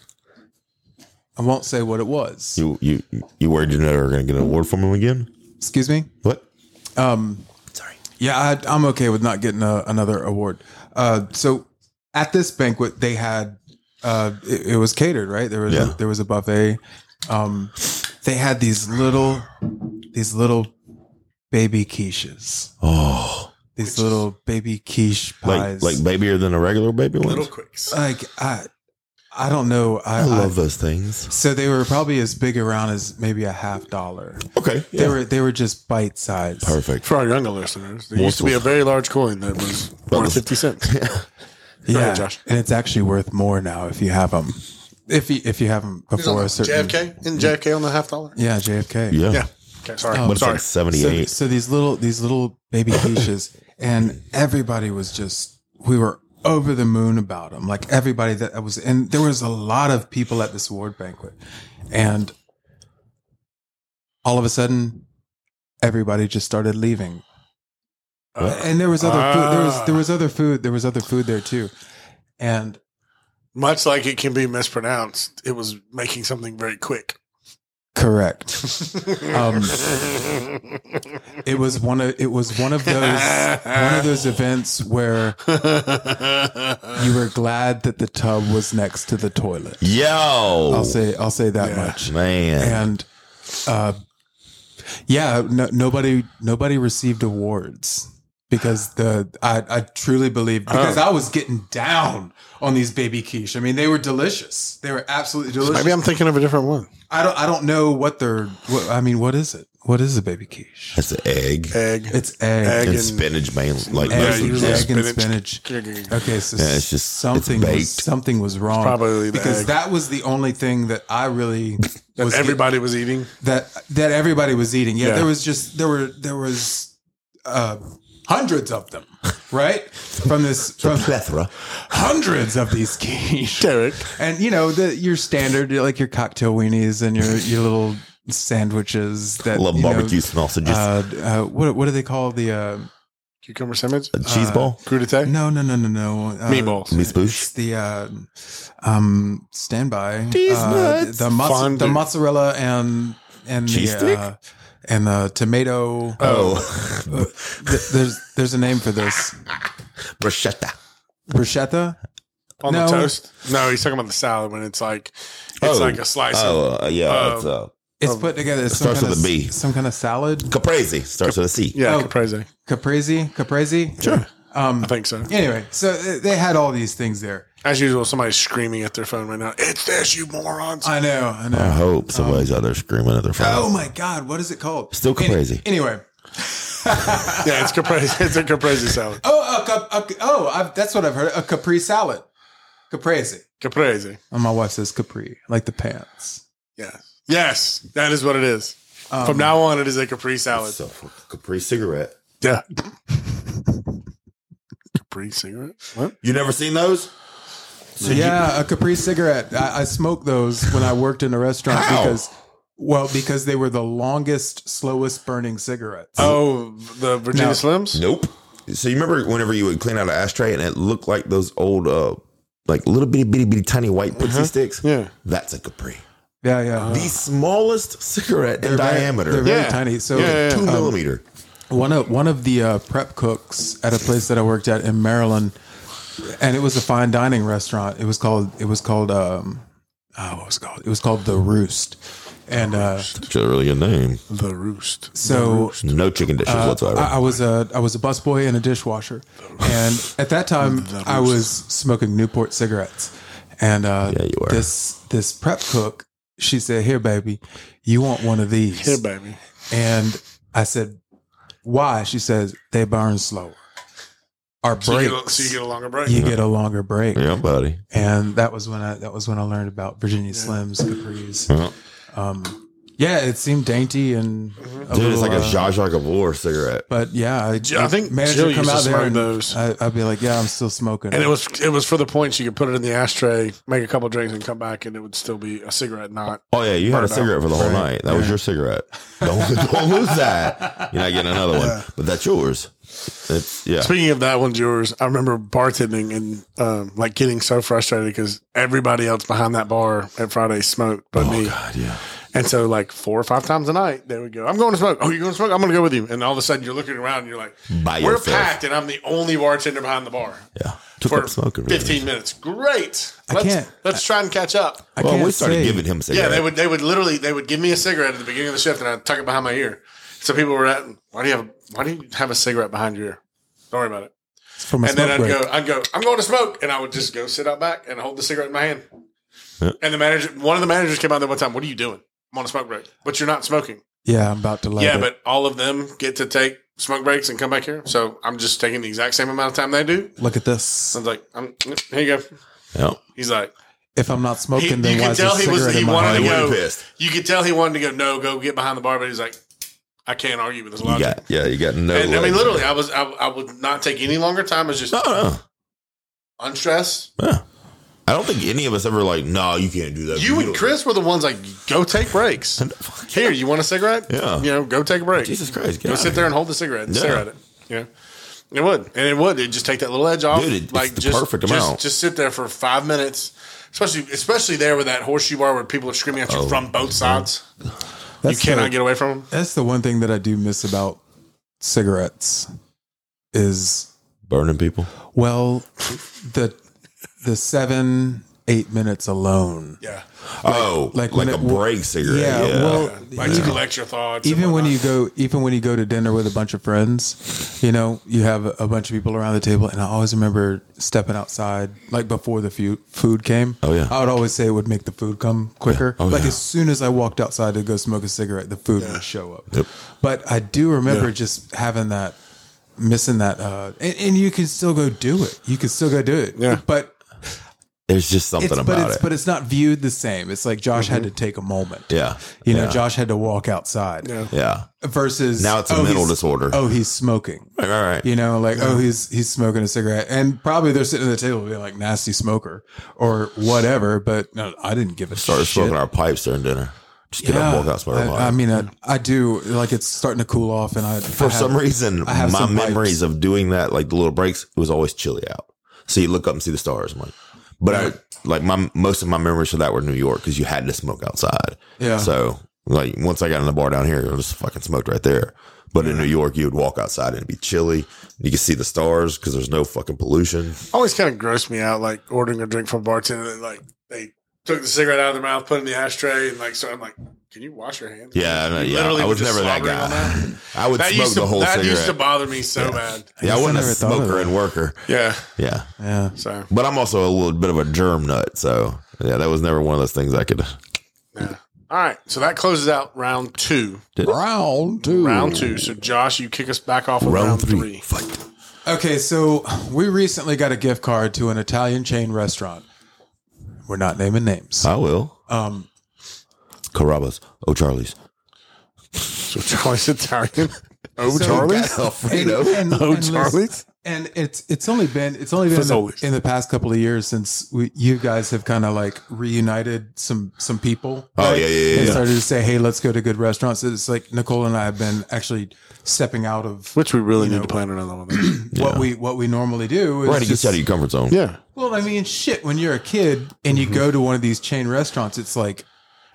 Speaker 3: I won't say what it was.
Speaker 2: You you you worried you're never gonna get an award from him again?
Speaker 3: Excuse me.
Speaker 2: What?
Speaker 3: Yeah, I, I'm okay with not getting a, another award. Uh, so at this banquet, they had uh, it, it was catered, right? There was
Speaker 2: Yeah.
Speaker 3: there was a buffet. Um, they had these little these little baby quiches,
Speaker 2: Oh,
Speaker 3: these little baby quiche
Speaker 2: like
Speaker 3: pies.
Speaker 2: like babier than a regular baby
Speaker 1: Little
Speaker 2: ones.
Speaker 1: quicks.
Speaker 3: like I, I don't know. I,
Speaker 2: I love
Speaker 3: I-
Speaker 2: those things.
Speaker 3: so they were probably as big around as maybe a half dollar.
Speaker 2: Okay,
Speaker 3: They
Speaker 2: yeah.
Speaker 3: were they were just bite sized.
Speaker 2: perfect.
Speaker 1: For our younger listeners, there used to be a very large coin that was
Speaker 2: That
Speaker 1: worth
Speaker 2: was-
Speaker 1: 50 cents.
Speaker 3: Yeah,
Speaker 1: ahead, Josh.
Speaker 3: and it's actually worth more now if you have them. If you if you have them before a certain
Speaker 1: JFK? Isn't JFK on the half dollar?
Speaker 3: yeah JFK
Speaker 2: Yeah,
Speaker 1: Yeah. Okay, sorry.
Speaker 2: Oh, but it's
Speaker 1: sorry.
Speaker 2: like seventy
Speaker 3: So,
Speaker 2: eight.
Speaker 3: so these little these little baby quiches, and everybody was just we were over the moon about them. Like everybody that was, and there was a lot of people at this award banquet, and all of a sudden, everybody just started leaving.
Speaker 1: Uh,
Speaker 3: and there was other food. There was there was other food. There was other food there too, and
Speaker 1: Much like it can be mispronounced, it was making something very quick.
Speaker 3: correct. Um, It was one of it was one of those one of those events where you were glad that the tub was next to the toilet. I'll
Speaker 2: Yo,
Speaker 3: say I'll say that
Speaker 1: Yeah.
Speaker 3: much.
Speaker 2: man.
Speaker 3: And uh, yeah, no, nobody nobody received awards because the I, I truly believe because I was getting down on these baby quiche. I mean, they were delicious. They were absolutely delicious.
Speaker 1: Maybe I'm thinking of a different one.
Speaker 3: I don't I don't know what they're. What, I mean, what is it? What is a baby quiche?
Speaker 2: That's an egg
Speaker 1: Egg.
Speaker 3: It's egg.
Speaker 1: Egg.
Speaker 2: and
Speaker 1: and-
Speaker 2: spinach, man. Like
Speaker 1: Yeah,
Speaker 2: mostly.
Speaker 3: Egg,
Speaker 1: usually
Speaker 3: egg and
Speaker 1: spinach.
Speaker 3: spinach. Okay, so
Speaker 2: Yeah, it's just-
Speaker 3: something
Speaker 2: it's baked.
Speaker 3: was, something was wrong.
Speaker 1: probably the
Speaker 3: Oh, because
Speaker 1: egg.
Speaker 3: that was the only thing that I really was
Speaker 1: Everybody was eating.
Speaker 3: that that everybody was eating. Yeah,
Speaker 1: Yeah.
Speaker 3: there was just there were there was uh, hundreds of them, right? From this from
Speaker 2: plethora.
Speaker 3: hundreds of these quiche,
Speaker 1: Derek.
Speaker 3: and you know the your standard like your cocktail weenies and your your little sandwiches that
Speaker 2: Love
Speaker 3: you know,
Speaker 2: barbecue sausages.
Speaker 3: uh, uh, what what do they call the uh,
Speaker 1: Cucumber sandwich.
Speaker 2: a cheese ball.
Speaker 1: Crudite.
Speaker 3: no no no no no uh,
Speaker 1: Meatballs.
Speaker 2: Miss
Speaker 3: It's
Speaker 2: Boosh.
Speaker 3: the uh, um, standby.
Speaker 2: These
Speaker 3: Uh,
Speaker 2: nuts.
Speaker 3: the, mozz-
Speaker 1: Fondue.
Speaker 3: the mozzarella and and
Speaker 2: Cheese
Speaker 3: the
Speaker 2: stick?
Speaker 3: uh, and the tomato.
Speaker 2: Oh,
Speaker 3: Th- there's there's a name for this
Speaker 2: bruschetta.
Speaker 3: bruschetta.
Speaker 1: On
Speaker 3: No.
Speaker 1: the toast? No, he's talking about the salad when it's like it's
Speaker 2: Oh.
Speaker 1: like a slice of
Speaker 2: Oh, uh, yeah.
Speaker 1: Uh,
Speaker 2: it's, uh,
Speaker 3: It's put together. It's some
Speaker 2: starts
Speaker 3: kind
Speaker 2: with
Speaker 3: of
Speaker 2: a B.
Speaker 3: Some kind of salad.
Speaker 2: caprese starts with a C.
Speaker 1: yeah,
Speaker 3: oh.
Speaker 1: caprese.
Speaker 3: Caprese. Caprese. Sure. Um.
Speaker 1: I think so.
Speaker 3: Anyway, so uh, they had all these things there.
Speaker 1: As usual, somebody's screaming at their phone right now. It's this, you morons.
Speaker 3: I know. I know.
Speaker 2: I hope somebody's out there screaming at their phone.
Speaker 3: Um, Oh my God! What is it called?
Speaker 2: Still
Speaker 3: Any-
Speaker 2: caprese.
Speaker 3: Anyway,
Speaker 1: yeah, it's caprese. It's a caprese salad.
Speaker 3: oh, a, cap- a, oh, I've, that's what I've heard. A Capri salad, caprese.
Speaker 1: Caprese.
Speaker 3: And my wife says capri, like the pants.
Speaker 1: Yeah. Yes, that is what it is.
Speaker 3: Um,
Speaker 1: From now on, it is a Capri salad.
Speaker 2: So, Capri cigarette.
Speaker 1: Yeah. Capri cigarette? What?
Speaker 2: You never seen those? So you-
Speaker 3: yeah, a capri cigarette. I, I smoked those when I worked in a restaurant
Speaker 2: How?
Speaker 3: because, well, because they were the longest, slowest burning cigarettes.
Speaker 1: Oh, the Virginia
Speaker 3: No.
Speaker 1: Slims?
Speaker 2: nope. So you remember whenever you would clean out an ashtray and it looked like those old, uh, like little bitty bitty bitty tiny white
Speaker 3: Uh-huh.
Speaker 2: pixie sticks?
Speaker 1: Yeah.
Speaker 2: That's a Capri.
Speaker 3: yeah, yeah.
Speaker 2: the smallest cigarette Uh. in
Speaker 3: very-
Speaker 2: diameter. Um,
Speaker 3: They're very
Speaker 1: Yeah.
Speaker 3: tiny. So
Speaker 1: Yeah, yeah,
Speaker 2: two millimeter.
Speaker 3: one of one of the uh, prep cooks at a place that I worked at in Maryland, and it was a fine dining restaurant. It was called. It was called. Um, oh, what was it called? It was called the Roost, and uh,
Speaker 2: It's a really good name.
Speaker 1: The Roost.
Speaker 3: so
Speaker 2: No chicken dishes
Speaker 1: Uh,
Speaker 2: whatsoever.
Speaker 3: I, I was a I was a busboy and a dishwasher, and at that time I was smoking Newport cigarettes, and uh,
Speaker 2: Yeah, you were.
Speaker 3: this this prep cook she said, "Here, baby, you want one of these?"
Speaker 1: Here, baby.
Speaker 3: And I said, "Why?" She says, "They burn slower. Our
Speaker 1: So you,
Speaker 3: breaks,
Speaker 1: get a, so you get a longer break.
Speaker 3: you get a longer break."
Speaker 2: yeah, buddy.
Speaker 3: And that was when I that was when I learned about Virginia Slims, Capris.
Speaker 2: Yeah.
Speaker 3: Yeah, it seemed dainty and a
Speaker 2: Dude,
Speaker 3: little,
Speaker 2: it's like a
Speaker 3: uh,
Speaker 2: Zsa Zsa Gabor cigarette.
Speaker 3: But yeah, I,
Speaker 1: I think Jill
Speaker 3: manager
Speaker 1: used
Speaker 3: come
Speaker 1: to
Speaker 3: out there
Speaker 1: smoke
Speaker 3: and
Speaker 1: those.
Speaker 3: I, I'd be like, yeah, I'm still smoking.
Speaker 1: And it was it was for the point she could put it in the ashtray, make a couple drinks, and come back, and it would still be a cigarette. Not
Speaker 2: Oh yeah, you had a
Speaker 1: Burned out.
Speaker 2: cigarette for the whole
Speaker 3: Right.
Speaker 2: night. That was your cigarette. Don't don't lose that. You're not getting another one, but that's yours. It's yeah.
Speaker 1: Speaking of that one's yours. I remember bartending and um, like getting so frustrated because everybody else behind that bar at Friday smoked but me.
Speaker 2: Oh, God, yeah.
Speaker 1: And so, like four or five times a night, they would go, "I'm going to smoke." Oh, you're going to smoke? I'm going to go with you. And all of a sudden, you're looking around and you're like,
Speaker 2: By
Speaker 1: "We're
Speaker 2: yourself.
Speaker 1: packed," and I'm the only bartender behind the bar
Speaker 2: Yeah. Took
Speaker 1: for
Speaker 2: up smoking. really.
Speaker 1: 15 minutes. Great.
Speaker 3: I
Speaker 1: Let's
Speaker 3: can't-
Speaker 1: let's try and catch up.
Speaker 3: I
Speaker 2: Well,
Speaker 3: can't
Speaker 2: we started
Speaker 3: say.
Speaker 2: giving him cigarette.
Speaker 1: Yeah, they would. They would literally. They would give me a cigarette at the beginning of the shift, and I'd tuck it behind my ear. So people were at, "Why do you have? Why do you have a cigarette behind your ear? Don't worry about it."
Speaker 3: It's for my
Speaker 1: and then
Speaker 3: smoke
Speaker 1: I'd
Speaker 3: break.
Speaker 1: go, I'd go, I'm going to smoke, and I would just go sit out back and hold the cigarette in my hand.
Speaker 2: Yeah.
Speaker 1: And the manager, one of the managers came out there one time. What are you doing? I'm on a smoke break, but you're not smoking.
Speaker 3: yeah, I'm about to light
Speaker 1: yeah,
Speaker 3: it.
Speaker 1: but all of them get to take smoke breaks and come back here. So I'm just taking the exact same amount of time they do.
Speaker 3: Look at this.
Speaker 1: So I was like, I'm, here you go.
Speaker 2: Yeah.
Speaker 1: He's like,
Speaker 3: If I'm not smoking,
Speaker 1: He-
Speaker 3: then
Speaker 1: you
Speaker 3: why
Speaker 1: can
Speaker 3: is there
Speaker 1: tell
Speaker 3: a
Speaker 1: he was-
Speaker 3: cigarette
Speaker 1: he
Speaker 3: in my
Speaker 1: wanted
Speaker 2: They
Speaker 1: to
Speaker 3: hand?
Speaker 1: go-
Speaker 2: wouldn't pissed.
Speaker 1: you could tell he wanted to go, no, go get behind the bar, but he's like, I can't argue with his
Speaker 2: You
Speaker 1: logic.
Speaker 2: got yeah. You got no.
Speaker 1: and I mean,
Speaker 2: legs.
Speaker 1: literally, I was, I, I would not take any longer time. It's just
Speaker 2: No, no.
Speaker 1: unstress.
Speaker 2: Yeah. I don't think any of us ever like. No, you can't do that.
Speaker 1: You and
Speaker 2: don't-
Speaker 1: Chris were the ones like, go take breaks.
Speaker 2: Fuck yeah.
Speaker 1: Here, you want a cigarette?
Speaker 2: Yeah.
Speaker 1: You know, go take a break.
Speaker 2: Jesus Christ. get
Speaker 1: Go
Speaker 2: out
Speaker 1: sit
Speaker 2: of
Speaker 1: there
Speaker 2: here.
Speaker 1: and hold the cigarette and
Speaker 2: Yeah.
Speaker 1: stare at it. You know? It would. And it would. It'd just take that little edge off.
Speaker 2: Dude, it- it's the
Speaker 1: just,
Speaker 2: perfect
Speaker 1: just,
Speaker 2: amount.
Speaker 1: Just sit there for five minutes. Especially especially there with that horseshoe bar where people are screaming at you
Speaker 2: Oh,
Speaker 1: from both sides. You
Speaker 3: That's
Speaker 1: cannot
Speaker 3: the,
Speaker 1: get away from them.
Speaker 3: That's the one thing that I do miss about cigarettes is
Speaker 2: burning people.
Speaker 3: well, the the seven eight minutes alone.
Speaker 1: Yeah.
Speaker 2: oh, like
Speaker 3: like
Speaker 2: like
Speaker 3: when
Speaker 2: a
Speaker 3: it- well,
Speaker 2: break cigarette. Yeah.
Speaker 3: well,
Speaker 1: Like to collect your thoughts. and
Speaker 3: even when
Speaker 1: whatnot.
Speaker 3: you go even when you go to dinner with a bunch of friends you know you have a bunch of people around the table and i always remember stepping outside like before the fu- food came
Speaker 2: Oh, yeah.
Speaker 3: i would always say it would make the food come quicker
Speaker 2: Oh,
Speaker 3: like
Speaker 2: yeah.
Speaker 3: as soon as i walked outside to go smoke a cigarette the food would show up
Speaker 2: Yep.
Speaker 3: but i do remember just having that missing that uh and, and you can still go do it you can still go do it
Speaker 1: Yeah.
Speaker 3: but
Speaker 2: There's just something
Speaker 3: it's, but
Speaker 2: about
Speaker 3: it's
Speaker 2: it.
Speaker 3: but it's not viewed the same it's like josh
Speaker 1: Mm-hmm.
Speaker 3: had to take a moment
Speaker 2: yeah.
Speaker 3: you know
Speaker 2: Yeah.
Speaker 3: josh had to walk outside
Speaker 1: Yeah.
Speaker 2: Yeah.
Speaker 3: versus
Speaker 2: Now it's a mental
Speaker 3: he's-
Speaker 2: disorder.
Speaker 3: Oh, he's smoking.
Speaker 2: All right.
Speaker 3: You know, like oh, he's he's smoking a cigarette, and probably they're sitting at the table being like nasty smoker or whatever. But no, I didn't give a
Speaker 2: Started
Speaker 3: shit.
Speaker 2: smoking our pipes during dinner. Just get up,
Speaker 3: yeah,
Speaker 2: walk out, smoke our pipe.
Speaker 3: I, I mean, I, I do like it's starting to cool off, and I
Speaker 2: for some reason,
Speaker 3: I have
Speaker 2: my
Speaker 3: some pipes.
Speaker 2: memories of doing that, like the little breaks, it was always chilly out. So you look up and see the stars. I'm like, but I like my most of my memories of that were New York because you had to smoke outside.
Speaker 3: Yeah.
Speaker 2: So like once I got in the bar down here, I just fucking smoked right there. But in New York, you would walk outside and it'd be chilly. You could see the stars because there's no fucking pollution.
Speaker 1: always kind of grossed me out, like ordering a drink from a bartender. And, like they took the cigarette out of their mouth, put it in the ashtray, and like so I'm like, can you wash your hands?
Speaker 2: Yeah, I know,
Speaker 1: You
Speaker 2: yeah.
Speaker 1: literally
Speaker 2: I
Speaker 1: were
Speaker 2: was
Speaker 1: just
Speaker 2: never that
Speaker 1: slobbering on
Speaker 2: guy. I would
Speaker 1: That,
Speaker 2: smoke
Speaker 1: used to,
Speaker 2: the whole
Speaker 1: that
Speaker 2: cigarette.
Speaker 1: used to bother me so bad.
Speaker 2: yeah, I
Speaker 3: guess I
Speaker 2: wasn't a
Speaker 3: never thought of
Speaker 2: smoker
Speaker 3: that.
Speaker 2: and worker.
Speaker 1: Yeah.
Speaker 2: Yeah.
Speaker 3: yeah,
Speaker 1: So
Speaker 2: But I'm also a little bit of a germ nut. So yeah, that was never one of those things I could.
Speaker 1: yeah. All right. So that closes out round two.
Speaker 3: round two,
Speaker 1: Round two. So Josh, you kick us back off of round, three.
Speaker 2: Fight.
Speaker 3: Okay, so we recently got a gift card to an Italian chain restaurant. We're not naming names.
Speaker 2: I will.
Speaker 3: Um,
Speaker 2: Carrabba's. Oh, Charlie's.
Speaker 1: So Charlie's Italian. Oh,
Speaker 3: So-
Speaker 1: Charlie's.
Speaker 3: and,
Speaker 1: Oh,
Speaker 3: listen-
Speaker 1: Charlie's?
Speaker 3: and it's it's only been it's only been in the,
Speaker 1: Fazoli's.
Speaker 3: in the past couple of years since we, you guys have kind of like reunited some some people.
Speaker 2: Oh, yeah, yeah, yeah,
Speaker 3: And
Speaker 2: yeah.
Speaker 3: started to say, hey, let's go to good restaurants. It's like Nicole and I have been actually stepping out of
Speaker 1: Which we really need to plan another one.
Speaker 3: what we what we normally do. Is
Speaker 2: Right to get
Speaker 3: just-
Speaker 2: you out of your comfort zone.
Speaker 1: yeah.
Speaker 3: well, I mean, shit. When you're a kid and you
Speaker 2: Mm-hmm.
Speaker 3: go to one of these chain restaurants, it's like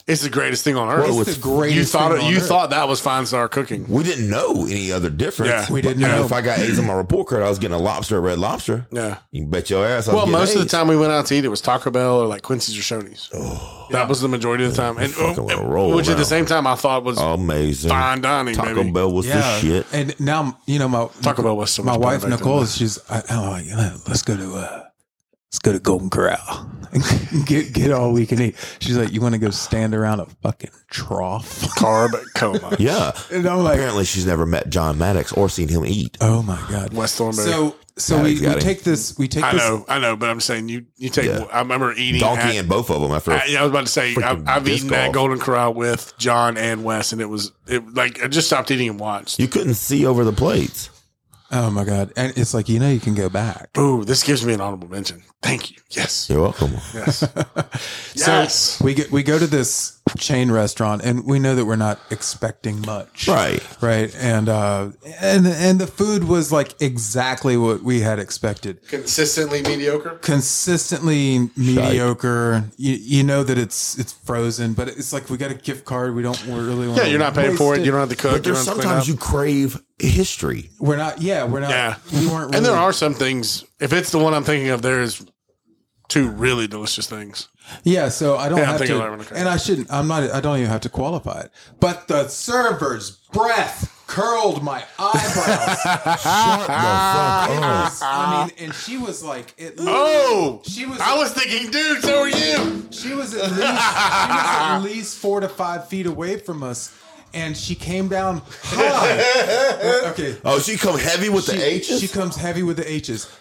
Speaker 1: It's the greatest thing on earth.
Speaker 2: Well,
Speaker 3: it's the greatest.
Speaker 1: you thought
Speaker 3: thing
Speaker 1: it,
Speaker 3: on
Speaker 1: you
Speaker 3: earth.
Speaker 1: thought that was fine star cooking.
Speaker 2: We didn't know any other difference.
Speaker 1: Yeah.
Speaker 3: We didn't
Speaker 2: But, you
Speaker 3: know.
Speaker 2: If I got A's on my report card, I was getting a lobster at Red Lobster.
Speaker 1: Yeah.
Speaker 2: You can bet your ass. I was
Speaker 1: Well,
Speaker 2: getting
Speaker 1: most of the
Speaker 2: A's.
Speaker 1: time we went out to eat, it was Taco Bell or like Quincy's or Shoney's. that was the majority of the time, and oh,
Speaker 2: fucking wanna roll
Speaker 1: which at
Speaker 2: now.
Speaker 1: the same time I thought was
Speaker 2: Amazing.
Speaker 1: fine dining.
Speaker 2: Taco
Speaker 1: baby.
Speaker 2: Bell was
Speaker 3: yeah.
Speaker 2: the shit.
Speaker 3: And now you know my
Speaker 1: Taco Bell was so
Speaker 3: my
Speaker 1: much
Speaker 3: wife
Speaker 1: better back then.
Speaker 3: Nicole. She's I, I'm like, let's go to. Uh, let's go to Golden Corral and get get all we can eat. She's like, you want to go stand around a fucking trough?
Speaker 1: Carb coma.
Speaker 2: Yeah.
Speaker 3: And I'm like,
Speaker 2: Apparently, she's never met John Maddox or seen him eat.
Speaker 3: oh my god.
Speaker 1: West Thornberry.
Speaker 3: So so
Speaker 2: Now
Speaker 3: we,
Speaker 2: he's got
Speaker 3: we
Speaker 2: him.
Speaker 3: take this we take
Speaker 1: I
Speaker 3: this
Speaker 1: know, I know, but I'm saying you you take.
Speaker 2: Yeah.
Speaker 1: I remember eating
Speaker 2: Donkey
Speaker 1: at-
Speaker 2: and both of them after.
Speaker 1: I, Uh, yeah, I was about to say I,
Speaker 2: Freaking
Speaker 1: I've
Speaker 2: disc
Speaker 1: eaten that
Speaker 2: golf.
Speaker 1: Golden Corral with John and Wes, and it was it like I just stopped eating and watched.
Speaker 2: you couldn't see over the plates.
Speaker 3: Oh my god. And it's like, you know you can go back.
Speaker 1: Ooh, this gives me an honorable mention. Thank you. Yes,
Speaker 2: You're welcome.
Speaker 1: yes, yes.
Speaker 3: So we get we go to this chain restaurant and we know that we're not expecting much.
Speaker 2: Right.
Speaker 3: Right. And uh and and the food was like exactly what we had expected.
Speaker 1: Consistently mediocre.
Speaker 3: Consistently mediocre. You, you know that it's it's frozen, but it's like we got a gift card. We don't really want
Speaker 1: Yeah, you're not paying for it. You don't have to cook.
Speaker 2: But
Speaker 1: you
Speaker 2: there's
Speaker 1: don't have to clean up.
Speaker 2: sometimes you crave history.
Speaker 3: We're not yeah, we're not
Speaker 1: Yeah.
Speaker 3: we weren't really
Speaker 1: and there are some things. If it's the one I'm thinking of, there is two really delicious things.
Speaker 3: Yeah, so I don't
Speaker 1: Yeah, I'm
Speaker 3: have
Speaker 1: thinking
Speaker 3: to,
Speaker 1: of that one, okay.
Speaker 3: and I shouldn't. I'm not. I don't even have to qualify it. But the server's breath curled my eyebrows.
Speaker 1: Ah,
Speaker 3: I mean, and she was like, it,
Speaker 1: Oh,
Speaker 3: she was.
Speaker 1: I was thinking, dude, so are you?
Speaker 3: She was at least. she was at least four to five feet away from us, and she came down high. okay,
Speaker 2: Oh, she come heavy with the H's?
Speaker 3: she comes heavy with the H's.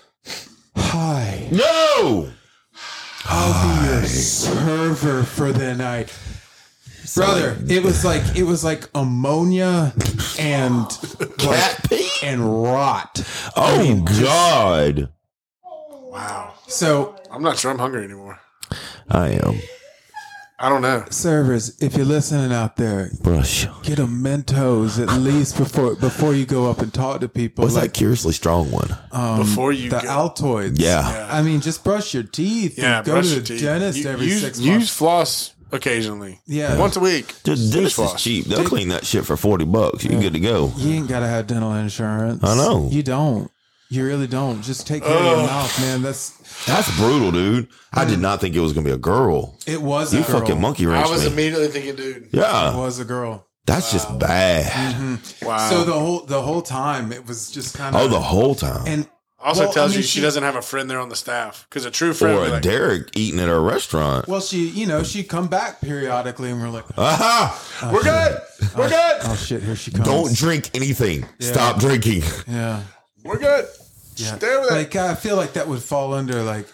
Speaker 3: Hi.
Speaker 2: no!
Speaker 3: I'll be your server for the night. Brother, it was like it was like ammonia and like,
Speaker 2: Cat pee?
Speaker 3: and rot.
Speaker 2: Oh, God.
Speaker 1: Wow,
Speaker 3: So
Speaker 1: I'm not sure I'm hungry anymore.
Speaker 2: I am.
Speaker 1: I don't know.
Speaker 3: servers, if you're listening out there,
Speaker 2: Brush.
Speaker 3: get a Mentos at least before before you go up and talk to people.
Speaker 2: What's that curiously strong one?
Speaker 1: Before you
Speaker 3: Um, the
Speaker 1: go-
Speaker 3: Altoids.
Speaker 2: Yeah.
Speaker 3: I mean, just brush your teeth
Speaker 1: Yeah,
Speaker 3: and go
Speaker 1: brush
Speaker 3: to
Speaker 1: your
Speaker 3: the
Speaker 1: teeth.
Speaker 3: dentist
Speaker 1: You-
Speaker 3: every
Speaker 1: use,
Speaker 3: six
Speaker 1: use
Speaker 3: months.
Speaker 1: floss occasionally.
Speaker 3: Yeah.
Speaker 1: once a week.
Speaker 2: Dude,
Speaker 1: Use
Speaker 2: this is
Speaker 1: floss.
Speaker 2: cheap. They'll clean that shit for 40 bucks. You're good to go.
Speaker 3: You ain't gotta have dental insurance.
Speaker 2: I know.
Speaker 3: You don't. You really don't. Just take care of your mouth, man. That's
Speaker 2: That's brutal, dude. I did not think it was going to be a girl.
Speaker 3: it was
Speaker 2: You
Speaker 3: a girl.
Speaker 2: fucking monkey
Speaker 1: I
Speaker 2: wrenched
Speaker 1: was
Speaker 2: me.
Speaker 1: immediately thinking, dude.
Speaker 3: It
Speaker 2: Yeah.
Speaker 3: was a girl.
Speaker 2: That's just bad.
Speaker 1: Wow.
Speaker 3: So the whole the whole time it was just kind of
Speaker 2: Oh, the whole time.
Speaker 3: and
Speaker 1: also
Speaker 3: well, I
Speaker 1: tells
Speaker 3: mean,
Speaker 1: you she,
Speaker 3: she-
Speaker 1: doesn't have a friend there on the staff because a true friend.
Speaker 2: or
Speaker 1: would
Speaker 2: a
Speaker 1: be like,
Speaker 2: Derek eating at a restaurant.
Speaker 3: well she you know she come back periodically and we're like
Speaker 2: Aha!
Speaker 1: We're good. We're good.
Speaker 3: oh shit here she comes
Speaker 2: Uh-huh. Don't drink anything. Stop drinking.
Speaker 3: yeah
Speaker 1: We're good.
Speaker 3: yeah
Speaker 1: Stay over there.
Speaker 3: like I feel like that would fall under like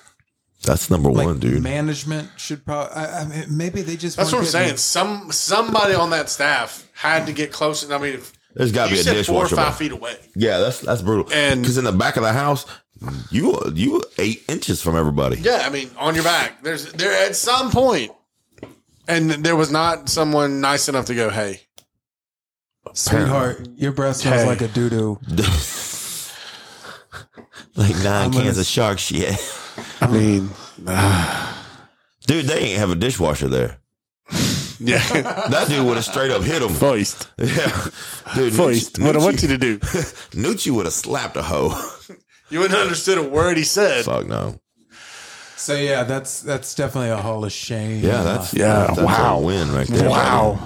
Speaker 2: That's number
Speaker 3: like
Speaker 2: one, dude.
Speaker 3: management should probably I, I mean, maybe they just
Speaker 1: That's what I'm
Speaker 3: weren't
Speaker 1: saying.
Speaker 3: getting-
Speaker 1: Some somebody on that staff had to get close. and I mean, if-
Speaker 2: There's got to
Speaker 1: you
Speaker 2: be a
Speaker 1: said four or
Speaker 2: dishwasher.
Speaker 1: five
Speaker 2: bro.
Speaker 1: feet away.
Speaker 2: Yeah, that's that's brutal.
Speaker 1: And-
Speaker 2: because in the back of the house, you you eight inches from everybody.
Speaker 1: Yeah, I mean, on your back. There's there at some point, and there was not someone nice enough to go, "Hey,
Speaker 3: sweetheart your breath smells
Speaker 1: Hey.
Speaker 3: like a doo doo
Speaker 2: like 9
Speaker 3: gonna-
Speaker 2: cans of shark shit.
Speaker 1: I mean,
Speaker 2: Dude, they ain't have a dishwasher there.
Speaker 1: yeah,
Speaker 2: That dude would have straight up hit him.
Speaker 1: voiced,
Speaker 2: Yeah, dude.
Speaker 1: voiced.
Speaker 2: Nucci,
Speaker 1: What I want you to do,
Speaker 2: Nucci would have slapped a hoe.
Speaker 1: you wouldn't have understood a word he said.
Speaker 2: Fuck no.
Speaker 3: so yeah that's that's definitely a hall of shame
Speaker 2: Yeah, that's
Speaker 1: Yeah,
Speaker 2: That's
Speaker 1: wow.
Speaker 2: A win right there.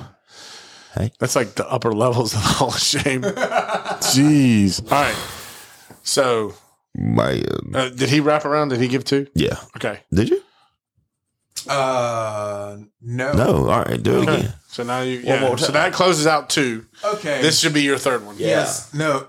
Speaker 2: Hey.
Speaker 1: That's like the upper levels of the Hall of Shame. Jeez. All right. So,
Speaker 2: man.
Speaker 1: uh, did he wrap around? Did he give two?
Speaker 2: Yeah.
Speaker 1: Okay.
Speaker 2: Did you?
Speaker 3: uh no
Speaker 2: No. All right. Do it
Speaker 1: Okay.
Speaker 2: again.
Speaker 1: So now you,
Speaker 2: One
Speaker 1: yeah.
Speaker 2: more
Speaker 1: so
Speaker 2: time.
Speaker 1: that closes out two.
Speaker 3: okay
Speaker 1: This should be your third one.
Speaker 3: Yes. No.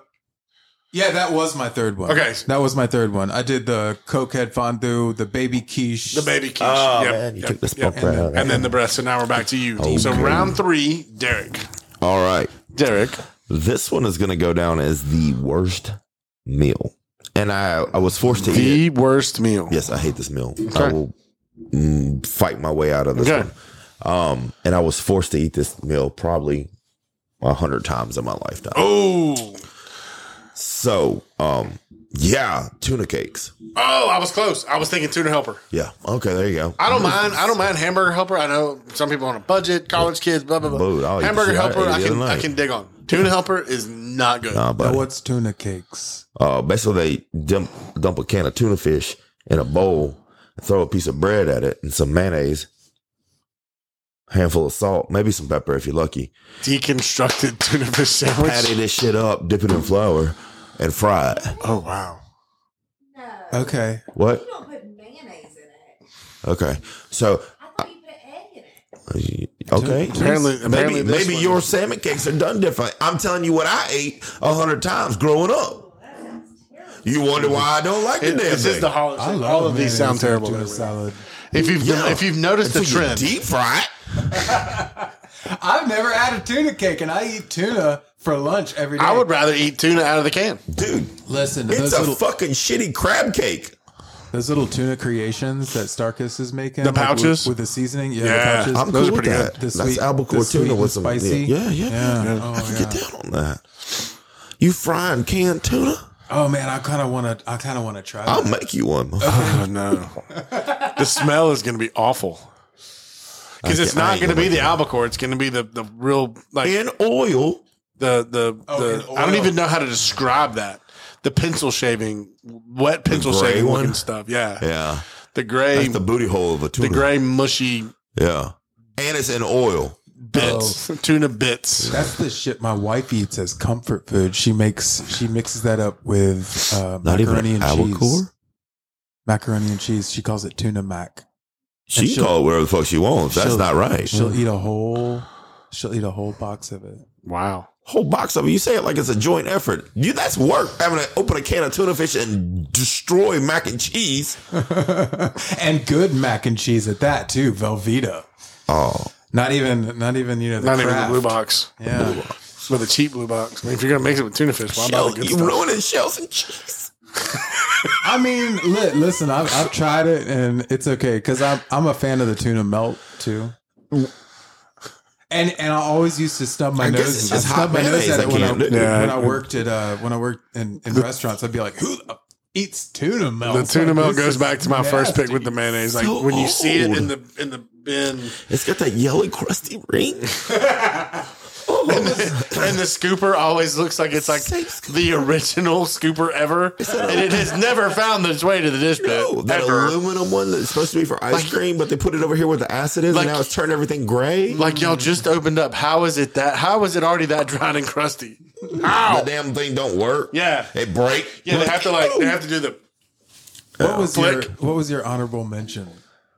Speaker 3: Yeah, that was my third one.
Speaker 1: Okay.
Speaker 3: That was my third one. I did the cokehead fondue, the baby quiche.
Speaker 1: The baby quiche.
Speaker 2: Oh
Speaker 1: Yep,
Speaker 2: man, you
Speaker 1: yep,
Speaker 2: took the
Speaker 1: yep.
Speaker 2: smoke
Speaker 3: And
Speaker 2: right
Speaker 3: then-
Speaker 2: out. of
Speaker 1: And
Speaker 2: that.
Speaker 1: then the breath. So now we're back to you. So
Speaker 2: Okay.
Speaker 1: round three, Derek.
Speaker 2: all right.
Speaker 1: Derek.
Speaker 2: This one is going to go down as the worst meal, and I I was forced to eat. it.
Speaker 1: worst meal.
Speaker 2: Yes, I hate this meal. I
Speaker 1: Okay.
Speaker 2: will mm, fight my way out of this
Speaker 1: Okay.
Speaker 2: one. Um, and I was forced to eat this meal probably a hundred times in my lifetime.
Speaker 1: Oh.
Speaker 2: So, um, yeah, tuna cakes.
Speaker 1: Oh, I was close. I was thinking tuna helper.
Speaker 2: Yeah. Okay, there you go.
Speaker 1: I don't mind. I don't mind hamburger helper. I know some people on a budget, college kids, blah blah blah.
Speaker 2: Dude, I'll eat
Speaker 1: hamburger
Speaker 2: shit. I
Speaker 1: helper,
Speaker 2: ate
Speaker 1: I,
Speaker 2: the
Speaker 1: can
Speaker 2: other
Speaker 1: I
Speaker 2: night.
Speaker 1: can dig on. Tuna helper is not good.
Speaker 2: Nah,
Speaker 3: Now,
Speaker 2: buddy.
Speaker 3: what's tuna cakes?
Speaker 2: uh, basically they dump, dump a can of tuna fish in a bowl, throw a piece of bread at it and some mayonnaise, handful of salt, maybe some pepper if you're lucky.
Speaker 1: Deconstructed tuna fish sandwich.
Speaker 2: Patty this shit up, dip it in flour, and fry it.
Speaker 1: Oh wow.
Speaker 4: No.
Speaker 3: Okay.
Speaker 2: What?
Speaker 4: You don't put mayonnaise
Speaker 2: Okay. So, uh,
Speaker 4: I thought you put egg in it.
Speaker 2: okay.
Speaker 1: Apparently- apparently
Speaker 2: maybe,
Speaker 1: this
Speaker 2: maybe
Speaker 1: one-
Speaker 2: your salmon cakes are done differently. I'm telling you what I ate a hundred times growing up. You wonder why I don't like the
Speaker 1: It-
Speaker 2: damn
Speaker 1: this is
Speaker 2: thing.
Speaker 1: the holiday. All of these sound terrible.
Speaker 3: To a
Speaker 1: everywhere.
Speaker 3: salad.
Speaker 1: If you've
Speaker 2: Yeah.
Speaker 1: if you've noticed
Speaker 2: So
Speaker 1: the
Speaker 2: you
Speaker 1: trend,
Speaker 2: deep fried.
Speaker 3: I've never had a tuna cake, and I eat tuna for lunch every day.
Speaker 1: I would rather eat tuna out of the can.
Speaker 2: dude.
Speaker 3: listen. To
Speaker 2: It's
Speaker 3: those
Speaker 2: a
Speaker 3: little,
Speaker 2: fucking shitty crab cake.
Speaker 3: those little tuna creations that Starkus is making.
Speaker 1: The
Speaker 3: like, with-
Speaker 1: pouches?
Speaker 3: with, the seasoning. Yeah,
Speaker 1: Yeah.
Speaker 3: the pouches.
Speaker 1: Those
Speaker 2: I'm cool
Speaker 1: are
Speaker 2: with
Speaker 1: pretty
Speaker 2: that.
Speaker 3: good. The
Speaker 2: That's
Speaker 3: sweet-
Speaker 2: albacoa
Speaker 3: the sweet
Speaker 2: tuna
Speaker 3: and
Speaker 2: with some
Speaker 3: spicy.
Speaker 2: Yeah, yeah, yeah.
Speaker 3: Yeah.
Speaker 2: yeah.
Speaker 3: Oh,
Speaker 2: I can
Speaker 3: yeah.
Speaker 2: get down on that. You frying canned tuna?
Speaker 3: Oh man, I kind of want to. I kind of want to try.
Speaker 2: I'll
Speaker 3: that.
Speaker 2: make you one.
Speaker 1: Oh no, the smell is going to be awful because
Speaker 2: I
Speaker 1: it's
Speaker 2: can't- I
Speaker 1: not
Speaker 2: ain't
Speaker 1: going to
Speaker 2: gonna
Speaker 1: be
Speaker 2: make
Speaker 1: the
Speaker 2: that.
Speaker 1: albacore. It's going to be the the real like
Speaker 2: In oil.
Speaker 1: the the,
Speaker 3: Oh,
Speaker 1: the
Speaker 3: in
Speaker 1: I don't
Speaker 3: oil.
Speaker 1: even know how to describe that. The pencil shaving, wet pencil
Speaker 2: gray
Speaker 1: shaving
Speaker 2: one?
Speaker 1: looking stuff. Yeah,
Speaker 2: Yeah.
Speaker 1: the gray,
Speaker 2: That's
Speaker 1: the,
Speaker 2: the booty hole of a tuna.
Speaker 1: gray mushy
Speaker 2: Yeah. And it's in oil.
Speaker 1: bits,
Speaker 2: Oh.
Speaker 1: tuna bits.
Speaker 3: That's the shit my wife eats as comfort food. She makes she mixes that up with uh,
Speaker 2: Not
Speaker 3: macaroni
Speaker 2: even
Speaker 3: and cheese.
Speaker 2: albacore.
Speaker 3: Macaroni and cheese. She calls it tuna mac.
Speaker 2: She
Speaker 3: she'll-
Speaker 2: call it whatever the fuck she wants. That's
Speaker 3: she'll-
Speaker 2: not right.
Speaker 3: She'll eat a whole. She'll eat a whole box of it.
Speaker 1: Wow.
Speaker 2: Whole box of it. You say it like it's a joint effort. You that's work. Having to open a can of tuna fish and destroy mac and cheese.
Speaker 3: and good mac and cheese at that too. Velveeta.
Speaker 2: Oh,
Speaker 3: Not even. Not even. You know. The
Speaker 1: Not even the
Speaker 3: Kraft.
Speaker 1: blue box,
Speaker 3: Yeah.
Speaker 1: but the cheap blue box. I mean, if you're gonna mix it with tuna fish, why buy the
Speaker 2: Shell,
Speaker 1: good
Speaker 2: you
Speaker 1: stuff?
Speaker 2: ruining shells and cheese.
Speaker 3: I mean, li- listen. I've, I've tried it and it's okay because I'm I'm a fan of the tuna melt too. And and I always used to stub my
Speaker 2: I guess
Speaker 3: nose.
Speaker 2: it's
Speaker 3: I
Speaker 2: just hot
Speaker 3: stubbed my nose
Speaker 2: mayonnaise
Speaker 3: at
Speaker 2: I
Speaker 3: it when I,
Speaker 2: can't do.
Speaker 3: when
Speaker 1: Yeah.
Speaker 3: I worked at uh, when I worked in, in restaurants. I'd be like, who the f- eats tuna melt?
Speaker 1: The tuna
Speaker 3: Like,
Speaker 1: melt
Speaker 3: this
Speaker 1: goes
Speaker 3: is
Speaker 1: back to my first pick
Speaker 3: nasty.
Speaker 1: with the mayonnaise. Like
Speaker 2: So
Speaker 1: when you see it in
Speaker 2: old.
Speaker 1: the in the bin.
Speaker 2: It's got that yellow crusty ring. Oh,
Speaker 1: and the scooper always looks like it's like
Speaker 2: Same scooper.
Speaker 1: the original scooper ever, and it has never found its way to the dish pit
Speaker 2: Oh, that
Speaker 1: ever.
Speaker 2: aluminum one that's supposed to be for ice cream, but they put it over here where the acid is,
Speaker 1: Like-
Speaker 2: and now it's turned everything gray.
Speaker 1: like y'all just opened up. How is it that? How is it already that dried and crusty? How?
Speaker 2: the damn thing don't work.
Speaker 1: Yeah,
Speaker 2: It break.
Speaker 1: yeah. They have to like they have to do the.
Speaker 3: What was your
Speaker 1: Flick.
Speaker 3: What was your honorable mention?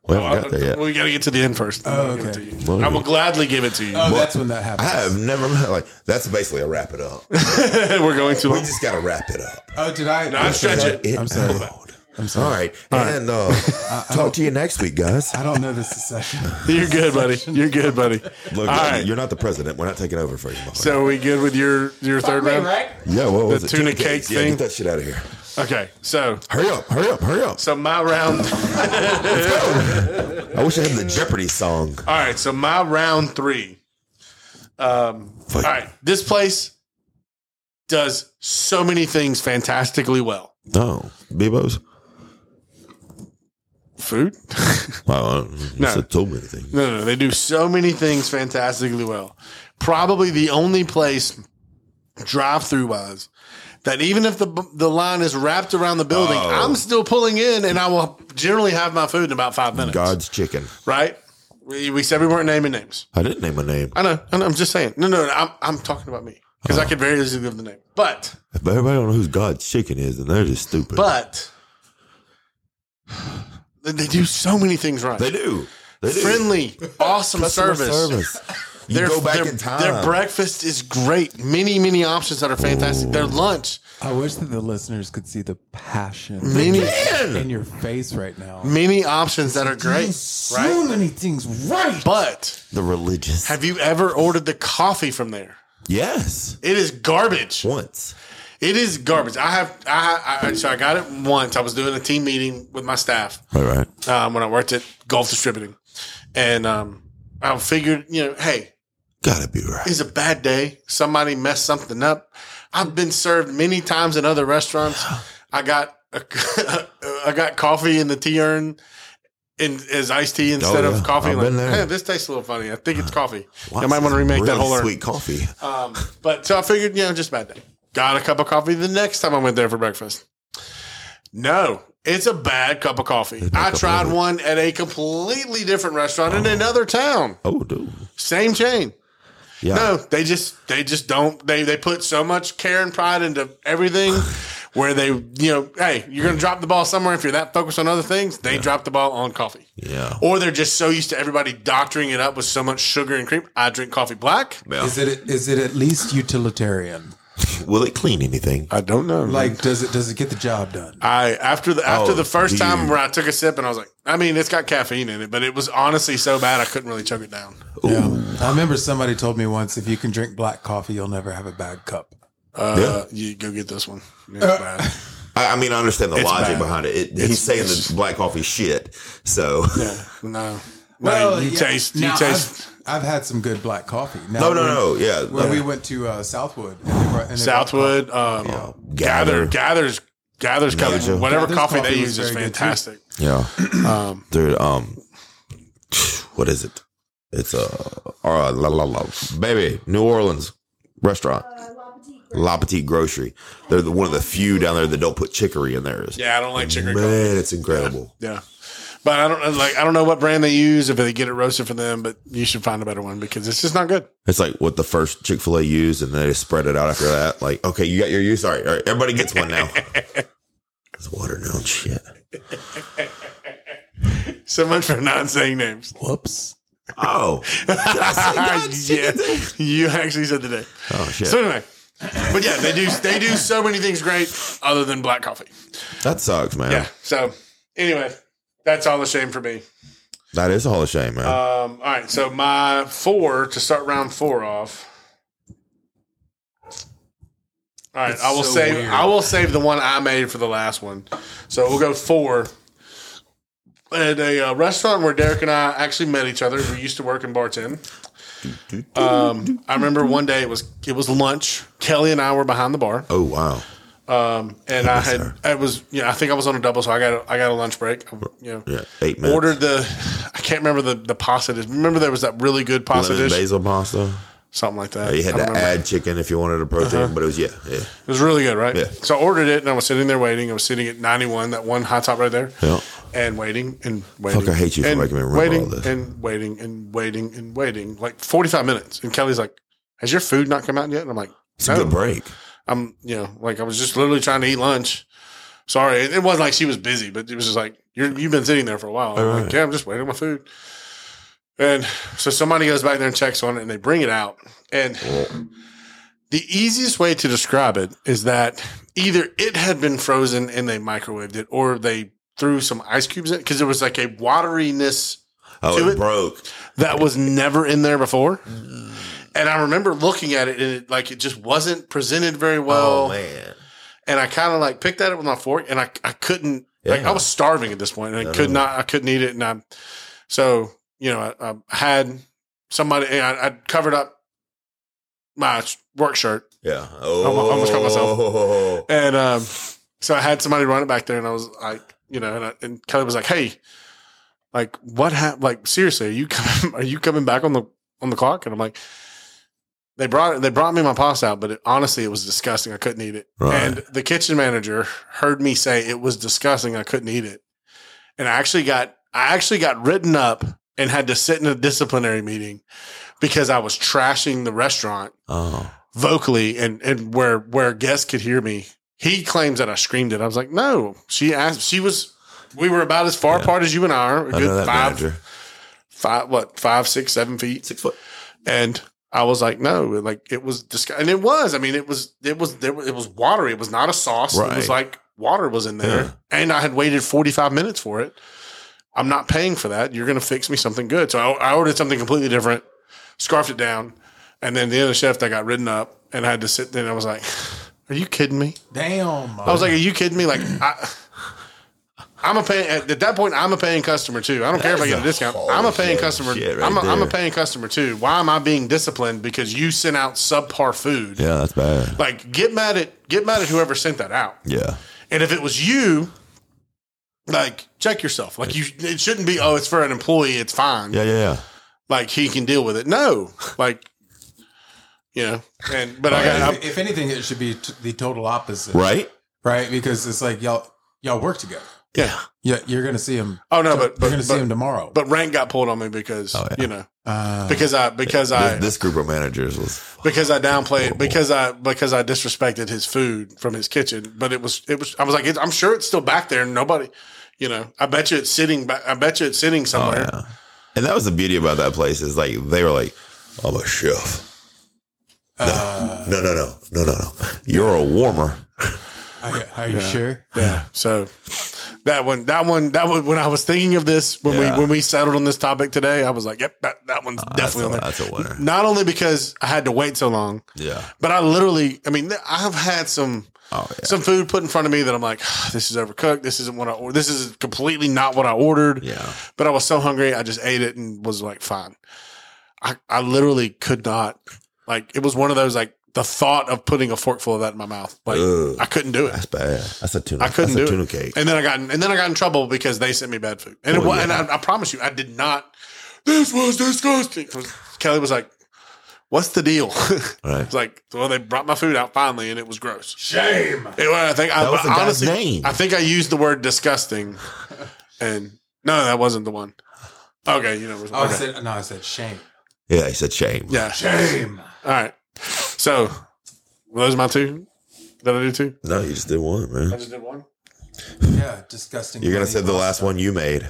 Speaker 2: We haven't got Oh, there yet.
Speaker 1: We gotta get to the end first. I'll give it
Speaker 3: okay.
Speaker 1: to you. I will gladly give it to you.
Speaker 3: Oh, that's when that
Speaker 2: I
Speaker 3: happened.
Speaker 2: have never like that's basically a wrap it up.
Speaker 1: We're going too
Speaker 2: we
Speaker 1: long.
Speaker 2: just gotta wrap it up.
Speaker 3: oh, did I?
Speaker 1: No, stretch
Speaker 3: sorry.
Speaker 1: it.
Speaker 3: I'm sorry.
Speaker 2: out.
Speaker 3: I'm sorry.
Speaker 2: All right, and uh, talk to you next week, guys.
Speaker 3: I don't know this is session.
Speaker 1: You're good, buddy. You're good, buddy.
Speaker 2: Look,
Speaker 1: All right.
Speaker 2: you're not the president. We're not taking over for you. my friend.
Speaker 1: So we good with your your third round?
Speaker 2: yeah, what was
Speaker 1: the
Speaker 2: it?
Speaker 1: tuna cake
Speaker 2: Yeah,
Speaker 1: thing?
Speaker 2: get that shit out of here.
Speaker 1: Okay. So
Speaker 2: Hurry up! Hurry up! Hurry up!
Speaker 1: so my round.
Speaker 2: I wish I had the Jeopardy song.
Speaker 1: All right, so my round three. Um,
Speaker 2: Fuck.
Speaker 1: All right, this place does so many things fantastically well.
Speaker 2: No, Bebo's.
Speaker 1: Food?
Speaker 2: Wow,
Speaker 1: No.
Speaker 2: no. told me anything.
Speaker 1: no, no, they do so many things fantastically well. Probably the only place drive-through wise that even if the the line is wrapped around the building,
Speaker 2: Oh.
Speaker 1: I'm still pulling in, and I will generally have my food in about five minutes.
Speaker 2: God's chicken.
Speaker 1: Right? We, we said we weren't naming names.
Speaker 2: I didn't name a name.
Speaker 1: I know. I know I'm just saying. No, no, no I'm, I'm talking about me because I could very easily give the name. But,
Speaker 2: If everybody don't know who God's chicken is, then they're just stupid.
Speaker 1: but they- they do so many things right.
Speaker 2: they do. They do.
Speaker 1: Friendly, awesome
Speaker 2: Customer
Speaker 1: service.
Speaker 2: You go back in time.
Speaker 1: Their breakfast is great. Many, many options that are fantastic. Their lunch,
Speaker 3: I wish that the listeners could see the passion
Speaker 1: many,
Speaker 3: in your face right now.
Speaker 1: many options that are
Speaker 3: Doing
Speaker 1: great.
Speaker 3: so
Speaker 1: Right?
Speaker 3: many things right.
Speaker 1: But
Speaker 2: the religious.
Speaker 1: have you ever ordered the coffee from there?
Speaker 2: yes.
Speaker 1: It is garbage.
Speaker 2: Once.
Speaker 1: It is garbage. I have. I, I so I got it once. I was doing a team meeting with my staff.
Speaker 2: All right.
Speaker 1: um, when I worked at Golf Distributing, and um, I figured, you know, hey,
Speaker 2: Gotta be right.
Speaker 1: it's a bad day. Somebody messed something up. I've been served many times in other restaurants. I got a, I got coffee in the tea urn. In, as iced tea instead
Speaker 2: Oh, yeah.
Speaker 1: of coffee,
Speaker 2: I've
Speaker 1: like,
Speaker 2: been there.
Speaker 1: "Eh, this tastes a little funny. I think it's coffee.
Speaker 2: Wow,
Speaker 1: I might want to
Speaker 2: this is
Speaker 1: remake that
Speaker 2: really
Speaker 1: whole urn.
Speaker 2: sweet coffee.
Speaker 1: Um, but so I figured, you know, just a bad day. Got a cup of coffee the next time I went there for breakfast. No, it's a bad cup of coffee. I
Speaker 2: cup of
Speaker 1: tried
Speaker 2: coffee.
Speaker 1: one at a completely different restaurant in another town,
Speaker 2: Oh, dude.
Speaker 1: same chain.
Speaker 2: Yeah.
Speaker 1: No, they just they just don't they they put so much care and pride into everything. where they, you know, hey, you're going to drop the ball somewhere. If you're that focused on other things, they drop the ball on coffee.
Speaker 2: Yeah.
Speaker 1: Or they're just so used to everybody doctoring it up with so much sugar and cream. I drink coffee black.
Speaker 2: Yeah.
Speaker 3: Is it is it at least utilitarian?
Speaker 2: Will it clean anything?
Speaker 1: I don't know.
Speaker 3: Like, does it does it get the job done?
Speaker 1: I after the after
Speaker 2: Oh,
Speaker 1: the first
Speaker 2: dude.
Speaker 1: time where I took a sip and I was like, I mean, it's got caffeine in it, but it was honestly so bad I couldn't really chug it down.
Speaker 3: Yeah. I remember somebody told me once, if you can drink black coffee, you'll never have a bad cup.
Speaker 1: Uh, You go get this one. It's
Speaker 3: Uh,
Speaker 1: bad.
Speaker 2: I, I mean, I understand the
Speaker 1: It's
Speaker 2: logic
Speaker 1: bad.
Speaker 2: behind it. it he's saying that black coffee shit. So
Speaker 1: Yeah, no. no,
Speaker 3: Well,
Speaker 1: you
Speaker 3: yeah.
Speaker 1: taste. You
Speaker 3: Now,
Speaker 1: taste.
Speaker 3: I've, I've had some good black coffee. Now,
Speaker 2: no, no,
Speaker 3: when-
Speaker 2: no. Yeah.
Speaker 3: When we went to uh, Southwood, and they brought- and they brought
Speaker 1: Southwood, um, gather,
Speaker 2: Gather.
Speaker 1: gathers, gathers, coffee.
Speaker 2: Nature.
Speaker 1: Whatever
Speaker 3: Gather's
Speaker 1: coffee,
Speaker 3: coffee
Speaker 1: they
Speaker 3: was
Speaker 1: use is
Speaker 3: very good, too.
Speaker 1: fantastic.
Speaker 2: Yeah.
Speaker 1: Um,
Speaker 2: Dude, um, what is it? It's a uh, la, la, la, baby New Orleans restaurant,
Speaker 4: Uh, La Petite Grande.
Speaker 2: La Petite Grocery. They're the, one of the few down there that don't put chicory in theirs.
Speaker 1: yeah, I don't like chicory coffee.
Speaker 2: man, it's incredible.
Speaker 1: Yeah, but I don't uh, like. I don't know what brand they use if they get it roasted for them. But you should find a better one because it's just not good.
Speaker 2: It's like what the first Chick Fil A used, and then they spread it out after that. Like, okay, you got your use. All right, all right, everybody gets one now. it's watermelon shit.
Speaker 1: So much for not saying names.
Speaker 3: coffee. Whoops.
Speaker 2: Oh, Did I say that
Speaker 1: yeah,
Speaker 2: shit?
Speaker 1: you actually said the day.
Speaker 2: Oh shit,
Speaker 1: So anyway, but yeah, they do. They do so many things great other than black coffee.
Speaker 2: that sucks, man.
Speaker 1: Yeah. So anyway, that's all the shame for me.
Speaker 2: That is a hall of shame, man.
Speaker 1: Um, all right, so my four to start round four off. All right, I will
Speaker 3: so
Speaker 1: save.
Speaker 3: weird.
Speaker 1: I will save the one I made for the last one. So we'll go four. At a uh, restaurant where Derek and I actually met each other, we used to work in bartend. Um, I remember one day it was it was lunch. Kelly and I were behind the bar.
Speaker 2: oh wow,
Speaker 1: Um, and I had
Speaker 2: sir.
Speaker 1: I was yeah I think I was on a double, so I got a, I got a lunch break. You know,
Speaker 2: yeah, eight minutes.
Speaker 1: ordered the I can't remember the the pasta dish. Remember there was that really good pasta
Speaker 2: lemon
Speaker 1: dish,
Speaker 2: basil pasta.
Speaker 1: something like that.
Speaker 2: You had
Speaker 1: I don't
Speaker 2: to
Speaker 1: remember. Uh-huh.
Speaker 2: add chicken if you wanted a protein, but it was yeah, yeah,
Speaker 1: It was really good, right?
Speaker 2: Yeah.
Speaker 1: So I ordered it, and I was sitting there waiting. I was sitting at ninety one, that one high top right there,
Speaker 2: Yeah.
Speaker 1: and waiting and waiting.
Speaker 2: I hate you for
Speaker 1: and
Speaker 2: making me remember
Speaker 1: waiting
Speaker 2: all this.
Speaker 1: and waiting and waiting and waiting like forty five minutes. And Kelly's like, "Has your food not come out yet?" And I'm like,
Speaker 2: It's
Speaker 1: No.
Speaker 2: a good break.
Speaker 1: "I'm you know like I was just literally trying to eat lunch." Sorry, it, it wasn't like she was busy, but it was just like you're, you've been sitting there for a while. I'm like,
Speaker 2: Right.
Speaker 1: yeah, I'm just waiting on my food. And so somebody goes back there and checks on it and they bring it out. And the easiest way to describe it is that either it had been frozen and they microwaved it or they threw some ice cubes in it because there was like a wateriness
Speaker 2: Oh,
Speaker 1: To
Speaker 2: it,
Speaker 1: it-
Speaker 2: broke.
Speaker 1: that was never in there before.
Speaker 2: Mm.
Speaker 1: And I remember looking at it and it like it just wasn't presented very well.
Speaker 2: oh man,
Speaker 1: and I kind of like picked at it with my fork and I, I couldn't, like
Speaker 2: Yeah.
Speaker 1: I was starving at this point and I could not, I couldn't eat it. And I, so, you know, I, I had somebody, and I, I covered up my sh- work shirt
Speaker 2: yeah.
Speaker 1: almo-
Speaker 2: Oh,
Speaker 1: almost cut myself.
Speaker 2: myself.
Speaker 1: and, um, so I had somebody run it back there and I was like, you know, and, I, and Kelly was like, Hey, like what happened? Like, seriously, are you coming, are you coming back on the, on the clock? And I'm like, they brought it, they brought me my pasta out, but it, honestly, it was disgusting. I couldn't eat it.
Speaker 2: Right.
Speaker 1: And the kitchen manager heard me say it was disgusting. I couldn't eat it. And I actually got I actually got written up and had to sit in a disciplinary meeting because I was trashing the restaurant
Speaker 2: oh,
Speaker 1: vocally and and where where guests could hear me. He claims that I screamed it. I was like, no. She asked she was we were about as far apart as you and I are. A
Speaker 2: I know
Speaker 1: good
Speaker 2: that
Speaker 1: five,
Speaker 2: manager.
Speaker 1: five, what, five, six, seven feet.
Speaker 2: Six foot.
Speaker 1: And I was like, no, like it was disgusting. And it was, I mean, it was, it was, there, was- it was watery. It was not a sauce. It was
Speaker 2: Right.
Speaker 1: like water was in there.
Speaker 2: Yeah.
Speaker 1: And I had waited 45 minutes for it. I'm not paying for that. You're going to fix me something good. So I, I ordered something completely different, scarfed it down. And then the other shift, I got ridden up and I had to sit there and I was like, are you kidding me?
Speaker 3: Damn.
Speaker 1: I was like, are you kidding me? Like, I, I'm a paying at at that point. I'm a paying customer too. I don't care if I
Speaker 2: That
Speaker 1: get
Speaker 2: is
Speaker 1: a discount.
Speaker 2: a
Speaker 1: I'm a
Speaker 2: whole
Speaker 1: paying
Speaker 2: shit
Speaker 1: customer.
Speaker 2: shit right
Speaker 1: I'm, a, I'm a
Speaker 2: there.
Speaker 1: paying customer too. Why am I being disciplined because you sent out subpar food?
Speaker 2: Yeah, that's bad.
Speaker 1: Like, get mad at get mad at whoever sent that out.
Speaker 2: Yeah,
Speaker 1: And if it was you, like, check yourself. Like, you it shouldn't be. Oh, it's for an employee. It's fine.
Speaker 2: yeah, yeah, yeah.
Speaker 1: Like he can deal with it. No, like. You know, and but I got
Speaker 3: uh, if, if anything, it should be t- the total opposite,
Speaker 2: Right.
Speaker 3: Right? Because it's like y'all y'all work together.
Speaker 1: yeah.
Speaker 3: Yeah, you're gonna see him.
Speaker 1: Oh no, but
Speaker 3: you're
Speaker 1: but,
Speaker 3: gonna
Speaker 1: but,
Speaker 3: see him tomorrow.
Speaker 1: but rank got pulled on me because
Speaker 2: Oh, yeah.
Speaker 1: you know
Speaker 3: Uh,
Speaker 1: because I because I
Speaker 2: this, this group of managers was
Speaker 1: because I downplayed because I because I disrespected his food from his kitchen. But it was it was I was like it's, I'm sure it's still back there. and Nobody, you know, I bet you it's sitting. ba- I bet you it's sitting
Speaker 2: oh
Speaker 1: somewhere.
Speaker 2: yeah, and that was the beauty about that place is like they were like, I'm a chef.
Speaker 1: Uh.
Speaker 2: No, no, no, no, no, no. You're a warmer.
Speaker 3: are, are you sure?
Speaker 1: Yeah. So that one, that one, that one. When I was thinking of this, when
Speaker 2: Yeah. Oh,
Speaker 1: we when we settled on this topic today, I was like, "Yep, that, that one's
Speaker 2: That's
Speaker 1: definitely
Speaker 2: a-
Speaker 1: on there."
Speaker 2: that's a winner.
Speaker 1: Not only because I had to wait so long,
Speaker 2: Yeah.
Speaker 1: but I literally, I mean, I've had some
Speaker 2: Oh yeah.
Speaker 1: some food put in front of me that I'm like, "This is overcooked. This isn't what I or this is completely not what I ordered."
Speaker 2: yeah.
Speaker 1: But I was so hungry, I just ate it and was like, "Fine." I I literally could not like it was one of those like the thought of putting a forkful of that in my mouth like
Speaker 2: Ugh.
Speaker 1: I couldn't do it.
Speaker 2: That's bad. That's a tuna.
Speaker 1: I couldn't
Speaker 2: that's
Speaker 1: do
Speaker 2: a
Speaker 1: it.
Speaker 2: tuna cake.
Speaker 1: And then I got and then I got in trouble because they sent me bad food. And, it,
Speaker 2: Oh,
Speaker 1: wa-
Speaker 2: yeah.
Speaker 1: and I, I promise you, I did not. This was disgusting. It was- Kelly was like, "What's the deal?" it's
Speaker 2: Right.
Speaker 1: like, well, they brought my food out finally, and it was gross. Shame. I think I,
Speaker 2: That was the guy's
Speaker 1: honestly,
Speaker 2: name.
Speaker 1: I think I used the word disgusting, and no, that wasn't the one. Okay, you know, it was,
Speaker 3: Oh, I
Speaker 1: okay.
Speaker 3: said no. I said shame.
Speaker 2: Yeah, he said shame.
Speaker 1: yeah,
Speaker 3: Shame.
Speaker 1: All right, so were those my two. Did I do two?
Speaker 2: No, you just did one, man.
Speaker 1: just did one.
Speaker 3: Yeah, disgusting.
Speaker 2: You're gonna
Speaker 3: bloody
Speaker 2: say the last
Speaker 3: pasta.
Speaker 2: one you made.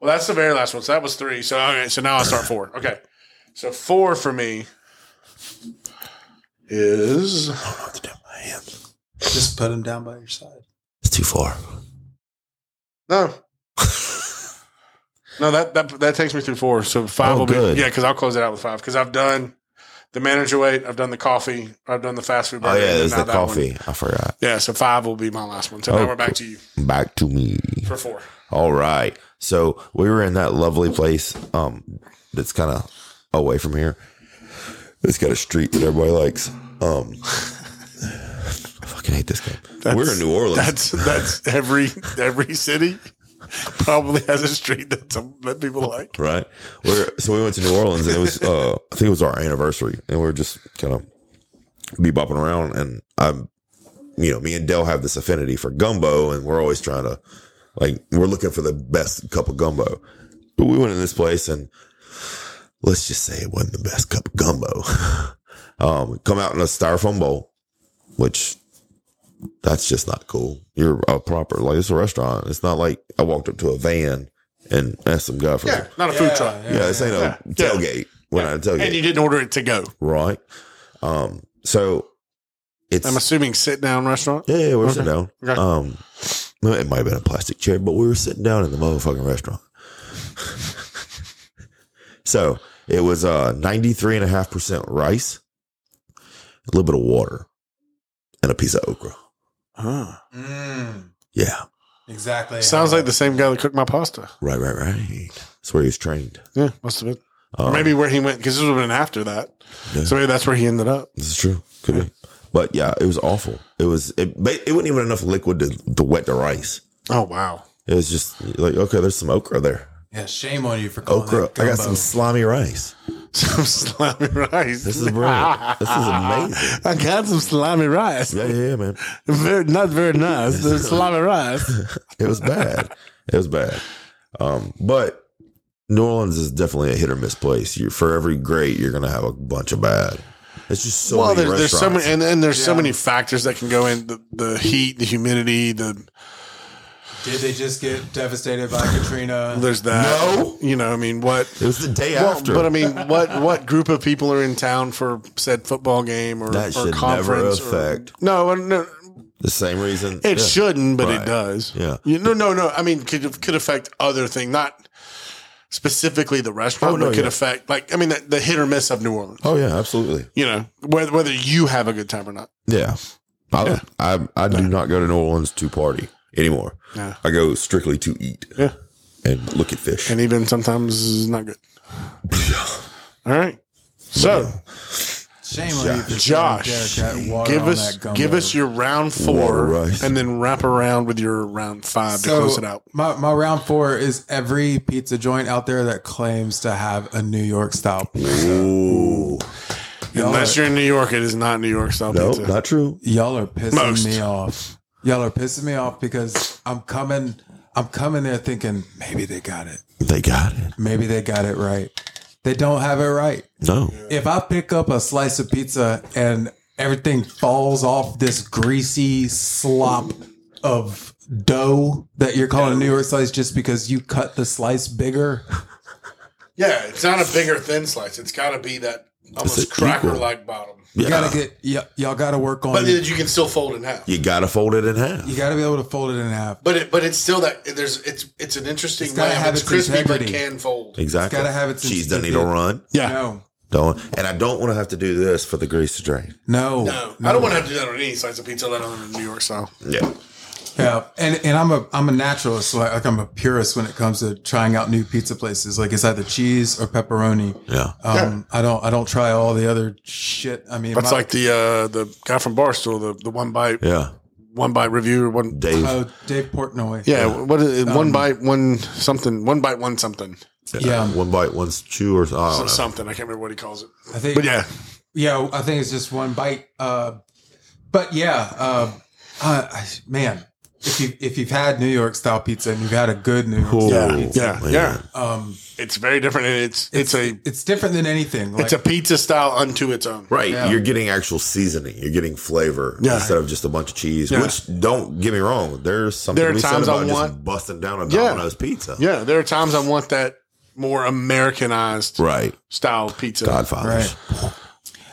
Speaker 1: Well, that's the very last one. So that was three. So okay, so now I start four. Okay, so four for me is
Speaker 3: Just put him down by your side.
Speaker 2: It's too far.
Speaker 1: no, no. That that that takes me through four. So five
Speaker 2: Oh,
Speaker 1: will
Speaker 2: good.
Speaker 1: be yeah, because I'll close it out with five because I've done the manager weight, I've done the coffee, I've done the fast food.
Speaker 2: Oh
Speaker 1: burger,
Speaker 2: yeah,
Speaker 1: and
Speaker 2: there's
Speaker 1: now
Speaker 2: the
Speaker 1: that one.
Speaker 2: coffee. I forgot.
Speaker 1: Yeah, so five will be my last one. So
Speaker 2: Oh,
Speaker 1: now we're back to you
Speaker 2: Back to me.
Speaker 1: for four.
Speaker 2: All right. So we were in that lovely place um that's kind of away from here. It's got a street that everybody likes. Um I fucking hate this game. we're in New Orleans.
Speaker 1: That's that's every every city probably has a street that some that people like.
Speaker 2: Right. We're, so we went to New Orleans and it was uh I think it was our anniversary and we were just kind of bebopping around and I'm you know, me and Dell have this affinity for gumbo and we're always trying to like we're looking for the best cup of gumbo. But we went in this place and let's just say it wasn't the best cup of gumbo. um, come out in a styrofoam bowl, which that's just not cool. You're a proper like it's a restaurant. It's not like I walked up to a van and asked some guy for
Speaker 1: Yeah, not a food truck.
Speaker 2: yeah, this ain't
Speaker 1: Yeah.
Speaker 2: a tailgate. We're not a
Speaker 1: And
Speaker 2: tailgate,
Speaker 1: you didn't order it to go.
Speaker 2: right? Um, so it's
Speaker 1: I'm assuming sit down restaurant.
Speaker 2: yeah, yeah, we were
Speaker 1: Okay.
Speaker 2: sitting down.
Speaker 1: Okay.
Speaker 2: Um, well, it might have been a plastic chair, but we were sitting down in the motherfucking restaurant. so it was uh 93.5% rice, a little bit of water, and a piece of okra.
Speaker 3: Mm,
Speaker 2: Yeah,
Speaker 3: exactly.
Speaker 1: Sounds like the same guy that cooked my pasta.
Speaker 2: right, right, right. That's where he was trained.
Speaker 1: Yeah, must have been.
Speaker 2: Um,
Speaker 1: maybe where he went because this would have been after that.
Speaker 2: Yeah.
Speaker 1: So maybe that's where he ended up.
Speaker 2: This is true. Could be. But yeah, it was awful. It was it. ba- It wasn't even enough liquid to, to wet the rice.
Speaker 1: Oh wow.
Speaker 2: It was just like okay, there's some okra there.
Speaker 3: Yeah, shame on you for calling
Speaker 2: Okra.
Speaker 3: That
Speaker 2: I
Speaker 3: gumbo.
Speaker 2: got some slimy rice.
Speaker 1: Some slimy rice.
Speaker 2: This is brilliant. this is amazing.
Speaker 1: I got some slimy rice.
Speaker 2: Yeah, yeah, yeah, man.
Speaker 1: Very not very nice. The slimy rice.
Speaker 2: It was bad. it was bad. Um, but New Orleans is definitely a hit or miss place. You're for every great, you're gonna have a bunch of bad. It's just so
Speaker 1: well,
Speaker 2: many
Speaker 1: there's, there's so many,
Speaker 2: restaurants.
Speaker 1: and, and there's so
Speaker 3: Yeah.
Speaker 1: many factors that can go in the, the heat, the humidity, the
Speaker 3: Did they just get devastated by Katrina?
Speaker 1: there's that.
Speaker 2: No.
Speaker 1: you know, I mean, what
Speaker 2: It was the day
Speaker 1: Well,
Speaker 2: after.
Speaker 1: but I mean, what what group of people are in town for said football game or,
Speaker 2: That
Speaker 1: or
Speaker 2: should never
Speaker 1: conference? or-
Speaker 2: affect-
Speaker 1: no, no,
Speaker 2: the same reason.
Speaker 1: it
Speaker 2: Yeah.
Speaker 1: shouldn't, but
Speaker 2: Right.
Speaker 1: it does.
Speaker 2: Yeah.
Speaker 1: You, no, no, no. I mean, could could affect other things, not specifically the restaurant,
Speaker 2: Oh, no,
Speaker 1: but could
Speaker 2: yeah.
Speaker 1: affect like I mean, the, the hit or miss of New Orleans.
Speaker 2: Oh yeah, absolutely.
Speaker 1: You know, whether whether you have a good time or not.
Speaker 2: Yeah. I,
Speaker 1: Yeah.
Speaker 2: I, I do not go to New Orleans to party anymore.
Speaker 1: Yeah.
Speaker 2: I go strictly to eat
Speaker 1: Yeah.
Speaker 2: and look at fish.
Speaker 1: And even sometimes it's not good. All right. So
Speaker 3: Shame on you for
Speaker 1: Josh,
Speaker 3: throwing Derek that water
Speaker 1: give
Speaker 3: on
Speaker 1: us
Speaker 3: that gumbo.
Speaker 1: give us your round
Speaker 2: Water
Speaker 1: four,
Speaker 2: rice.
Speaker 1: and then wrap around with your round five to close it out.
Speaker 3: My, my round four is every pizza joint out there that claims to have a New York style.
Speaker 2: Ooh.
Speaker 1: Unless you're in New York, it is not New York style
Speaker 2: No,
Speaker 1: pizza.
Speaker 2: not true.
Speaker 3: Y'all are pissing
Speaker 1: Most.
Speaker 3: me off. Y'all are pissing me off because I'm coming. I'm coming there thinking maybe they got it.
Speaker 2: They got it.
Speaker 3: Maybe they got it right. They don't have it right.
Speaker 2: No.
Speaker 3: If I pick up a slice of pizza and everything falls off this greasy slop of dough that you're calling a New York slice just because you cut the slice bigger,
Speaker 1: Yeah, it's not a bigger thin slice. It's got to be that almost
Speaker 2: It's a
Speaker 1: cracker like bottom,
Speaker 2: Yeah.
Speaker 3: you gotta get y- y'all gotta work on.
Speaker 1: but
Speaker 3: it.
Speaker 1: then you can still fold in half.
Speaker 2: you gotta fold it in half.
Speaker 3: You gotta be able to fold it in half.
Speaker 1: But it, but it's still that there's it's it's an interesting
Speaker 3: It's
Speaker 1: lamb.
Speaker 3: gotta have
Speaker 1: it's
Speaker 3: its
Speaker 1: crispy
Speaker 3: integrity.
Speaker 1: but can fold.
Speaker 2: exactly.
Speaker 3: gotta have its
Speaker 2: Cheese doesn't need to
Speaker 3: instant-
Speaker 2: run.
Speaker 3: No,
Speaker 2: Don't. And I don't want to have to do this for the grease to drain.
Speaker 3: no,
Speaker 1: No, I don't want to have to do that on any slice of pizza, let alone in New York style.
Speaker 2: Yeah.
Speaker 3: Yeah, and and I'm a I'm a naturalist, like, like I'm a purist when it comes to trying out new pizza places. Like it's either cheese or pepperoni.
Speaker 2: Yeah.
Speaker 1: Uh,
Speaker 3: Um, I don't I don't try all the other shit. I mean,
Speaker 1: That's
Speaker 3: my-
Speaker 1: like the uh, the guy from Barstool, the, the one bite
Speaker 2: Yeah.
Speaker 1: one bite review or one.
Speaker 2: Dave.
Speaker 3: oh, Dave Portnoy.
Speaker 1: yeah, what is it?
Speaker 3: Um,
Speaker 1: one bite one something one bite one something
Speaker 3: yeah.
Speaker 2: uh, One bite, one chew, or I don't know.
Speaker 1: something. I can't remember what he calls it.
Speaker 3: I think
Speaker 1: But yeah,
Speaker 3: yeah, I think it's just one bite. Uh, but yeah, uh, uh, I- man, if you if you've had New York style pizza and you've had a good New York,
Speaker 2: Cool.
Speaker 3: style,
Speaker 1: yeah,
Speaker 2: Oh,
Speaker 1: yeah,
Speaker 2: man.
Speaker 1: yeah.
Speaker 3: um,
Speaker 1: It's very different. and It's it's, a
Speaker 3: it's different than anything. Like,
Speaker 1: it's a pizza style unto its own.
Speaker 2: Right.
Speaker 3: Yeah.
Speaker 2: You're getting actual seasoning. You're getting flavor
Speaker 1: Yeah.
Speaker 2: instead of just a bunch of cheese.
Speaker 1: Yeah.
Speaker 2: Which don't get me wrong, there's something
Speaker 1: There are
Speaker 2: we said
Speaker 1: times I
Speaker 2: about just
Speaker 1: want-
Speaker 2: busting down a
Speaker 1: Yeah.
Speaker 2: Domino's pizza.
Speaker 1: Yeah, there are times I want that more Americanized
Speaker 2: Right.
Speaker 1: style pizza.
Speaker 2: Godfathers.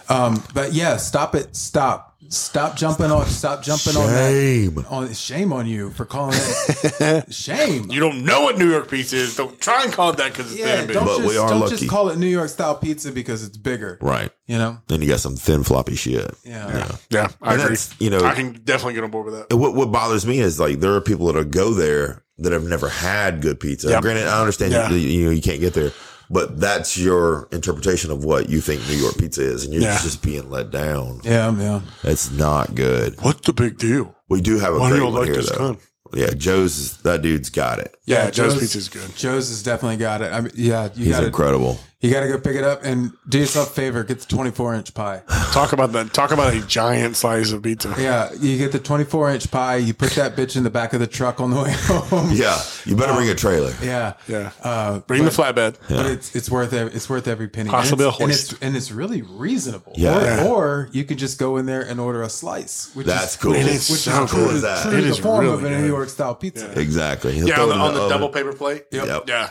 Speaker 3: um, but yeah, stop it, stop, stop jumping on, stop jumping on that.
Speaker 2: Shame.
Speaker 3: on shame on you for calling it shame.
Speaker 1: You don't know what New York pizza is. Don't try and call it that because it's
Speaker 3: yeah,
Speaker 1: damn big.
Speaker 3: don't,
Speaker 2: But
Speaker 3: just,
Speaker 2: we are
Speaker 3: don't
Speaker 2: lucky.
Speaker 3: just call it New York style pizza because it's bigger.
Speaker 2: Right.
Speaker 3: You know?
Speaker 2: Then you got some thin floppy shit.
Speaker 3: Yeah.
Speaker 1: Yeah, I
Speaker 2: And
Speaker 1: agree.
Speaker 2: that's, you know-
Speaker 1: I can definitely get on board with that.
Speaker 2: And what what bothers me is like there are people that'll go there that have never had good pizza.
Speaker 1: Yep.
Speaker 2: Granted, I understand
Speaker 1: Yeah.
Speaker 2: you, you know you can't get there, but that's your interpretation of what you think New York pizza is, and you're
Speaker 1: Yeah.
Speaker 2: just being let down.
Speaker 3: Yeah, yeah.
Speaker 2: It's not good.
Speaker 1: What's the big deal?
Speaker 2: We do have a
Speaker 1: Why
Speaker 2: great
Speaker 1: do you
Speaker 2: one
Speaker 1: like
Speaker 2: here
Speaker 1: this
Speaker 2: though.
Speaker 1: gun?
Speaker 2: Yeah, Joe's is- that dude's got it.
Speaker 1: Yeah, Joe's,
Speaker 3: Joe's-
Speaker 1: pizza is good.
Speaker 3: Joe's has definitely got it. I mean, yeah, you
Speaker 2: He's
Speaker 3: gotta
Speaker 2: incredible.
Speaker 3: you gotta go pick it up and do yourself a favor, get the twenty four inch pie.
Speaker 1: Talk about that. Talk about a giant slice of pizza.
Speaker 3: Yeah, you get the twenty four inch pie, you put that bitch in the back of the truck on the way home.
Speaker 2: Yeah, you better bring a trailer.
Speaker 3: Yeah.
Speaker 1: Uh, Yeah.
Speaker 3: Uh,
Speaker 1: Bring the flatbed.
Speaker 3: But it's it's worth every, it's worth every penny.
Speaker 1: Possibly
Speaker 3: and, it's,
Speaker 1: a
Speaker 3: and
Speaker 1: hoist.
Speaker 3: it's and it's really reasonable.
Speaker 2: Yeah.
Speaker 3: Or,
Speaker 2: Yeah.
Speaker 3: or you can just go in there and order a slice, which
Speaker 2: That's
Speaker 3: is,
Speaker 2: cool.
Speaker 1: It is
Speaker 3: which
Speaker 1: so
Speaker 2: How
Speaker 3: is
Speaker 1: cool.
Speaker 3: true,
Speaker 2: cool is that?
Speaker 3: true
Speaker 1: It
Speaker 3: to the
Speaker 1: is
Speaker 3: form
Speaker 1: really
Speaker 3: of a New
Speaker 1: good.
Speaker 3: York style pizza.
Speaker 2: Exactly. He'll
Speaker 1: Yeah,
Speaker 2: throw
Speaker 1: on
Speaker 2: it
Speaker 1: the,
Speaker 2: in
Speaker 1: on the
Speaker 2: oven.
Speaker 1: double paper plate.
Speaker 2: Yep.
Speaker 1: Yeah.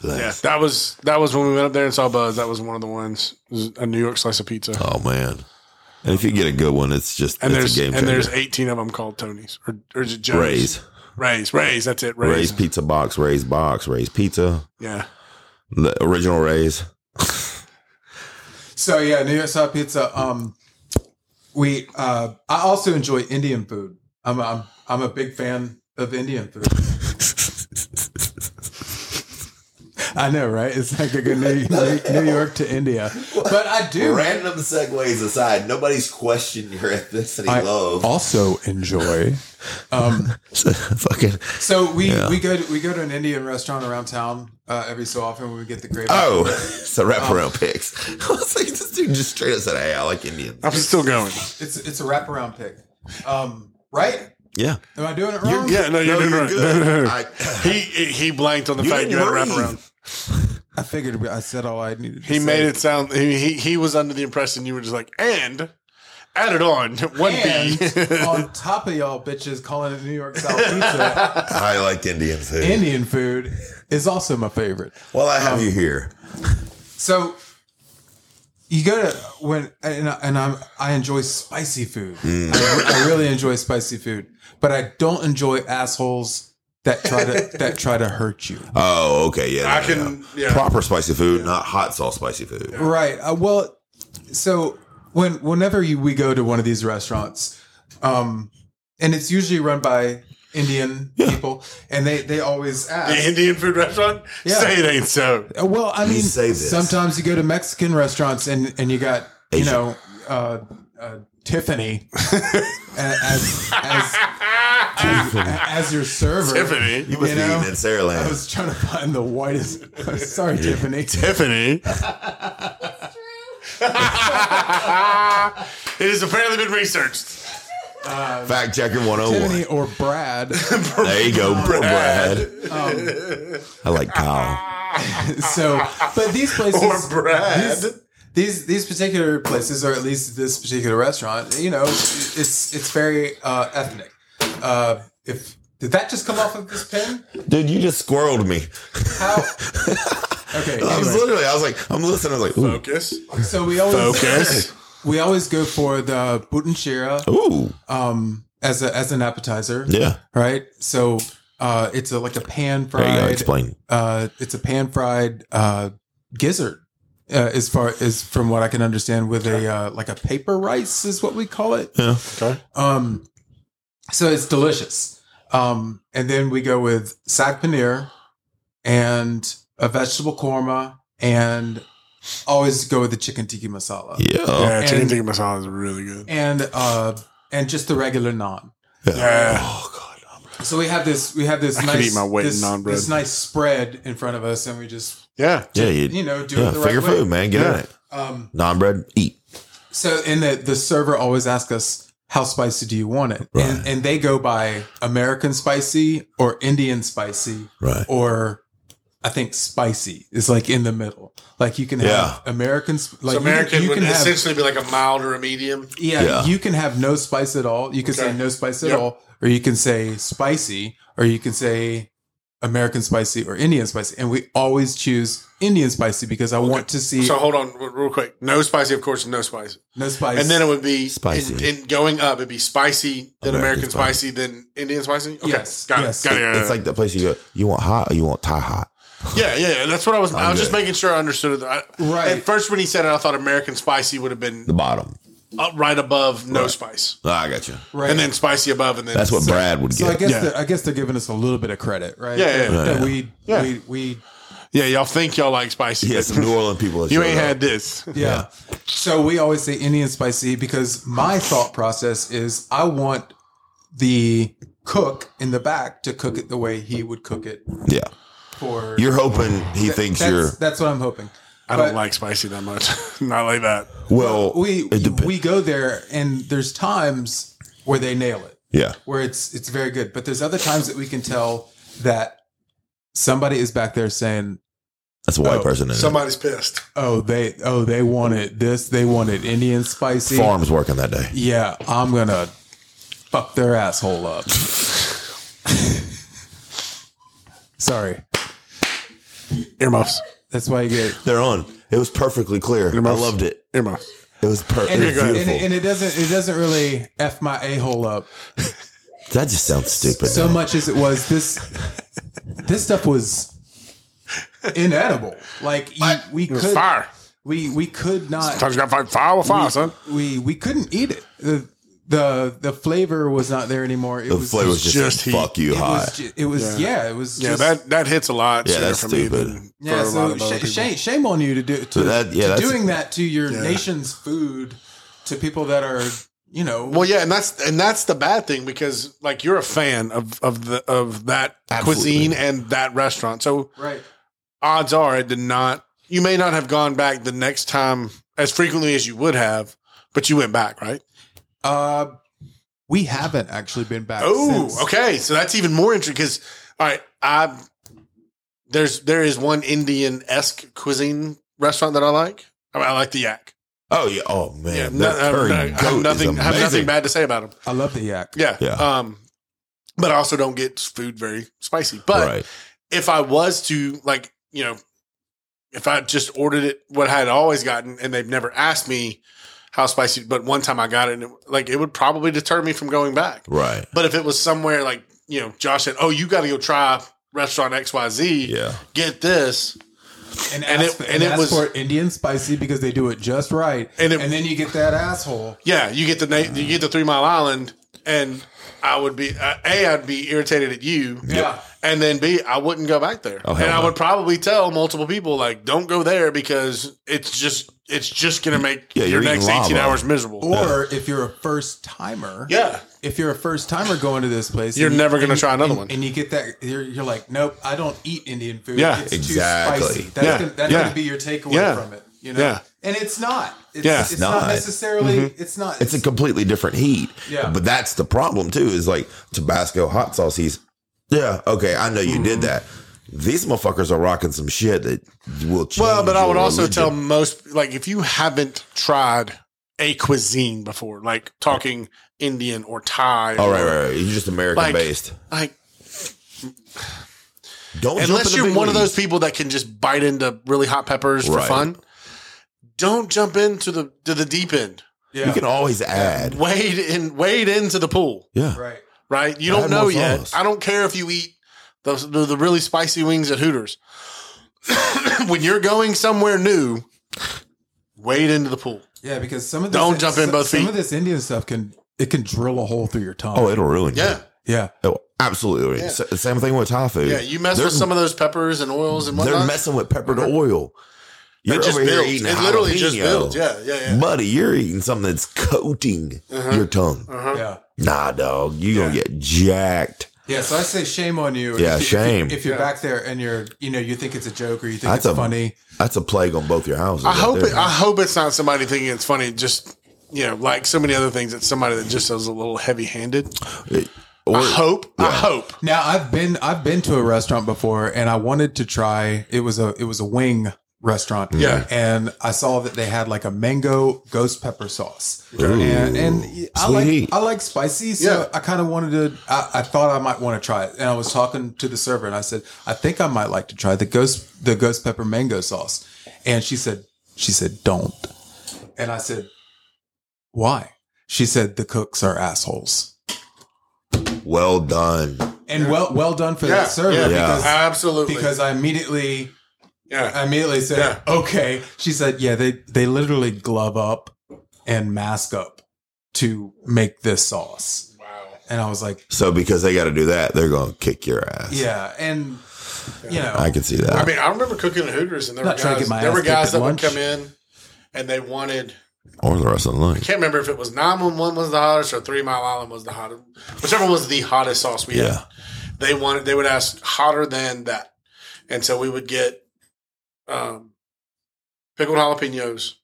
Speaker 2: Bless.
Speaker 1: Yeah, that was that was when we went up there and saw Buzz. That was one of the ones, It was a New York slice of pizza.
Speaker 2: Oh man. And if you get a good one, it's just
Speaker 1: and
Speaker 2: it's
Speaker 1: there's
Speaker 2: a game
Speaker 1: and there's
Speaker 2: changer.
Speaker 1: 18 of them called Tony's or, or is it Joe's?
Speaker 2: Raise,
Speaker 1: Ray's, Ray's. That's it. Ray's.
Speaker 2: raise pizza box, raise box, raise pizza.
Speaker 1: Yeah,
Speaker 2: The original raise.
Speaker 3: So yeah, New York style pizza. Um, we uh, I also enjoy Indian food. I'm a, I'm I'm a big fan of Indian food. I know, right? It's like a good New, New, New York to India, but I do
Speaker 6: Random segues aside, nobody's questioned your ethnicity
Speaker 3: I
Speaker 6: love.
Speaker 3: also enjoy. Um,
Speaker 2: Fucking
Speaker 3: so we
Speaker 2: Yeah.
Speaker 3: we go to, we go to an Indian restaurant around town uh, every so often when we get the great.
Speaker 2: oh, it's a wraparound picks. I was like, this dude just straight up said, "Hey, I like Indian."
Speaker 1: I'm still going.
Speaker 3: It's it's a wraparound pig, um, right?
Speaker 2: Yeah,
Speaker 3: Am I doing it wrong?
Speaker 1: Yeah, no, you're
Speaker 2: no,
Speaker 1: doing
Speaker 2: you're
Speaker 1: right.
Speaker 2: good. I,
Speaker 1: He he blanked on the
Speaker 2: You
Speaker 1: fact
Speaker 2: didn't
Speaker 1: you had a
Speaker 2: breathe.
Speaker 1: wraparound.
Speaker 3: I figured we- I said all I needed. To
Speaker 1: He
Speaker 3: say.
Speaker 1: made it sound. He, he he was under the impression you were just like and added on one B.
Speaker 3: And on top of y'all bitches calling it New York style pizza,
Speaker 2: I like Indian food.
Speaker 3: Indian food is also my favorite.
Speaker 2: well, I have you here.
Speaker 3: So you go to when and, I- and I'm I enjoy spicy food.
Speaker 1: Mm.
Speaker 3: I, I really enjoy spicy food, but I don't enjoy assholes that try to that try to hurt you.
Speaker 2: Oh, okay, yeah.
Speaker 1: I
Speaker 2: no,
Speaker 1: can-
Speaker 2: no.
Speaker 1: yeah.
Speaker 2: proper spicy food, not hot sauce spicy food.
Speaker 3: Right. Uh, well, so when whenever you, we go to one of these restaurants, um, and it's usually run by Indian people, and they they always
Speaker 1: the
Speaker 3: ask.
Speaker 1: Indian food restaurant.
Speaker 3: Yeah.
Speaker 1: Say it ain't so.
Speaker 3: Uh, Well, I mean,
Speaker 2: say this.
Speaker 3: sometimes you go to Mexican restaurants and and you got you
Speaker 2: Asian.
Speaker 3: know uh, uh, Tiffany as as, as, as your server.
Speaker 1: Tiffany.
Speaker 2: You must be
Speaker 3: You know,
Speaker 2: eating in Saraland.
Speaker 3: I was trying to find the whitest. Sorry, Tiffany.
Speaker 1: Tiffany.
Speaker 4: It's true.
Speaker 1: It has apparently been researched.
Speaker 2: Fact oh checking 101.
Speaker 3: Tiffany or Brad. Um,
Speaker 2: There you go, Brad. I like Kyle.
Speaker 3: so, but these places,
Speaker 1: Or Brad.
Speaker 3: These, these these particular places, or at least this particular restaurant, you know, it's it's very uh, ethnic. Uh, if did that just come off of this pen?
Speaker 2: Dude, you just squirreled me.
Speaker 3: How? Okay.
Speaker 2: I was
Speaker 3: Anyway,
Speaker 2: literally, I was like, I'm listening. I was like, ooh,
Speaker 1: Focus.
Speaker 3: so we always
Speaker 1: Focus.
Speaker 3: we always go for the butanshira
Speaker 2: ooh,
Speaker 3: um, as a, as an appetizer,
Speaker 2: yeah.
Speaker 3: right? So uh, it's a, like a pan
Speaker 2: There you go.
Speaker 3: fried
Speaker 2: Explain.
Speaker 3: uh, it's a pan fried uh, gizzard. Uh, as far as from what I can understand, with a uh, like a paper rice is what we call it.
Speaker 2: Yeah.
Speaker 1: Okay.
Speaker 3: Um, so it's delicious. Um, and then we go with sack paneer and a vegetable korma, and always go with the chicken tikka masala
Speaker 2: Yeah.
Speaker 1: yeah, chicken
Speaker 3: and-
Speaker 1: tikka masala is really good.
Speaker 3: and uh, and just the regular naan.
Speaker 1: Yeah.
Speaker 2: Oh god.
Speaker 3: So we have this we have this
Speaker 1: I could
Speaker 3: nice
Speaker 1: eat my weight in
Speaker 3: this,
Speaker 1: naan bread.
Speaker 3: this nice spread in front of us, and we just
Speaker 1: Yeah.
Speaker 2: Yeah. You,
Speaker 3: you know do
Speaker 2: yeah.
Speaker 3: it the
Speaker 2: figure
Speaker 3: right way.
Speaker 2: food, man. Get
Speaker 1: Yeah.
Speaker 2: on it.
Speaker 3: Um,
Speaker 2: Non bread. Eat.
Speaker 3: So, and the, the server always asks us, how spicy do you want it?
Speaker 2: Right.
Speaker 3: And, and they go by American spicy or Indian spicy
Speaker 2: Right.
Speaker 3: or I think spicy is like in the middle. Like you can have
Speaker 2: Yeah.
Speaker 3: American, sp- like
Speaker 1: so
Speaker 3: you can-
Speaker 1: American
Speaker 3: you can,
Speaker 1: would
Speaker 3: have,
Speaker 1: essentially be like a mild or a medium.
Speaker 3: yeah,
Speaker 2: Yeah.
Speaker 3: you can have no spice at all. You can
Speaker 1: Okay.
Speaker 3: say no spice at
Speaker 1: Yep.
Speaker 3: all, or you can say spicy, or you can say American spicy or Indian spicy. And we always choose Indian spicy because I want to see
Speaker 1: So hold on r- real quick. No spicy, of course, no spicy.
Speaker 3: no spice.
Speaker 1: And then it would be
Speaker 2: Spicy.
Speaker 1: In, in going up, it'd be spicy, then American,
Speaker 2: American
Speaker 1: spicy, then Indian spicy. Okay.
Speaker 3: Yes,
Speaker 1: Got
Speaker 3: yes.
Speaker 1: it. Got it.
Speaker 2: It's like the place you go. You want hot or you want Thai hot?
Speaker 1: Yeah, yeah, yeah. That's what I was. i was just
Speaker 2: good.
Speaker 1: making sure I understood it. I,
Speaker 3: Right.
Speaker 1: At first, when he said it, I thought American spicy would have been
Speaker 2: The bottom.
Speaker 1: up right above no spice,
Speaker 2: Ah, I got you.
Speaker 3: right.
Speaker 1: and then spicy above, and then
Speaker 2: That's what Brad would
Speaker 3: So I
Speaker 2: get.
Speaker 3: guess
Speaker 1: Yeah.
Speaker 3: they're, I guess they're giving us a little bit of credit, right?
Speaker 1: Yeah, yeah,
Speaker 3: That-
Speaker 2: yeah.
Speaker 3: that we
Speaker 1: Yeah.
Speaker 3: we we
Speaker 1: Yeah, y'all think y'all like spicy.
Speaker 2: yeah,
Speaker 1: but
Speaker 2: some New Orleans people. that
Speaker 1: you
Speaker 2: showed
Speaker 1: ain't
Speaker 2: up.
Speaker 1: had this.
Speaker 3: yeah. So we always say Indian spicy because my thought process is I want the cook in the back to cook it the way he would cook it
Speaker 2: Yeah.
Speaker 3: for.
Speaker 2: You're hoping he
Speaker 3: Th-
Speaker 2: thinks
Speaker 3: that's,
Speaker 2: you're
Speaker 3: That's what I'm hoping.
Speaker 1: I don't
Speaker 3: But-
Speaker 1: like spicy that much. Not like that.
Speaker 2: well.
Speaker 3: We
Speaker 2: it dep-
Speaker 3: we go there and there's times where they nail it.
Speaker 2: yeah.
Speaker 3: where it's it's very good. But there's other times that we can tell that somebody is back there saying,
Speaker 2: That's a white
Speaker 3: Oh,
Speaker 2: person in
Speaker 1: Somebody's pissed.
Speaker 3: "Oh, they oh they wanted this, they wanted Indian
Speaker 2: it.
Speaker 3: spicy."
Speaker 2: Farms working that day.
Speaker 3: Yeah, I'm gonna fuck their asshole up. Sorry,
Speaker 1: Earmuffs.
Speaker 3: that's why you get.
Speaker 2: They're on. It was perfectly clear. I
Speaker 1: mouth.
Speaker 2: loved it.
Speaker 1: Earmuffs.
Speaker 2: It was perfect.
Speaker 3: And,
Speaker 2: It was
Speaker 3: and,
Speaker 2: beautiful.
Speaker 3: it, and it doesn't it doesn't really f my a hole up
Speaker 2: that just sounds stupid.
Speaker 3: so
Speaker 2: man.
Speaker 3: much as it was this this stuff was inedible like you, we
Speaker 1: It was
Speaker 3: could
Speaker 1: fire.
Speaker 3: we we could not
Speaker 1: Sometimes you got to fight fire with fire, son.
Speaker 3: we we couldn't eat it. The the the flavor was not there anymore. It
Speaker 2: the
Speaker 3: was
Speaker 2: flavor was just,
Speaker 1: just
Speaker 2: like,
Speaker 1: heat.
Speaker 2: fuck you
Speaker 3: it
Speaker 2: high.
Speaker 3: was, ju- it was yeah. It was
Speaker 1: Yeah,
Speaker 3: just,
Speaker 1: that that hits a lot.
Speaker 2: Yeah,
Speaker 1: sooner
Speaker 2: that's
Speaker 1: for
Speaker 2: stupid.
Speaker 1: Me than
Speaker 3: yeah.
Speaker 1: for a lot
Speaker 3: So
Speaker 1: of other
Speaker 3: sh-
Speaker 1: people.
Speaker 3: shame shame on you to do to,
Speaker 2: that- yeah,
Speaker 3: to
Speaker 2: that's-
Speaker 3: doing that to your nation's food to people that are you know
Speaker 1: Well, yeah, and that's and that's the bad thing because like you're a fan of of the of that
Speaker 2: Absolutely.
Speaker 1: cuisine and that restaurant, so
Speaker 3: right
Speaker 1: odds are it did not. You may not have gone back the next time as frequently as you would have, but you went back, right?
Speaker 3: uh. We haven't actually been back.
Speaker 1: Oh,
Speaker 3: since.
Speaker 1: okay. So that's even more interesting because all right, I there's there is one Indian esque cuisine restaurant that I like. I, mean, I like the yak.
Speaker 2: Oh yeah. Oh man.
Speaker 1: Yeah,
Speaker 2: that
Speaker 1: no- I-
Speaker 2: curry
Speaker 1: I- I
Speaker 2: goat
Speaker 1: have
Speaker 2: is
Speaker 1: nothing. I have nothing
Speaker 2: amazing.
Speaker 1: bad to say about them.
Speaker 3: I love the yak.
Speaker 1: Yeah.
Speaker 2: Yeah.
Speaker 1: Um, but I also don't get food very spicy. But
Speaker 2: right.
Speaker 1: if I was to like, you know, if I just ordered it what I had always gotten and they've never asked me how spicy, but one time I got it and it, like it would probably deter me from going back.
Speaker 2: Right.
Speaker 1: But if it was somewhere like, you know, Josh said, Oh, you gotta go try restaurant XYZ,
Speaker 2: Yeah.
Speaker 1: get this.
Speaker 3: And,
Speaker 1: And
Speaker 3: ask,
Speaker 1: it-
Speaker 3: and
Speaker 1: and it
Speaker 3: ask
Speaker 1: was-
Speaker 3: for Indian spicy because they do it just right.
Speaker 1: And it-
Speaker 3: and then you get that asshole.
Speaker 1: Yeah, you get the na-
Speaker 2: Mm.
Speaker 1: you get the Three Mile Island, and I would be uh, a I'd be irritated at you,
Speaker 3: Yeah.
Speaker 1: and then b I wouldn't go back there,
Speaker 2: Oh,
Speaker 1: and
Speaker 2: hell
Speaker 1: I
Speaker 2: no.
Speaker 1: would probably tell multiple people like, don't go there because it's just it's just gonna make
Speaker 2: Yeah,
Speaker 1: your
Speaker 2: you're
Speaker 1: next
Speaker 2: eating
Speaker 1: eighteen
Speaker 2: lava.
Speaker 1: hours miserable.
Speaker 3: Or if you're a first timer,
Speaker 1: yeah,
Speaker 3: if you're a first timer going to this place,
Speaker 1: You're
Speaker 3: and
Speaker 1: never gonna
Speaker 3: and-
Speaker 1: try another
Speaker 3: and-
Speaker 1: one.
Speaker 3: And you get that, you're, you're like, nope, I don't eat Indian food.
Speaker 1: Yeah.
Speaker 3: it's
Speaker 2: Exactly.
Speaker 3: Too spicy. That's,
Speaker 1: Yeah.
Speaker 3: gonna, that's
Speaker 1: Yeah.
Speaker 3: gonna be your takeaway
Speaker 1: Yeah.
Speaker 3: from it. You know,
Speaker 1: Yeah.
Speaker 3: and it's not. It's,
Speaker 1: Yeah. Mm-hmm.
Speaker 3: it's not,
Speaker 2: Not.
Speaker 3: necessarily. It's not.
Speaker 2: It's a completely different heat.
Speaker 3: Yeah.
Speaker 2: But that's
Speaker 1: Mm-hmm.
Speaker 2: the problem too. Is like Tabasco hot sauce. He's yeah. Okay. I know you did that. These motherfuckers are rocking some shit that will change.
Speaker 1: Well, but I would
Speaker 2: your
Speaker 1: also
Speaker 2: religion.
Speaker 1: tell most like if you haven't tried a cuisine before, like talking Indian or Thai,
Speaker 2: Oh,
Speaker 1: or,
Speaker 2: right, right, right. You're just American
Speaker 1: Like-
Speaker 2: based.
Speaker 1: like
Speaker 2: Don't jump in
Speaker 1: unless
Speaker 2: the
Speaker 1: you're
Speaker 2: big
Speaker 1: one of
Speaker 2: leagues.
Speaker 1: those people that can just bite into really hot peppers for
Speaker 2: Right.
Speaker 1: fun, don't jump into the to the deep end.
Speaker 3: Yeah.
Speaker 2: You can always add.
Speaker 1: Wade in wade into the pool,
Speaker 2: Yeah.
Speaker 3: right.
Speaker 1: right? You
Speaker 2: I
Speaker 1: don't
Speaker 2: had more
Speaker 1: know yet.
Speaker 2: sauce.
Speaker 1: I don't care if you eat the the, the really spicy wings at Hooters. when you're going somewhere new, wade into the pool.
Speaker 3: Yeah, because some of
Speaker 1: Don't jump in
Speaker 3: some-
Speaker 1: both
Speaker 3: Some
Speaker 1: feet.
Speaker 3: of this Indian stuff can it can drill a hole through your tongue.
Speaker 2: Oh, it'll ruin you.
Speaker 1: Yeah.
Speaker 3: yeah.
Speaker 2: It'll absolutely ruin you.
Speaker 1: Yeah.
Speaker 2: S- Same thing with Thai food.
Speaker 1: Yeah, you mess
Speaker 2: They're-
Speaker 1: with some of those peppers and oils and
Speaker 2: They're
Speaker 1: whatnot.
Speaker 2: messing with peppered oil. You're
Speaker 1: it just
Speaker 2: over here
Speaker 1: builds.
Speaker 2: eating
Speaker 1: It literally just
Speaker 2: jalapeno.
Speaker 1: builds. Yeah, yeah, yeah.
Speaker 2: Buddy, you're eating something that's coating your tongue.
Speaker 1: Uh-huh.
Speaker 3: Yeah.
Speaker 2: Nah, dog, you gonna get jacked.
Speaker 3: Yeah, so I say shame on you.
Speaker 2: Yeah,
Speaker 3: If you-
Speaker 2: shame.
Speaker 3: If, you, are back there and you're, you know, you think it's a joke or you think
Speaker 2: That's
Speaker 3: it's
Speaker 2: a-
Speaker 3: funny.
Speaker 2: That's a plague on both your houses.
Speaker 1: I
Speaker 2: right
Speaker 1: hope
Speaker 2: there.
Speaker 1: it, I hope it's not somebody thinking it's funny. Just you know, like so many other things, it's somebody that just is a little heavy handed.
Speaker 2: Or-
Speaker 1: I hope. I hope.
Speaker 3: Now I've been I've been to a restaurant before and I wanted to try it was a it was a wing restaurant.
Speaker 1: Yeah.
Speaker 3: And I saw that they had like a mango ghost pepper sauce.
Speaker 2: Ooh.
Speaker 3: And and I
Speaker 2: Sweet.
Speaker 3: like I like spicy, so
Speaker 1: Yeah.
Speaker 3: I kind of wanted to I, I thought I might want to try it. And I was talking to the server and I said, I think I might like to try the ghost the ghost pepper mango sauce. And she said she said, Don't. And I said, Why? She said the cooks are assholes.
Speaker 2: well done.
Speaker 3: And well well done for
Speaker 1: Yeah,
Speaker 3: that server
Speaker 1: yeah,
Speaker 2: Yeah.
Speaker 3: because
Speaker 1: absolutely.
Speaker 3: because I immediately
Speaker 1: yeah,
Speaker 3: I immediately said,
Speaker 1: Yeah.
Speaker 3: "Okay." She said, "Yeah, they they literally glove up and mask up to make this sauce." Wow. And I was like,
Speaker 2: So because they got to do that, they're gonna kick your ass.
Speaker 3: "Yeah," and you know,
Speaker 2: I can see that.
Speaker 1: I mean, I remember cooking at Hooters, and there were
Speaker 3: Not trying to
Speaker 1: guys.
Speaker 3: get my
Speaker 1: There
Speaker 3: ass
Speaker 1: were guys
Speaker 3: kicked at
Speaker 1: that would
Speaker 3: lunch.
Speaker 1: come in, and they wanted.
Speaker 2: or the rest of the
Speaker 1: I
Speaker 2: lunch.
Speaker 1: can't remember if it was nine one one was the hottest or Three Mile Island was the hottest. Whichever one was the hottest sauce we had.
Speaker 2: Yeah,
Speaker 1: they wanted they would ask hotter than that and so we would get um pickled jalapenos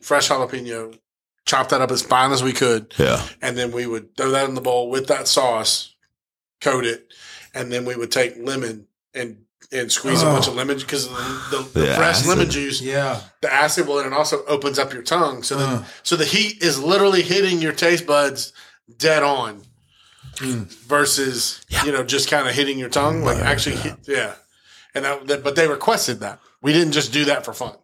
Speaker 1: fresh jalapeno chop that up as fine as we could
Speaker 2: yeah.
Speaker 1: and then we would throw that in the bowl with that sauce coat it and then we would take lemon and and squeeze a bunch of lemon because the, the, the
Speaker 2: The
Speaker 1: fresh lemon
Speaker 2: acid.
Speaker 1: juice
Speaker 3: yeah,
Speaker 1: the acid will and it also opens up your tongue so the,
Speaker 3: Mm.
Speaker 1: so the heat is literally hitting your taste buds dead on Hmm. versus you know just kind of hitting your tongue like actually hit, yeah and that, that but they requested that we didn't just do that for fun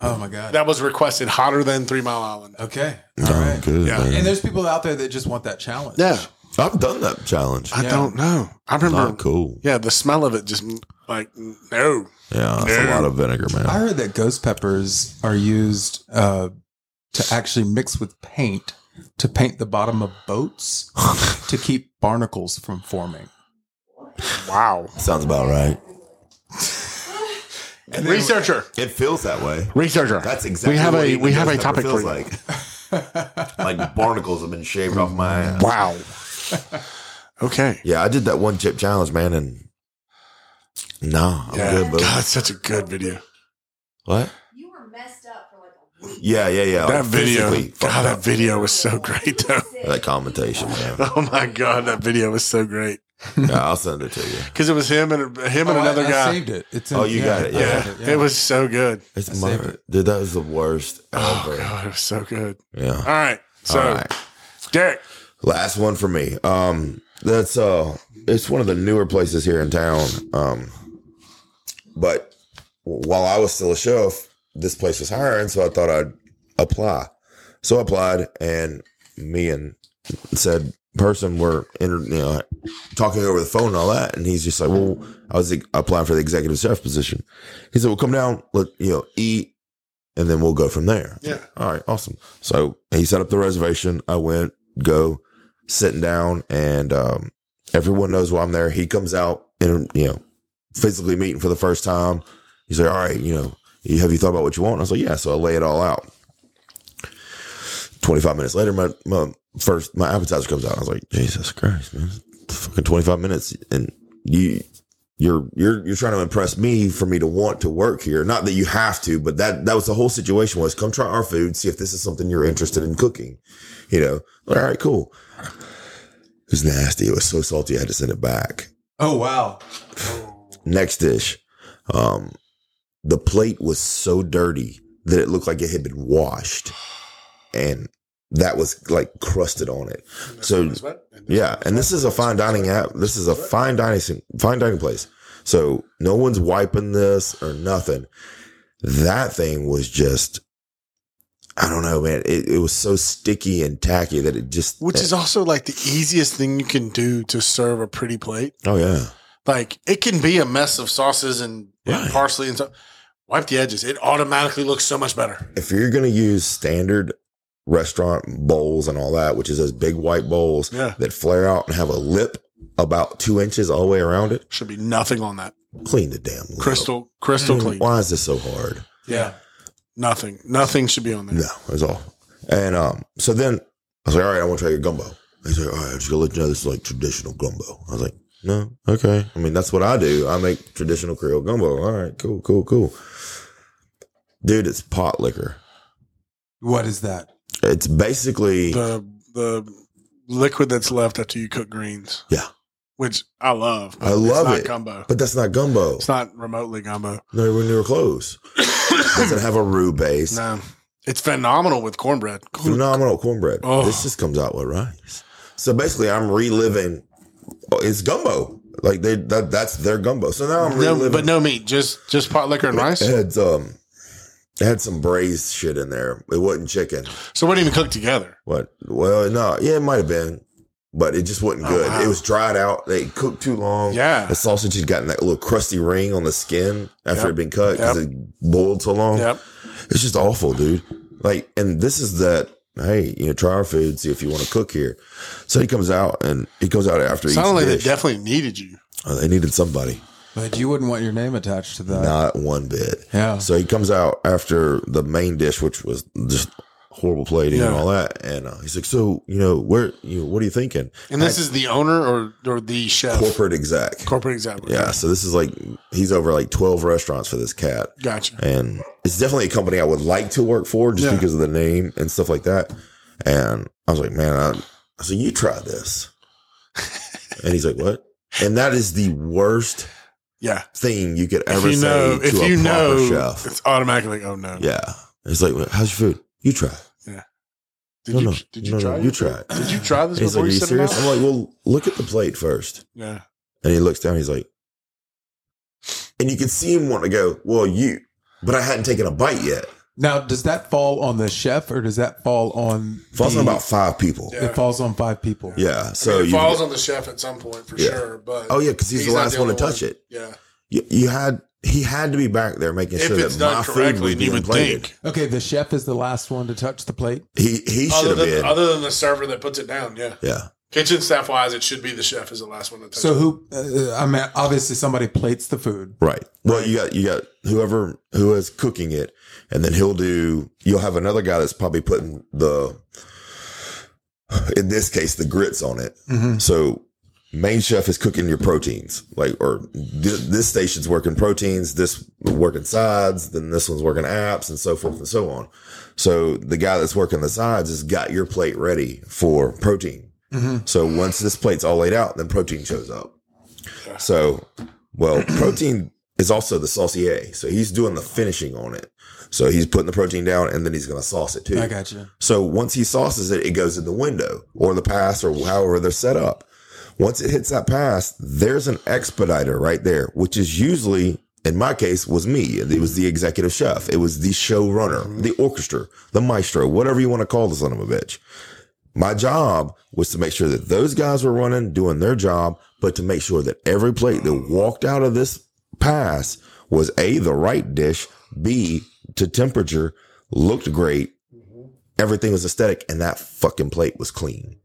Speaker 3: oh my god,
Speaker 1: that was requested hotter than three mile island
Speaker 3: okay, all
Speaker 2: No,
Speaker 3: right.
Speaker 2: Oh, good.
Speaker 1: Yeah.
Speaker 2: man.
Speaker 3: And there's people out there that just want that challenge.
Speaker 2: I've done that challenge.
Speaker 1: i
Speaker 3: Yeah.
Speaker 1: don't know i remember
Speaker 2: Not cool.
Speaker 1: yeah the smell of it just like no
Speaker 2: Yeah, it's a lot of vinegar, man.
Speaker 3: I heard that ghost peppers are used uh, to actually mix with paint to paint the bottom of boats to keep barnacles from forming.
Speaker 1: wow
Speaker 2: Sounds about right.
Speaker 1: researcher
Speaker 2: It feels that way.
Speaker 1: researcher
Speaker 2: That's exactly.
Speaker 1: we have
Speaker 2: what
Speaker 1: a
Speaker 2: eating
Speaker 1: we have a
Speaker 2: ghost pepper
Speaker 1: topic for
Speaker 2: feels
Speaker 1: you
Speaker 2: like. like barnacles have been shaved off my ass.
Speaker 1: wow okay
Speaker 2: Yeah, I did that one chip challenge, man, and nah, I'm
Speaker 1: yeah.
Speaker 2: good, boo.
Speaker 1: god such a good video
Speaker 2: What?
Speaker 4: You were messed up for like a week.
Speaker 2: Yeah, yeah, yeah.
Speaker 1: That
Speaker 2: Like,
Speaker 1: video,
Speaker 2: Oh, physically fucked
Speaker 1: God, that
Speaker 2: up.
Speaker 1: video was so great though.
Speaker 2: that commentation, man.
Speaker 1: Oh my God, that video was so great
Speaker 2: yeah, I'll send it to you.
Speaker 1: because it was him and him and
Speaker 3: Oh, I-
Speaker 1: another
Speaker 3: I,
Speaker 1: guy.
Speaker 3: saved it. It's
Speaker 2: Oh, you got it,
Speaker 3: I
Speaker 1: yeah,
Speaker 2: yeah.
Speaker 3: have
Speaker 1: it was so good.
Speaker 2: It's my
Speaker 3: saved it.
Speaker 2: dude. That was the worst
Speaker 1: Oh
Speaker 2: ever.
Speaker 1: God, it was so good.
Speaker 2: Yeah.
Speaker 1: All right, so
Speaker 2: All right.
Speaker 1: Derek,
Speaker 2: Last one for me. Um, that's uh, it's one of the newer places here in town. Um, but while I was still a chef, this place was hiring, so I thought I'd apply. So I applied, and me and said person were inter- you know talking over the phone and all that, and he's just like, "Well, I was like, applying for the executive chef position." He said, "Well, come down, let you know, eat, and then we'll go from there."
Speaker 1: Yeah.
Speaker 2: All right, awesome. So he set up the reservation. I went, go, sitting down, and um, everyone knows why I'm there. He comes out and you know, physically meeting for the first time. He's like, "All right, you know, you- have you thought about what you want?" And I was like, "Yeah." So I lay it all out. Twenty five minutes later, my, my first my appetizer comes out. I was like, "Jesus Christ, man! it's Fucking twenty five minutes, and you." You're you're you're trying to impress me for me to want to work here. Not that you have to, but that that was the whole situation was come try our food, see if this is something you're interested in cooking. You know, all right, cool. It was nasty. It was so salty. I had to send it back.
Speaker 3: Oh wow!
Speaker 2: Next dish. Um, the plate was so dirty that it looked like it had been washed, and that was like crusted on it. So, Yeah, and this is a fine dining app. This is a fine dining fine dining place. So no one's wiping this or nothing. That thing was just, I don't know, man. It, it was so sticky and tacky that it just.
Speaker 1: Which is also like the easiest thing you can do to serve a pretty plate.
Speaker 2: oh yeah,
Speaker 1: Like it can be a mess of sauces and, and
Speaker 2: Right.
Speaker 1: parsley and stuff. Wipe the edges. It automatically looks so much better.
Speaker 2: if you're gonna use standard restaurant bowls and all that, which is those big white bowls
Speaker 1: Yeah.
Speaker 2: that flare out and have a lip about two inches all the way around it,
Speaker 1: Should be nothing on that.
Speaker 2: clean the damn lip.
Speaker 1: Crystal, crystal clean.
Speaker 2: Why is this so hard?
Speaker 1: Yeah. Nothing. Nothing should be on there.
Speaker 2: No, that's all. And um, so then I was like, all right, I want to try your gumbo. He's like, all right, I'm just gonna let you know this is like traditional gumbo. I was like, no, okay. I mean, that's what I do. I make traditional Creole gumbo. All right, cool, cool, cool. Dude, it's pot liquor.
Speaker 3: What is that?
Speaker 2: It's basically
Speaker 1: The the liquid that's left after you cook greens.
Speaker 2: Yeah.
Speaker 1: Which I love. but
Speaker 2: I love
Speaker 1: it's not
Speaker 2: it.
Speaker 1: Gumbo.
Speaker 2: but that's not gumbo.
Speaker 1: It's not remotely gumbo.
Speaker 2: no, when they were close. it doesn't have a roux base.
Speaker 1: No. It's phenomenal with cornbread.
Speaker 2: Phenomenal cornbread.
Speaker 1: Oh.
Speaker 2: This just comes out with rice. So basically, I'm reliving. oh, It's gumbo. Like they that that's their gumbo. So now I'm reliving.
Speaker 1: No, but no meat, just just pot liquor and rice.
Speaker 2: It had um, it had some braised shit in there. It wasn't chicken.
Speaker 1: So it wasn't even cooked together.
Speaker 2: What? Well, no, yeah, it might have been, but it just wasn't
Speaker 1: Oh,
Speaker 2: good.
Speaker 1: wow.
Speaker 2: It was dried out. They cooked too long.
Speaker 1: Yeah.
Speaker 2: The sausage had gotten that little crusty ring on the skin after
Speaker 1: Yep.
Speaker 2: it'd been cut because it boiled so long.
Speaker 1: Yep.
Speaker 2: It's just awful, dude. Like, and this is that. Hey, you know, try our food, see if you want to cook here. So he comes out and he goes out after.
Speaker 1: Sounded
Speaker 2: each
Speaker 1: like they
Speaker 2: dish.
Speaker 1: definitely needed you.
Speaker 2: Uh, they needed somebody,
Speaker 3: But you wouldn't want your name attached to
Speaker 1: Uh,
Speaker 3: that.
Speaker 2: not one bit.
Speaker 3: Yeah.
Speaker 2: So he comes out after the main dish, which was just horrible plating and
Speaker 1: Yeah.
Speaker 2: all that, and uh, he's like, "So, you know, where, you know, what are you thinking?"
Speaker 1: And this is the owner or or the chef. Corporate,
Speaker 2: Corporate exec.
Speaker 1: example.
Speaker 2: yeah. So this is like he's over like twelve restaurants for this cat,
Speaker 1: Gotcha.
Speaker 2: and it's definitely a company I would like to work for just
Speaker 1: Yeah.
Speaker 2: because of the name and stuff like that. And I was like, "Man, I, I said you try this," and he's like, "What?" And that is the worst
Speaker 1: Yeah.
Speaker 2: thing you could
Speaker 1: If
Speaker 2: ever
Speaker 1: you
Speaker 2: say
Speaker 1: know,
Speaker 2: to
Speaker 1: if
Speaker 2: a
Speaker 1: you
Speaker 2: proper
Speaker 1: know,
Speaker 2: chef.
Speaker 1: it's automatically. Oh no!
Speaker 2: Yeah. It's like, well, how's your food? You try. it."
Speaker 1: Did
Speaker 2: No,
Speaker 1: you
Speaker 2: no.
Speaker 1: did you
Speaker 2: No, no,
Speaker 1: try?
Speaker 2: you
Speaker 1: your-
Speaker 2: try it.
Speaker 1: Did you try this
Speaker 2: And he's
Speaker 1: before
Speaker 2: like, are
Speaker 1: you
Speaker 2: you
Speaker 1: sent it out?
Speaker 2: serious? I'm like, well, look at the plate first.
Speaker 1: yeah.
Speaker 2: And he looks down. He's like, and you can see him want to go, well, you, but I hadn't taken a bite yet.
Speaker 3: Now, does that fall on the chef or does that fall on?
Speaker 2: Falls
Speaker 3: the-
Speaker 2: on about five people.
Speaker 1: Yeah.
Speaker 2: Yeah.
Speaker 3: It falls on five people.
Speaker 2: so
Speaker 1: it
Speaker 2: you,
Speaker 1: falls on the chef at some point for
Speaker 2: Yeah.
Speaker 1: sure. But
Speaker 2: oh yeah, because he's,
Speaker 1: He's
Speaker 2: the
Speaker 1: not
Speaker 2: last
Speaker 1: the
Speaker 2: one to
Speaker 1: only one.
Speaker 2: touch it.
Speaker 1: yeah,
Speaker 2: You, you had, he had to be back there making
Speaker 1: if
Speaker 2: sure
Speaker 1: it's
Speaker 2: that my
Speaker 1: done
Speaker 2: food
Speaker 1: correctly,
Speaker 2: was
Speaker 1: you
Speaker 2: being
Speaker 1: would
Speaker 2: plated.
Speaker 1: think.
Speaker 3: Okay, the chef is the last one to touch the plate.
Speaker 2: He, he
Speaker 1: Other
Speaker 2: should have
Speaker 1: than,
Speaker 2: been.
Speaker 1: other than the server that puts it down, yeah.
Speaker 2: yeah.
Speaker 1: Kitchen staff wise, it should be the chef is the last one to touch.
Speaker 3: So
Speaker 1: it.
Speaker 3: who? Uh, I mean, obviously somebody plates the food.
Speaker 2: Right. Well, you got you got whoever who is cooking it, and then he'll do. You'll have another guy that's probably putting the, in this case, the grits on it.
Speaker 1: Mm-hmm.
Speaker 3: Mm-hmm.
Speaker 2: So main chef is cooking your proteins, like or th- this station's working proteins, this working sides, then this one's working apps, and so forth and so on. So the guy that's working the sides has got your plate ready for protein. So once this plate's all laid out, then protein shows up. So, well, protein is also the saucier. So he's doing the finishing on it. So he's putting the protein down and then he's going to sauce it too.
Speaker 3: I got you.
Speaker 2: So once he sauces it, it goes in the window or the pass or however they're set up. Once it hits that pass, there's an expediter right there, which is usually, in my case, was me. It was the executive chef. It was the showrunner, the orchestra, the maestro, whatever you want to call the son of a bitch. My job was to make sure that those guys were running, doing their job, but to make sure that every plate that walked out of this pass was A, the right dish, B, to temperature, looked great, everything was aesthetic, and that fucking plate was clean.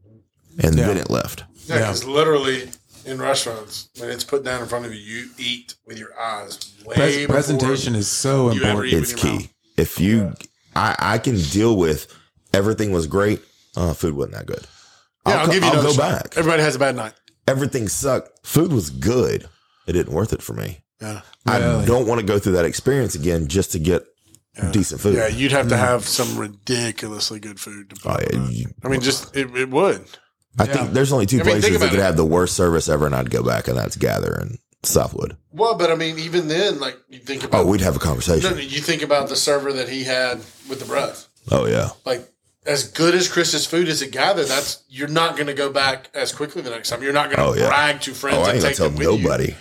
Speaker 2: And then it left.
Speaker 1: yeah, because literally in restaurants when it's put down in front of you, you eat with your eyes. Way
Speaker 3: Pres-
Speaker 1: before-
Speaker 3: presentation is so
Speaker 1: you ever
Speaker 3: important.
Speaker 1: eat with
Speaker 2: it's
Speaker 1: your
Speaker 2: key.
Speaker 1: mouth.
Speaker 2: If you, I, I can deal with everything was great, uh, food wasn't that good.
Speaker 1: Yeah, I'll,
Speaker 2: co-
Speaker 1: give you.
Speaker 2: I'll
Speaker 1: another
Speaker 2: go
Speaker 1: shot.
Speaker 2: back.
Speaker 1: Everybody has a bad night.
Speaker 2: Everything sucked. Food was good. It didn't worth it for me.
Speaker 1: Yeah,
Speaker 2: I don't want to go through that experience again just to get decent food.
Speaker 1: yeah. You'd
Speaker 2: Mm.
Speaker 1: have to have some ridiculously good food. To
Speaker 2: I,
Speaker 1: I mean, just it, it would.
Speaker 2: I think there's only two
Speaker 1: I mean, think
Speaker 2: places that
Speaker 1: about
Speaker 2: could
Speaker 1: it.
Speaker 2: have the worst service ever, and I'd go back, and that's Gather and Southwood.
Speaker 1: Well, but I mean, even then, like you think about
Speaker 2: Oh, we'd have a
Speaker 1: No, no,
Speaker 2: conversation.
Speaker 1: you think about the server that he had with the breath.
Speaker 2: Oh yeah.
Speaker 1: Like as good as Chris's food as it gathered, that's you're not going to go back as quickly the next time. You're not going to
Speaker 2: Oh, yeah.
Speaker 1: brag to friends
Speaker 2: Oh, I
Speaker 1: and
Speaker 2: ain't gonna
Speaker 1: take
Speaker 2: tell
Speaker 1: them with you.
Speaker 2: nobody.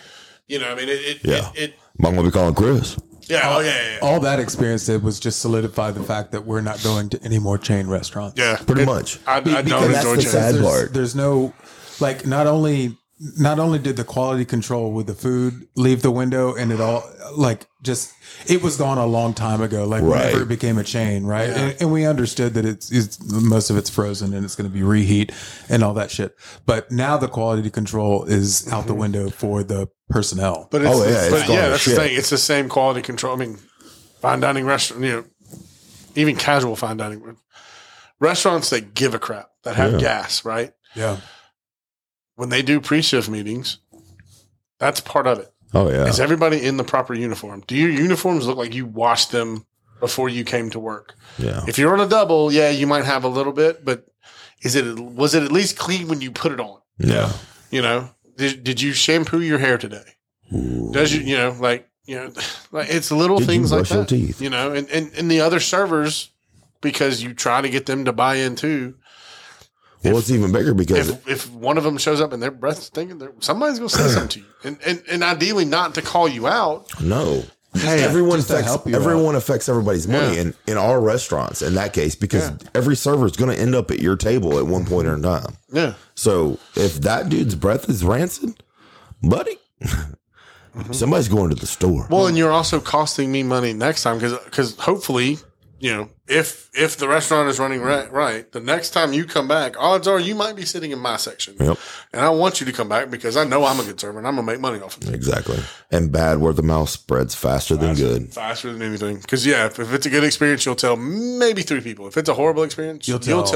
Speaker 1: You know, I mean, it. it
Speaker 2: Yeah.
Speaker 1: It, it,
Speaker 2: I'm gonna be calling Chris.
Speaker 1: yeah. Oh yeah. Yeah. yeah.
Speaker 3: All that experience did was just solidify the fact that we're not going to any more chain restaurants.
Speaker 1: yeah.
Speaker 2: Pretty much.
Speaker 1: I, I
Speaker 3: Be-
Speaker 1: don't
Speaker 3: because
Speaker 1: enjoy
Speaker 2: the
Speaker 1: chains.
Speaker 2: sad
Speaker 3: there's,
Speaker 2: part.
Speaker 3: There's no like not only not only did the quality control with the food leave the window and it all like just it was gone a long time ago like
Speaker 2: Right.
Speaker 3: whenever it became a chain right and, and we understood that it's, it's most of it's frozen and it's going to be reheat and all that shit but now the quality control is out the window for the personnel
Speaker 1: Mm-hmm. But it's,
Speaker 2: Oh, yeah, it's
Speaker 1: but
Speaker 2: gone
Speaker 1: yeah,
Speaker 2: to
Speaker 1: that's
Speaker 2: shit.
Speaker 1: the thing. It's the same quality control. I mean, fine dining restaurant, you know, even casual fine dining restaurants that give a crap that have
Speaker 2: Yeah.
Speaker 1: gas, right?
Speaker 3: yeah
Speaker 1: When they do pre-shift meetings, that's part of it.
Speaker 2: Oh yeah.
Speaker 1: Is everybody in the proper uniform? Do your uniforms look like you washed them before you came to work?
Speaker 2: Yeah.
Speaker 1: If you're on a double, yeah, you might have a little bit, but is it was it at least clean when you put it on?
Speaker 2: Yeah.
Speaker 1: You know, did, did you shampoo your hair today? Does you you know like you know like it's little
Speaker 2: Did you
Speaker 1: things like
Speaker 2: brush your
Speaker 1: that.
Speaker 2: teeth?
Speaker 1: You know, and, and and the other servers because you try to get them to buy in too.
Speaker 2: Well, it's even bigger because
Speaker 1: If if one of them shows up and their breath's stinking, they're- somebody's gonna say something to you, and and and ideally not to call you out.
Speaker 2: No. everyone
Speaker 3: just to
Speaker 2: affects
Speaker 3: help you
Speaker 2: everyone affects everybody's money
Speaker 1: Yeah.
Speaker 2: in, in our restaurants in that case because every server is going to end up at your table at one point or another.
Speaker 1: Yeah,
Speaker 2: So if that dude's breath is rancid, buddy, somebody's going to the store.
Speaker 1: Mm-hmm. Well, and you're also costing me money next time because hopefully, you know, if if the restaurant is running right, right, the next time you come back, odds are you might be sitting in my section.
Speaker 2: Yep.
Speaker 1: And I want you to come back because I know I'm a good server and I'm gonna make money off of it
Speaker 2: exactly. And bad word of mouth spreads faster than good.
Speaker 1: faster than anything. Because yeah, if, if it's a good experience, you'll tell maybe three people. If it's a horrible experience,
Speaker 3: You'll
Speaker 1: you'll tell.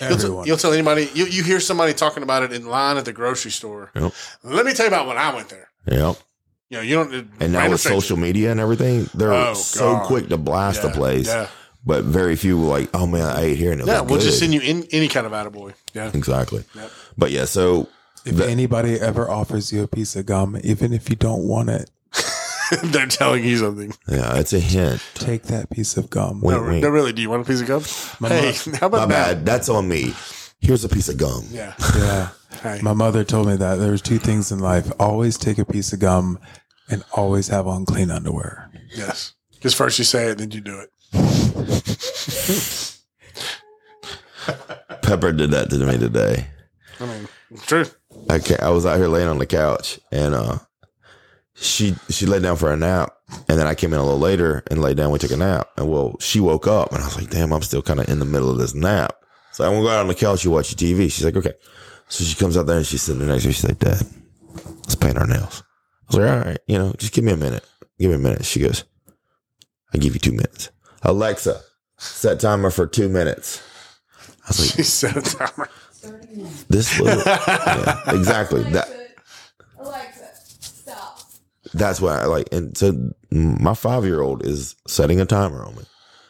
Speaker 1: You'll
Speaker 3: tell
Speaker 1: tell
Speaker 3: everyone
Speaker 1: You'll tell anybody. You, you hear somebody talking about it in line at the grocery store.
Speaker 2: Yep.
Speaker 1: Let me tell you about when I went there.
Speaker 2: Yep.
Speaker 1: You know, you don't. uh,
Speaker 2: And now
Speaker 1: random
Speaker 2: with
Speaker 1: stranger-
Speaker 2: social media and everything, they're
Speaker 1: Oh,
Speaker 2: so
Speaker 1: God.
Speaker 2: quick to blast
Speaker 1: Yeah,
Speaker 2: the place.
Speaker 1: yeah.
Speaker 2: But very few were like, oh man, I ate here and it
Speaker 1: Yeah,
Speaker 2: was
Speaker 1: we'll
Speaker 2: good.
Speaker 1: just send you in any kind of attaboy. Yeah.
Speaker 2: exactly. But yeah, so
Speaker 3: if anybody ever offers you a piece of gum even if you don't want it
Speaker 1: They're telling you something.
Speaker 2: yeah, it's a hint.
Speaker 3: take that piece of gum
Speaker 2: Wait,
Speaker 1: No,
Speaker 2: wait.
Speaker 1: no, really. Do you want a piece of gum?
Speaker 3: My
Speaker 1: hey, how
Speaker 2: My
Speaker 1: about that?
Speaker 2: bad. That's on me. Here's a piece of gum.
Speaker 1: Yeah.
Speaker 3: yeah
Speaker 1: Hey.
Speaker 3: My mother told me that there was two things in life: always take a piece of gum, and always have on clean underwear.
Speaker 1: Yes. Because first you say it, then you do it.
Speaker 2: Pepper did that to me today.
Speaker 1: I mean, it's true.
Speaker 2: I ca- I was out here laying on the couch and uh she she laid down for a nap and then I came in a little later and laid down. We took a nap and well she woke up and I was like, damn, I'm still kind of in the middle of this nap. So I want to go out on the couch. You watch your TV. She's like, okay. So she comes out there and she's sitting there next to me. She's like, Dad, let's paint our nails. I was like, all right, you know, just give me a minute. Give me a minute. She goes, I give you two minutes. Alexa, set timer for two minutes. I was like,
Speaker 1: She set a timer.
Speaker 2: This little yeah, exactly that
Speaker 4: Alexa, Alexa, stop.
Speaker 2: that's why I like and so my five year old is setting a timer on me.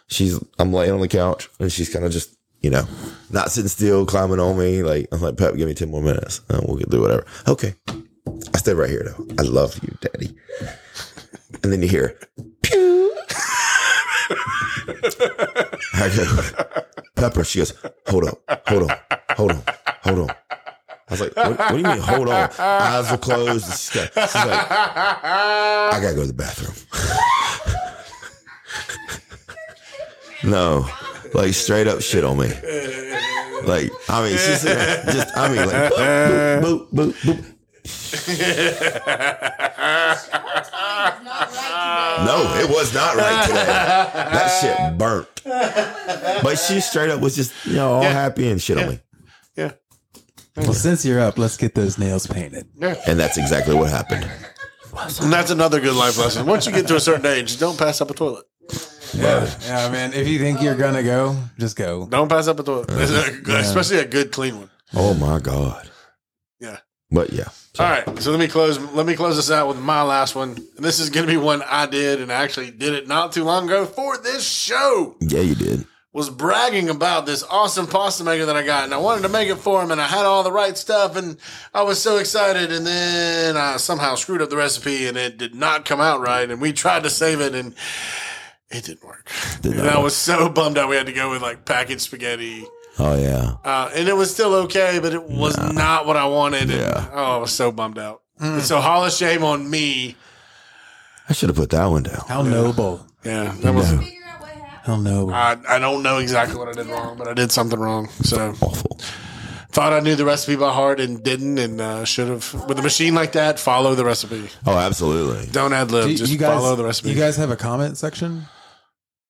Speaker 2: She's I'm laying on the couch and she's kind of just you know not sitting still climbing on me like I'm like Pep give me ten more minutes and we'll do whatever. Okay, I stay right here though. I love you, Daddy. And then you hear. pew. I go, Pepper. She goes, hold up, hold on, hold on, hold on. I was like, what, what do you mean, hold on? Eyes were closed. and She's like, she's like, I gotta go to the bathroom. no, like straight up shit on me. Like I mean, she's just I mean like boop boop boop. boop.
Speaker 4: It's not right
Speaker 2: No, it was not right today. That shit burnt. But she straight up was just you know all happy and shit on me,
Speaker 1: Yeah.
Speaker 3: Well, since you're up, let's get those nails painted.
Speaker 2: and that's exactly what happened.
Speaker 1: And that's another good life lesson. Once you get to a certain age, don't pass up a toilet.
Speaker 3: Yeah, yeah, man. If you think you're gonna go, just go.
Speaker 1: Don't pass up a toilet, especially a good clean one.
Speaker 2: Oh my god.
Speaker 1: Yeah.
Speaker 2: But yeah.
Speaker 1: All right, so let me close. Let me close this out with my last one, and this is going to be one I did and actually did it not too long ago for this show.
Speaker 2: Yeah, you did.
Speaker 1: was bragging about this awesome pasta maker that I got, and I wanted to make it for him, and I had all the right stuff, and I was so excited, and then I somehow screwed up the recipe, and it did not come out right, and we tried to save it, and it didn't work.
Speaker 7: Did
Speaker 1: and
Speaker 7: not
Speaker 1: I
Speaker 7: work.
Speaker 1: was so bummed out. We had to go with like packaged spaghetti,
Speaker 7: Oh yeah.
Speaker 1: uh, and it was still okay, but it was not what I wanted.
Speaker 7: Yeah. Hmm.
Speaker 1: And, oh, I was so bummed out. And so, holla shame on me.
Speaker 7: I should have put that one down.
Speaker 3: How noble.
Speaker 1: Yeah, that was.
Speaker 4: Figure out what happened.
Speaker 3: How noble.
Speaker 1: I, I don't know exactly what I did wrong, but I did something wrong. So
Speaker 7: Awful.
Speaker 1: thought I knew the recipe by heart and didn't, and uh, should have. With a machine like that, follow the recipe.
Speaker 7: Oh, absolutely.
Speaker 1: Don't ad
Speaker 3: Do
Speaker 1: lib.
Speaker 3: you,
Speaker 1: Just
Speaker 3: you guys,
Speaker 1: follow the recipe.
Speaker 3: you guys have a comment section?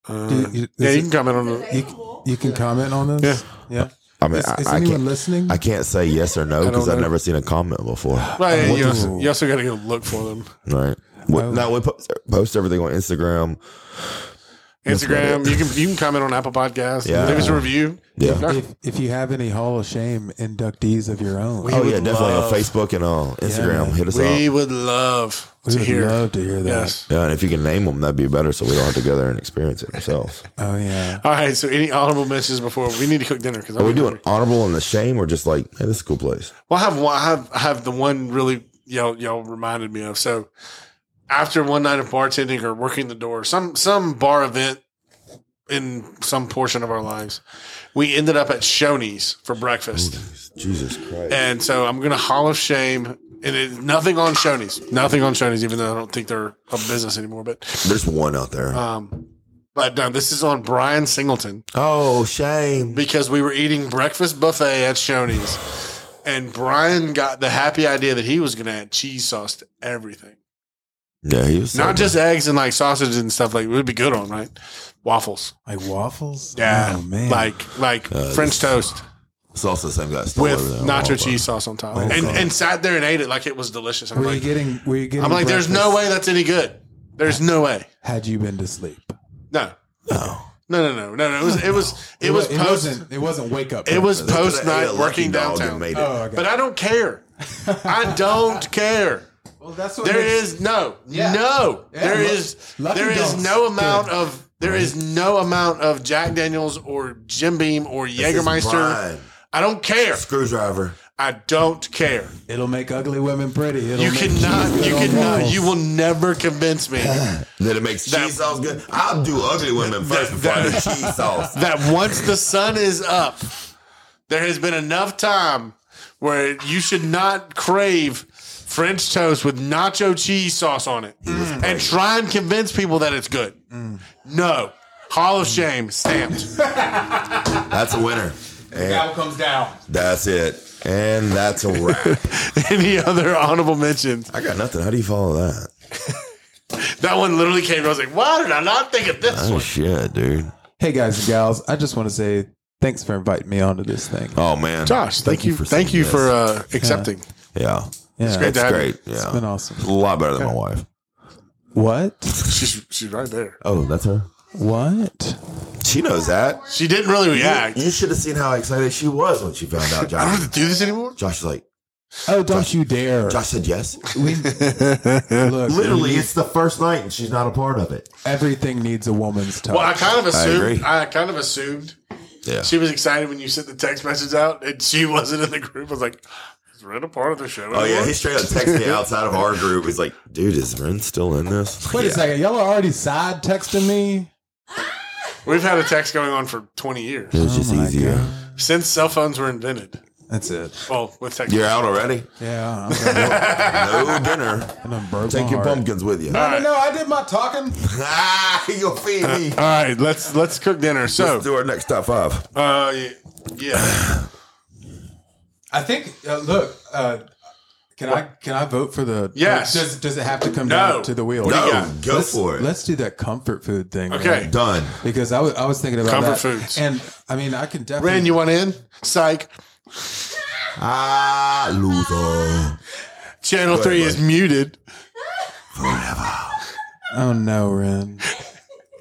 Speaker 1: Uh,
Speaker 3: do you-
Speaker 1: yeah,
Speaker 3: is
Speaker 1: you
Speaker 3: it-
Speaker 1: can comment on it.
Speaker 4: Available.
Speaker 3: You can comment on this? Yeah.
Speaker 2: I mean,
Speaker 3: Is, is
Speaker 2: I, I
Speaker 3: anyone
Speaker 2: can't.
Speaker 3: listening?
Speaker 2: I can't say yes or no
Speaker 1: I
Speaker 2: because
Speaker 1: don't
Speaker 2: I've
Speaker 1: know.
Speaker 2: never seen a comment before.
Speaker 1: Well, yeah, you,
Speaker 3: Ooh.
Speaker 1: also, you also got to go look for them.
Speaker 2: Right?
Speaker 3: Oh.
Speaker 2: What, no, we post, post everything on Instagram.
Speaker 1: Instagram. You can you can comment on Apple Podcasts.
Speaker 2: Yeah.
Speaker 1: Leave us a review.
Speaker 2: Yeah.
Speaker 3: if, if you have any Hall of Shame inductees of your own,
Speaker 2: Oh
Speaker 1: would
Speaker 2: yeah, definitely
Speaker 1: love-
Speaker 2: on Facebook and on Instagram.
Speaker 3: man.
Speaker 2: Hit us
Speaker 1: We
Speaker 2: up.
Speaker 1: would love
Speaker 3: we
Speaker 1: to
Speaker 3: would
Speaker 1: hear.
Speaker 3: love to hear that.
Speaker 1: Yes.
Speaker 2: Yeah, and if you can name them, that'd be better, so we don't have to go there and experience it ourselves.
Speaker 3: Oh, yeah.
Speaker 1: All right. So, any honorable mentions before we need to cook dinner? Because
Speaker 2: Are we doing honorable and the shame, or just like, hey, this is a cool place?
Speaker 1: Well, I have one. I have, I have the one really y'all y'all reminded me of. So after one night of bartending or working the door, some some bar event in some portion of our lives, we ended up at Shoney's for breakfast.
Speaker 2: Jesus Christ!
Speaker 1: And so I'm gonna hall of shame. And it, nothing on Shoney's, nothing on Shoney's, even though I don't think they're a business anymore. But
Speaker 2: There's one out there.
Speaker 1: um, but no, this is on Brian Singleton
Speaker 2: oh, shame!
Speaker 1: because we were eating breakfast buffet at Shoney's, and Brian got the happy idea that he was going to add cheese sauce to everything,
Speaker 2: Yeah, he was so
Speaker 1: not just eggs and like sausage and stuff. Like it would be good on right waffles.
Speaker 3: Like waffles?
Speaker 1: Yeah,
Speaker 3: Oh, man.
Speaker 1: like like
Speaker 2: Uh,
Speaker 1: French toast
Speaker 2: It's also the same guy stole
Speaker 1: with
Speaker 2: over there.
Speaker 1: nacho cheese sauce on top,
Speaker 3: Oh,
Speaker 1: and
Speaker 3: God.
Speaker 1: and sat there and ate it like it was delicious. I'm
Speaker 3: were you
Speaker 1: like,
Speaker 3: getting, were you getting,
Speaker 1: I'm like, there's no
Speaker 3: breakfast?
Speaker 1: way that's any good. There's no way.
Speaker 3: Had you been to sleep?
Speaker 1: No,
Speaker 2: No,
Speaker 1: no, no, no, no, no. It was it was it was
Speaker 3: wa-
Speaker 1: post.
Speaker 3: wasn't, it wasn't wake up.
Speaker 1: It was
Speaker 3: breakfast.
Speaker 1: post night working downtown.
Speaker 2: Made it.
Speaker 3: Oh, okay.
Speaker 1: But I don't care. I don't care.
Speaker 3: well, that's what
Speaker 1: There
Speaker 3: makes-
Speaker 1: is no,
Speaker 3: Yeah.
Speaker 1: no.
Speaker 3: Yeah,
Speaker 1: There
Speaker 3: lu-
Speaker 1: is
Speaker 3: Lucky
Speaker 1: there is
Speaker 3: Dog's
Speaker 1: no
Speaker 3: good.
Speaker 1: amount of there is no amount of Jack Daniels or Jim Beam or Jägermeister.
Speaker 2: Brian.
Speaker 1: I don't care.
Speaker 2: Screwdriver.
Speaker 1: I don't care.
Speaker 3: It'll make ugly women pretty. It'll
Speaker 1: You
Speaker 3: make
Speaker 1: cannot.
Speaker 3: cheese
Speaker 1: You
Speaker 3: good on
Speaker 1: cannot.
Speaker 3: waffles.
Speaker 1: You will never convince me
Speaker 2: Then it makes cheese
Speaker 1: That-
Speaker 2: sauce good. I'll do ugly women first before I do cheese sauce.
Speaker 1: that once the sun is up, there has been enough time where you should not crave French toast with nacho cheese sauce on it and try and convince people that it's good. No. Hall of Shame stamped.
Speaker 2: That's a winner. And
Speaker 3: comes down.
Speaker 2: that's it. And that's a wrap.
Speaker 1: Any other honorable mentions?
Speaker 2: I got nothing. How do you follow that?
Speaker 1: That one literally came. I was like, why did I not think of this
Speaker 2: Oh
Speaker 1: one?
Speaker 2: shit, dude.
Speaker 3: Hey guys and gals, I just want to say thanks for inviting me onto this thing.
Speaker 2: Oh man,
Speaker 1: Josh, thank, you, thank
Speaker 2: saying
Speaker 1: you
Speaker 2: this.
Speaker 1: for uh, accepting.
Speaker 2: yeah.
Speaker 3: Yeah,
Speaker 1: great to
Speaker 2: It's
Speaker 1: have you.
Speaker 2: great.
Speaker 3: it's
Speaker 2: Yeah,
Speaker 3: been awesome.
Speaker 2: a lot better than my wife.
Speaker 3: What?
Speaker 1: She's she's right there.
Speaker 2: Oh, that's her.
Speaker 3: What?
Speaker 2: She knows that.
Speaker 1: She didn't really react.
Speaker 2: You should have seen how excited she was when she found
Speaker 1: I
Speaker 2: out.
Speaker 1: don't
Speaker 2: Josh.
Speaker 1: have to do this anymore.
Speaker 2: Josh is like,
Speaker 3: Oh, don't you dare!
Speaker 2: Josh said yes.
Speaker 3: Look,
Speaker 2: Literally, it's the first night and she's not a part of it.
Speaker 3: everything needs a woman's touch.
Speaker 1: Well, I kind of assumed.
Speaker 2: agree.
Speaker 1: I, kind of assumed
Speaker 2: Yeah.
Speaker 1: she was excited when you sent the text message out, and she wasn't in the group. I was like, is Ren a part of the show?
Speaker 2: Oh yeah,
Speaker 1: anymore?"
Speaker 2: he straight up texted me outside of our group. He's like, "Dude, is Ren still in this?"
Speaker 3: Wait
Speaker 2: yeah.
Speaker 3: a second, y'all are already side texting me.
Speaker 1: We've had a text going on for twenty years
Speaker 2: It was just
Speaker 3: my
Speaker 2: easier.
Speaker 1: since cell phones were invented.
Speaker 3: That's it.
Speaker 1: Well, with text.
Speaker 2: You're out already.
Speaker 3: Yeah, I'm gonna,
Speaker 2: No dinner.
Speaker 3: I'm gonna burp
Speaker 2: Take
Speaker 3: my
Speaker 2: your
Speaker 3: heart.
Speaker 2: pumpkins with you.
Speaker 3: No, no, no, I did my talking.
Speaker 2: ah, you'll feed me.
Speaker 1: All right, let's let's cook dinner. So,
Speaker 2: Let's do our next top five.
Speaker 1: uh, yeah, yeah.
Speaker 3: I think. Uh, look, uh, can I can I vote for the?
Speaker 1: Yes.
Speaker 3: Does, does it have to come
Speaker 1: No.
Speaker 3: down to the wheel?
Speaker 1: do you
Speaker 2: No,
Speaker 1: got?
Speaker 2: go
Speaker 3: let's,
Speaker 2: for it.
Speaker 3: Let's do that comfort food thing. man.
Speaker 1: Okay.
Speaker 2: Done.
Speaker 3: Because I was I was thinking about
Speaker 1: Comfort
Speaker 3: that.
Speaker 1: foods.
Speaker 3: and I mean I can definitely.
Speaker 1: Ren, you want in? Psych.
Speaker 2: Ah, loser.
Speaker 1: Channel three is muted.
Speaker 3: oh no, Ren.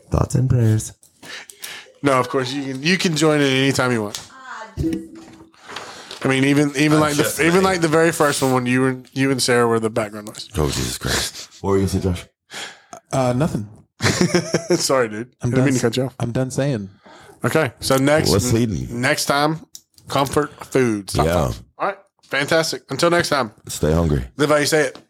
Speaker 2: Thoughts and prayers.
Speaker 1: No, of course you can. You can join it anytime you want.
Speaker 4: Ah, just
Speaker 1: I mean, even even like
Speaker 2: just
Speaker 1: the even
Speaker 2: saying.
Speaker 1: like the very first one when you were you and Sarah were the background noise.
Speaker 2: Oh Jesus Christ. What were you gonna say, Josh?
Speaker 3: Uh, nothing.
Speaker 1: Sorry, dude. I
Speaker 3: I'm
Speaker 1: didn't
Speaker 3: done.
Speaker 1: mean to cut you off.
Speaker 3: I'm done saying.
Speaker 1: Okay. So next,
Speaker 2: Let's lead 'em.
Speaker 1: next time, comfort foods.
Speaker 2: Yeah.
Speaker 1: All right. Fantastic. Until next time,
Speaker 2: Stay hungry.
Speaker 1: live how you say it.